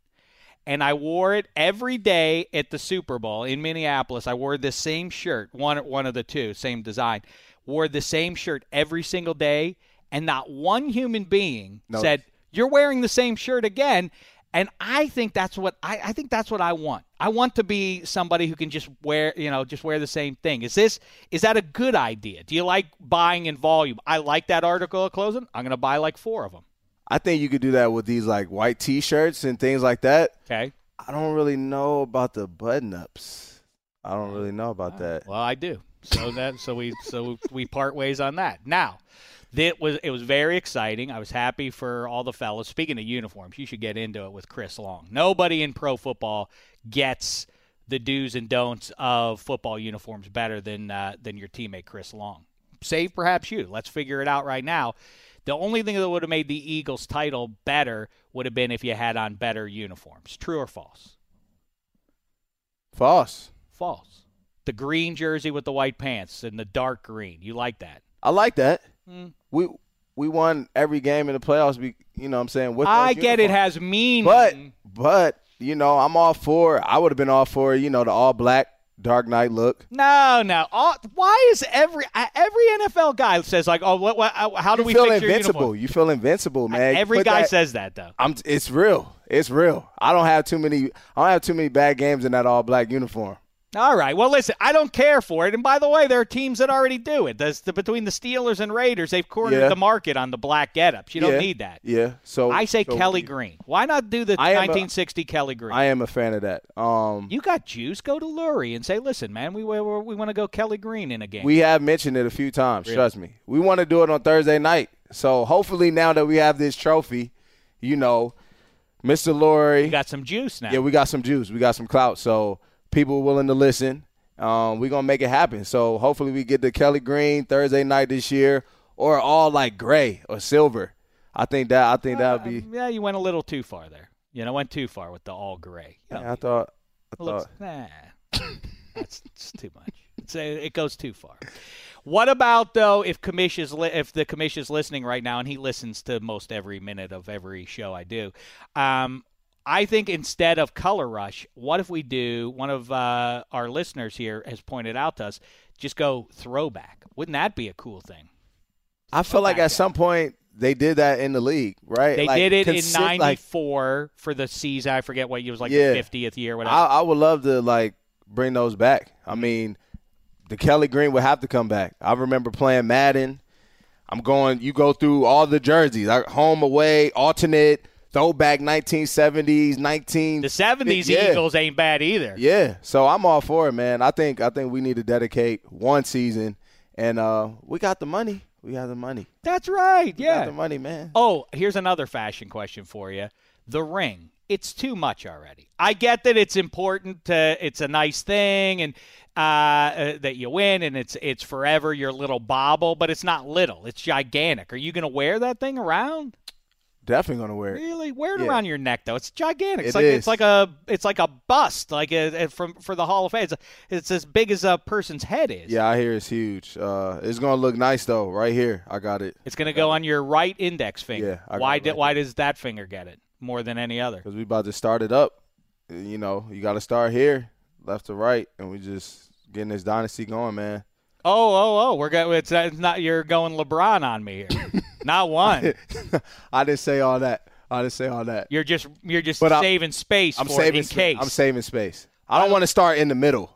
Speaker 4: and I wore it every day at the Super Bowl in Minneapolis. I wore this same shirt, one one of the two, same design. Wore the same shirt every single day, and not one human being
Speaker 11: No.
Speaker 4: said, "You're wearing the same shirt again." And I think that's what I, I think that's what I want. I want to be somebody who can just wear, you know, just wear the same thing. Is this is that a good idea? Do you like buying in volume? I like that article of clothing. I'm going to buy like four of them.
Speaker 11: I think you could do that with these like white T-shirts and things like that.
Speaker 4: Okay.
Speaker 11: I don't really know about the button-ups. I don't really know about that.
Speaker 4: Well, I do. So that so we so we part ways on that. Now, that was it was very exciting. I was happy for all the fellas. Speaking of uniforms, you should get into it with Chris Long. Nobody in pro football gets the do's and don'ts of football uniforms better than uh, than your teammate Chris Long. Save perhaps you. Let's figure it out right now. The only thing that would have made the Eagles title better would have been if you had on better uniforms. True or false?
Speaker 11: False.
Speaker 4: False. The green jersey with the white pants and the dark green. You like that?
Speaker 11: I like that.
Speaker 4: Mm.
Speaker 11: We we won every game in the playoffs. Be, you know what I'm saying? With
Speaker 4: I
Speaker 11: those
Speaker 4: get it
Speaker 11: uniforms.
Speaker 4: has meaning.
Speaker 11: But but you know, I'm all for. I would have been all for you know the all black Dark Knight look.
Speaker 4: no, no. All, why is every I- every NFL guy says like, oh, what, what, how do
Speaker 11: you
Speaker 4: we
Speaker 11: feel
Speaker 4: fix your
Speaker 11: invincible.
Speaker 4: uniform?
Speaker 11: You feel invincible, man. You
Speaker 4: Every
Speaker 11: put
Speaker 4: guy
Speaker 11: that-
Speaker 4: says that though.
Speaker 11: I'm. It's real. It's real. I don't have too many. I don't have too many bad games in that all black uniform.
Speaker 4: All right. Well, listen, I don't care for it. And by the way, there are teams that already do it. That's the, between the Steelers and Raiders, they've cornered
Speaker 11: Yeah.
Speaker 4: the market on the black getups. You don't
Speaker 11: Yeah.
Speaker 4: need that.
Speaker 11: Yeah. So
Speaker 4: I say
Speaker 11: so
Speaker 4: Kelly
Speaker 11: we-
Speaker 4: Green. Why not do the
Speaker 11: I am a-
Speaker 4: 1960 Kelly Green?
Speaker 11: I am a fan of that. Um,
Speaker 4: you got juice. Go to Lurie and say, listen, man, we we, we want to go Kelly Green in a game.
Speaker 11: we have mentioned it a few times.
Speaker 4: Really?
Speaker 11: Trust me. We want to do it on Thursday night. So hopefully now that we have this trophy, you know, Mr. Lori.
Speaker 4: You got some juice now.
Speaker 11: Yeah, we got some juice. We got some clout. So people willing to listen. Um, we're gonna make it happen. So hopefully we get the Kelly Green Thursday night this year, or all like gray or silver. I think that I think that would be.
Speaker 4: Uh, Yeah, you went a little too far there. You know, went too far with the all gray. You know,
Speaker 11: I thought. I
Speaker 4: it looks,
Speaker 11: thought.
Speaker 4: nah, that's, it's too much. It's a, it goes too far. What about though if commish is li- if the commish is listening right now and he listens to most every minute of every show I do, um, I think instead of color rush, what if we do? One of uh, our listeners here has pointed out to us, just go throwback. Wouldn't that be a cool thing?
Speaker 11: I feel like at some point they did that in the league, right?
Speaker 4: They
Speaker 11: Like,
Speaker 4: did it
Speaker 11: consi-
Speaker 4: in
Speaker 11: Like,
Speaker 4: '94 for the season. I forget what year it was like
Speaker 11: Yeah.
Speaker 4: the 50th year, whatever.
Speaker 11: I, I would love to like bring those back. I mean, the Kelly Green would have to come back. I remember playing Madden. I'm going. You go through all the jerseys, like home, away, alternate, throwback, 1970s, 19.
Speaker 4: the '70s
Speaker 11: yeah.
Speaker 4: Eagles ain't bad either.
Speaker 11: Yeah, so I'm all for it, man. I think I think we need to dedicate one season, and uh, we got the money. We got the money.
Speaker 4: That's right.
Speaker 11: We
Speaker 4: Yeah.
Speaker 11: got the money, man.
Speaker 4: Oh, here's another fashion question for you. The ring. It's too much already. I get that it's important to it's a nice thing and uh, uh, that you win and it's it's forever your little bobble, but it's not little. It's gigantic. Are you going to wear that thing around?
Speaker 11: Definitely gonna wear it.
Speaker 4: Really? Wear it
Speaker 11: Yeah.
Speaker 4: around your neck though. It's gigantic. It's
Speaker 11: It
Speaker 4: like it's
Speaker 11: is.
Speaker 4: like a it's like a bust like a, a- from for the Hall of Fame. It's, it's as big as a person's head is.
Speaker 11: Yeah, I hear it's huge. Uh, it's gonna look nice though, right here. I got it
Speaker 4: It's going to go on your right index finger.
Speaker 11: Yeah, I got
Speaker 4: why
Speaker 11: it
Speaker 4: did
Speaker 11: right
Speaker 4: why does that finger get it more than any other?
Speaker 11: because we about to start it up. You know, you got to start here. left to right, and we just getting this dynasty going, man.
Speaker 4: Oh, oh, oh! We're go- it's, it's not you're going LeBron on me here. not one.
Speaker 11: I didn't say all that. I didn't say all that.
Speaker 4: You're just you're just
Speaker 11: But I'm-
Speaker 4: saving space
Speaker 11: I'm
Speaker 4: for
Speaker 11: saving.
Speaker 4: it in
Speaker 11: sp-
Speaker 4: case.
Speaker 11: I'm saving space. I don't want to start in the middle.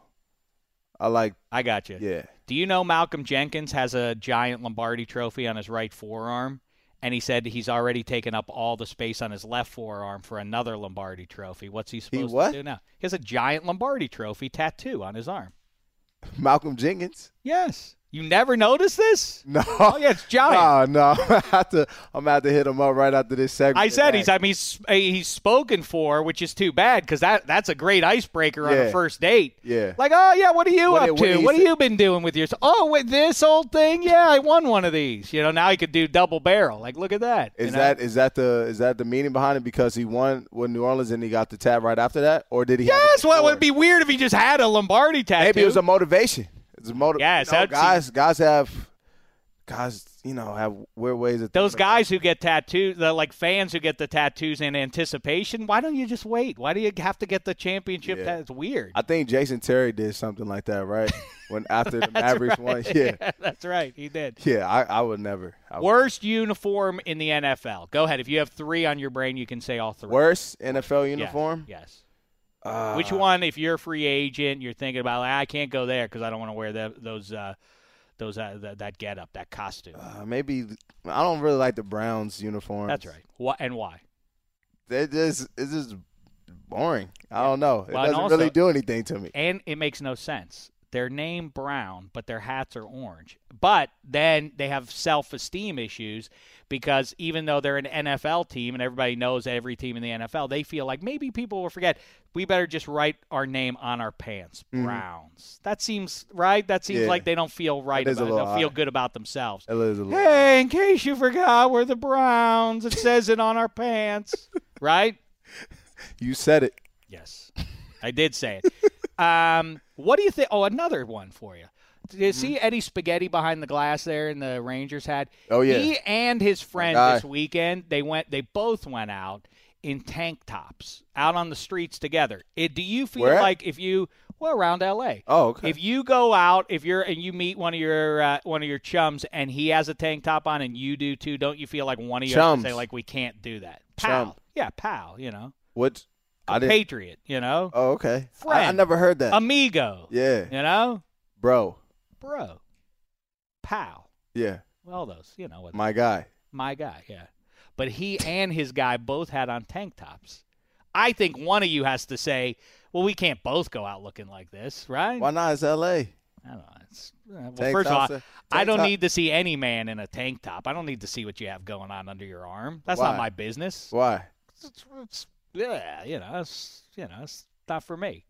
Speaker 11: I like.
Speaker 4: I got you.
Speaker 11: Yeah.
Speaker 4: Do you know Malcolm Jenkins has a giant Lombardi trophy on his right forearm? And he said he's already taken up all the space on his left forearm for another Lombardi trophy. What's he supposed
Speaker 11: what?
Speaker 4: to do now? He has a giant Lombardi trophy tattoo on his arm.
Speaker 11: Malcolm Jenkins.
Speaker 4: Yes. You never noticed this?
Speaker 11: No.
Speaker 4: Oh yeah, it's giant.
Speaker 11: Nah, no. I'm gonna have to. I'm gonna have to hit him up right after this segment.
Speaker 4: I said he's I mean he's, uh, he's spoken for, which is too bad because that that's a great icebreaker on
Speaker 11: Yeah.
Speaker 4: a first date.
Speaker 11: Yeah.
Speaker 4: Like, oh yeah, what are you
Speaker 11: What
Speaker 4: up
Speaker 11: did- what
Speaker 4: to?
Speaker 11: did he
Speaker 4: What have
Speaker 11: say?
Speaker 4: you been doing with yours? Oh, with this old thing? Yeah, I won one of these. You know, now he could do double barrel. Like, look at that. you
Speaker 11: Is
Speaker 4: know?
Speaker 11: that is that the is that the meaning behind it? Because he won with New Orleans and he got the tab right after that, or did he? have it
Speaker 4: Yes. Well, it
Speaker 11: before?
Speaker 4: would be weird if he just had a Lombardi tattoo.
Speaker 11: Maybe it was a motivation. It's a motivation.
Speaker 4: Yes, that's-
Speaker 11: guys, guys have guys, you know, have weird ways of
Speaker 4: Those guys who get tattoos, the like fans who get the tattoos in anticipation. Why don't you just wait? Why do you have to get the championship?
Speaker 11: Yeah.
Speaker 4: tat- It's weird.
Speaker 11: I think Jason Terry did something like that, right? When after the
Speaker 4: That's
Speaker 11: Mavericks won,
Speaker 4: right.
Speaker 11: yeah,
Speaker 4: that's right. He did.
Speaker 11: yeah, I, I would never. I would-
Speaker 4: Worst uniform in the NFL. Go ahead. If you have three on your brain, you can say all three.
Speaker 11: Worst NFL uniform?
Speaker 4: Yes.
Speaker 11: Uh,
Speaker 4: Which one? If you're a free agent, you're thinking about "Ah, I can't go there because I don't want to wear that, those uh, those uh, that, that get up, that costume.
Speaker 11: Uh, maybe I don't really like the Browns uniform.
Speaker 4: That's right. Why and why?
Speaker 11: They just it's just boring. I don't know. It
Speaker 4: Well, and
Speaker 11: doesn't
Speaker 4: also-
Speaker 11: really do anything to me.
Speaker 4: And it makes no sense. Their name brown, but their hats are orange. But then they have self-esteem issues because even though they're an NFL team and everybody knows every team in the NFL, they feel like maybe people will forget. We better just write our name on our pants,
Speaker 11: Mhm.
Speaker 4: Browns. That seems right. That seems
Speaker 11: Yeah.
Speaker 4: like they don't feel right
Speaker 11: That is a
Speaker 4: about it.
Speaker 11: little
Speaker 4: They'll feel
Speaker 11: odd.
Speaker 4: good about themselves.
Speaker 11: It is a little-
Speaker 4: Hey, in case you forgot, we're the Browns. It says it on our pants, right?
Speaker 11: You said it.
Speaker 4: Yes, I did say it. Um, what do you think? Oh, another one for you. Did you see Eddie Spaghetti behind the glass there in the Rangers hat?
Speaker 11: Mm-hmm. Oh, yeah.
Speaker 4: He and his friend
Speaker 11: guy.
Speaker 4: this weekend they went. They both went out in tank tops out on the streets together. It, do you feel
Speaker 11: Where at?
Speaker 4: like if you well around L.A.
Speaker 11: Oh, okay.
Speaker 4: If you go out, if you're and you meet one of your uh, one of your chums and he has a tank top on and you do too, don't you feel like one of you has to say
Speaker 11: Chums.
Speaker 4: like we can't do that? Pal,
Speaker 11: Chum.
Speaker 4: yeah, pal, you know,
Speaker 11: What? I didn't.
Speaker 4: compatriot, you know,
Speaker 11: Oh, okay. I- I,
Speaker 4: Friend. Um,
Speaker 11: never heard that.
Speaker 4: amigo,
Speaker 11: yeah,
Speaker 4: you know,
Speaker 11: bro.
Speaker 4: bro, pal,
Speaker 11: Yeah,
Speaker 4: all those, you know, what
Speaker 11: my guy.
Speaker 4: my guy, yeah. But he and his guy both had on tank tops. I think one of you has to say, well, we can't both go out looking like this, right?
Speaker 11: Why not? It's L.A.
Speaker 4: I don't know. It's, well,
Speaker 11: Tank
Speaker 4: first
Speaker 11: tops,
Speaker 4: of
Speaker 11: uh,
Speaker 4: all, I
Speaker 11: tank
Speaker 4: don't
Speaker 11: top-
Speaker 4: need to see any man in a tank top. I don't need to see what you have going on under your arm. That's
Speaker 11: Why?
Speaker 4: not my business.
Speaker 11: Why?
Speaker 4: It's, it's- yeah, you know, it's, you know, it's not for me.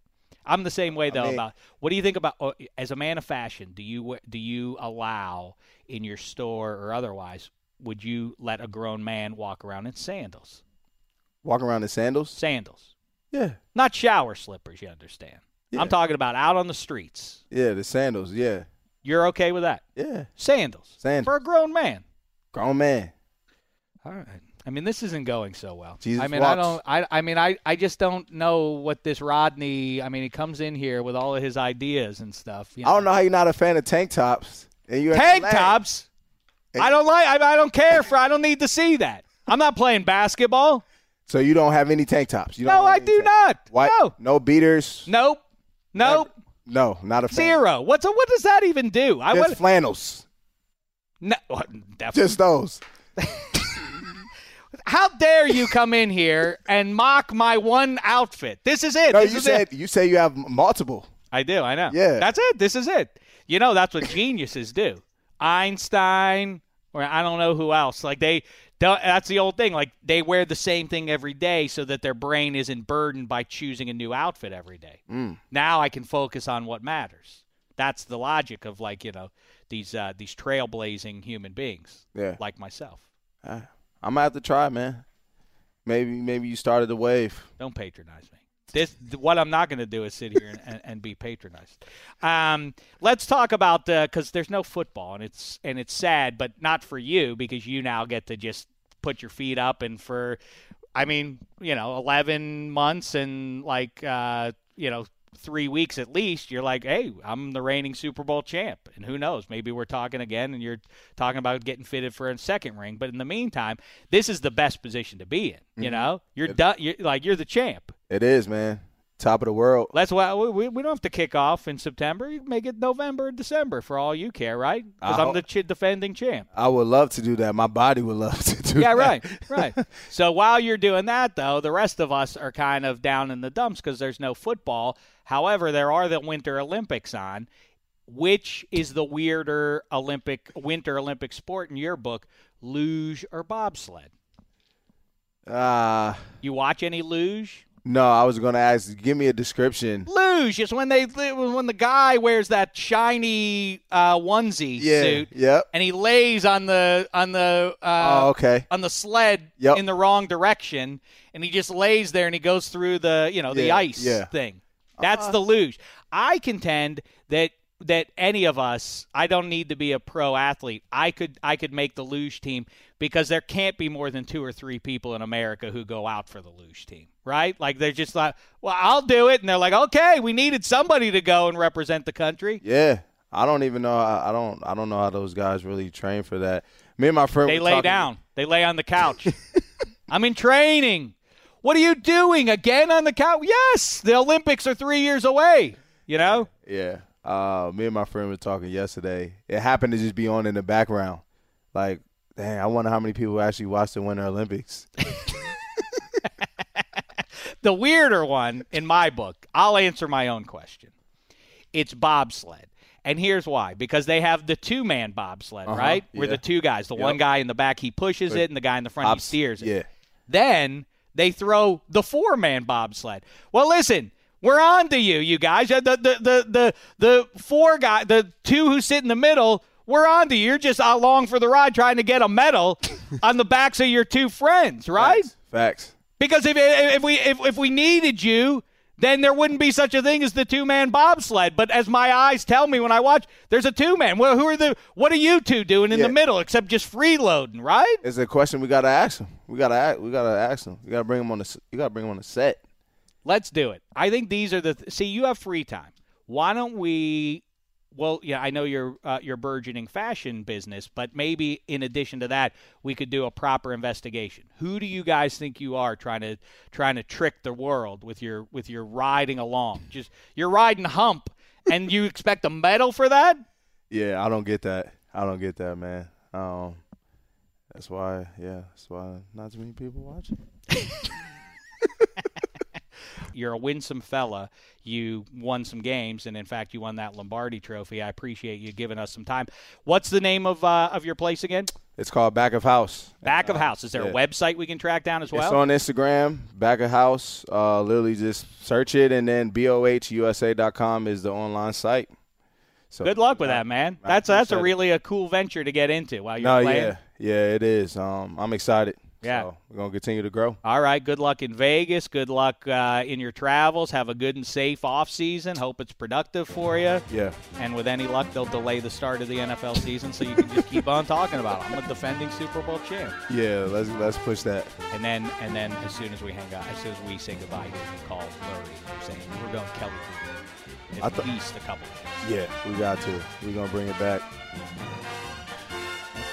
Speaker 4: I'm the same way though.
Speaker 11: mean-
Speaker 4: about what do you think about oh, as a man of fashion? Do you do you allow in your store or otherwise? Would you let a grown man walk around in sandals?
Speaker 11: Walking around in sandals?
Speaker 4: Sandals,
Speaker 11: Yeah,
Speaker 4: not shower slippers. You understand?
Speaker 11: Yeah.
Speaker 4: I'm talking about out on the streets.
Speaker 11: yeah. The sandals. Yeah,
Speaker 4: You're okay with that?
Speaker 11: yeah.
Speaker 4: Sandals
Speaker 11: Sandals.
Speaker 4: for a grown man.
Speaker 11: Grown man.
Speaker 4: All right. I mean, this isn't going so well.
Speaker 11: Jesus
Speaker 4: I mean, I
Speaker 11: walks.
Speaker 4: don't. I, I mean, I, I just don't know what this Rodney. I mean, he comes in here with all of his ideas and stuff. You
Speaker 11: I don't know how you're not a fan of tank tops. And you
Speaker 4: Tank tops.
Speaker 11: Hey.
Speaker 4: I don't like. I, I don't care for. I don't need to see that. I'm not playing basketball.
Speaker 11: So you don't have any tank tops. You don't
Speaker 4: No,
Speaker 11: have
Speaker 4: I
Speaker 11: any
Speaker 4: do
Speaker 11: tank-
Speaker 4: not.
Speaker 11: Why?
Speaker 4: No.
Speaker 11: No beaters.
Speaker 4: Nope. Nope.
Speaker 11: No, not a fan.
Speaker 4: Zero. What's a, what does that even do? I
Speaker 11: Just
Speaker 4: would.
Speaker 11: flannels.
Speaker 4: No. Definitely.
Speaker 11: Just those.
Speaker 4: How dare you come in here and mock my one outfit? This is it.
Speaker 11: No,
Speaker 4: This
Speaker 11: you
Speaker 4: is it.
Speaker 11: said you say you have m- multiple.
Speaker 4: I do. I know.
Speaker 11: Yeah.
Speaker 4: That's it. This is it. You know, that's what geniuses do. Einstein, or I don't know who else. Like they, don't- that's the old thing. Like they wear the same thing every day so that their brain isn't burdened by choosing a new outfit every day.
Speaker 11: Mm.
Speaker 4: Now I can focus on what matters. That's the logic of like you know these uh, these trailblazing human beings
Speaker 11: Yeah.
Speaker 4: like myself.
Speaker 11: I, I'm gonna have to try, man. Maybe maybe you started the wave.
Speaker 4: Don't patronize me. This what I'm not going to do is sit here and, and, and be patronized. Um, let's talk about because there's no football and it's and it's sad, but not for you because you now get to just put your feet up and for, I mean, you know, 11 months and like uh, you know three weeks at least, you're like, hey, I'm the reigning Super Bowl champ. And who knows? Maybe we're talking again and you're talking about getting fitted for a second ring. But in the meantime, this is the best position to be in. You
Speaker 11: Mhm.
Speaker 4: know, you're, du- you're like, you're the champ.
Speaker 11: It is, man. Top of the world.
Speaker 4: That's why we, we, we don't have to kick off in September. You can make it November or December for all you care, right? Because
Speaker 11: I
Speaker 4: I'm
Speaker 11: hope-
Speaker 4: the ch- defending champ.
Speaker 11: I would love to do that. My body would love to do
Speaker 4: yeah,
Speaker 11: that.
Speaker 4: right, right. So while you're doing that, though, the rest of us are kind of down in the dumps because there's no football. However, there are the Winter Olympics on. Which is the weirder Olympic Winter Olympic sport in your book, luge or bobsled?
Speaker 11: Uh,
Speaker 4: You watch any luge?
Speaker 11: no, I was going to ask, give me a description.
Speaker 4: Luge is when they when the guy wears that shiny uh, onesie
Speaker 11: Yeah,
Speaker 4: suit,
Speaker 11: yep.
Speaker 4: and he lays on the on the uh,
Speaker 11: Oh, okay.
Speaker 4: on the sled
Speaker 11: Yep.
Speaker 4: in the wrong direction, and he just lays there and he goes through the you know the
Speaker 11: Yeah,
Speaker 4: ice
Speaker 11: yeah. Uh-huh.
Speaker 4: thing. That's the luge. I contend that that any of us, I don't need to be a pro athlete. I could I could make the luge team because there can't be more than two or three people in America who go out for the luge team, right? Like they're just like, well, I'll do it, and they're like, okay, we needed somebody to go and represent the country.
Speaker 11: Yeah. I don't even know. I, I don't. I don't know how those guys really train for that. Me and my friend.
Speaker 4: They
Speaker 11: were
Speaker 4: lay
Speaker 11: talking-
Speaker 4: down. They lay on the couch. I'm in training. What are you doing again on the couch? Yes, the Olympics are three years away. You know.
Speaker 11: Yeah. Uh, me and my friend were talking yesterday. It happened to just be on in the background. Like, dang, I wonder how many people actually watch the Winter Olympics.
Speaker 4: The weirder one in my book, I'll answer my own question. It's bobsled. And here's why because they have the two man bobsled,
Speaker 11: Uh-huh,
Speaker 4: right? Where
Speaker 11: yeah.
Speaker 4: the two guys, the
Speaker 11: Yep.
Speaker 4: one guy in the back, he pushes
Speaker 11: Right.
Speaker 4: it, and the guy in the front, he
Speaker 11: Obs-
Speaker 4: steers it.
Speaker 11: Yeah.
Speaker 4: Then they throw the four man bobsled. Well, listen, we're on to you, you guys. Uh, The, the, the, the, the four guy, the two who sit in the middle, we're on to you. You're just along for the ride trying to get a medal on the backs of your two friends, right?
Speaker 11: Facts.
Speaker 4: Because if, if we if, if we needed you, then there wouldn't be such a thing as the two man bobsled. But as my eyes tell me when I watch, there's a two man. Well, who are the what are you two doing in
Speaker 11: Yeah.
Speaker 4: the middle except just freeloading, right?
Speaker 11: It's a question we gotta ask them. We gotta ask. We gotta ask them. You gotta bring them on the. s- You gotta bring them on the set.
Speaker 4: Let's do it. I think these are the. Th- See, you have free time. Why don't we? Well, yeah, I know you're uh, you're burgeoning fashion business, but maybe in addition to that, we could do a proper investigation. Who do you guys think you are trying to trying to trick the world with your with your riding along? Just you're riding hump, and you expect a medal for that?
Speaker 11: Yeah, I don't get that. I don't get that, man. Um, that's why. Yeah, that's why not too many people watch it.
Speaker 4: You're a winsome fella. You won some games, and in fact, you won that Lombardi Trophy. I appreciate you giving us some time. What's the name of uh, of your place again?
Speaker 11: It's called Back of House.
Speaker 4: Back of house. Is there a
Speaker 11: Uh, yeah.
Speaker 4: website we can track down as well?
Speaker 11: It's on Instagram, Back of House. Uh, literally just search it, and then bohusa.com is the online site. So
Speaker 4: Good luck with that, man. that's that's a
Speaker 11: appreciate it.
Speaker 4: really a cool venture to get into while you're
Speaker 11: No,
Speaker 4: playing.
Speaker 11: yeah, yeah, it is. Um, I'm excited.
Speaker 4: Yeah.
Speaker 11: so we're gonna continue to grow.
Speaker 4: All right. Good luck in Vegas. Good luck uh, in your travels. Have a good and safe off season. Hope it's productive for you.
Speaker 11: Yeah.
Speaker 4: And with any luck, they'll delay the start of the NFL season so you can just keep on talking about. It. I'm a defending Super Bowl champ.
Speaker 11: Yeah, let's let's push that.
Speaker 4: And then and then as soon as we hang out, as soon as we say goodbye, here, we call Murray saying we're going Kelly Blue Bowl.
Speaker 11: I
Speaker 4: at
Speaker 11: thought-
Speaker 4: least a couple. of days."
Speaker 11: Yeah, we got to. We're gonna bring it back.
Speaker 4: That's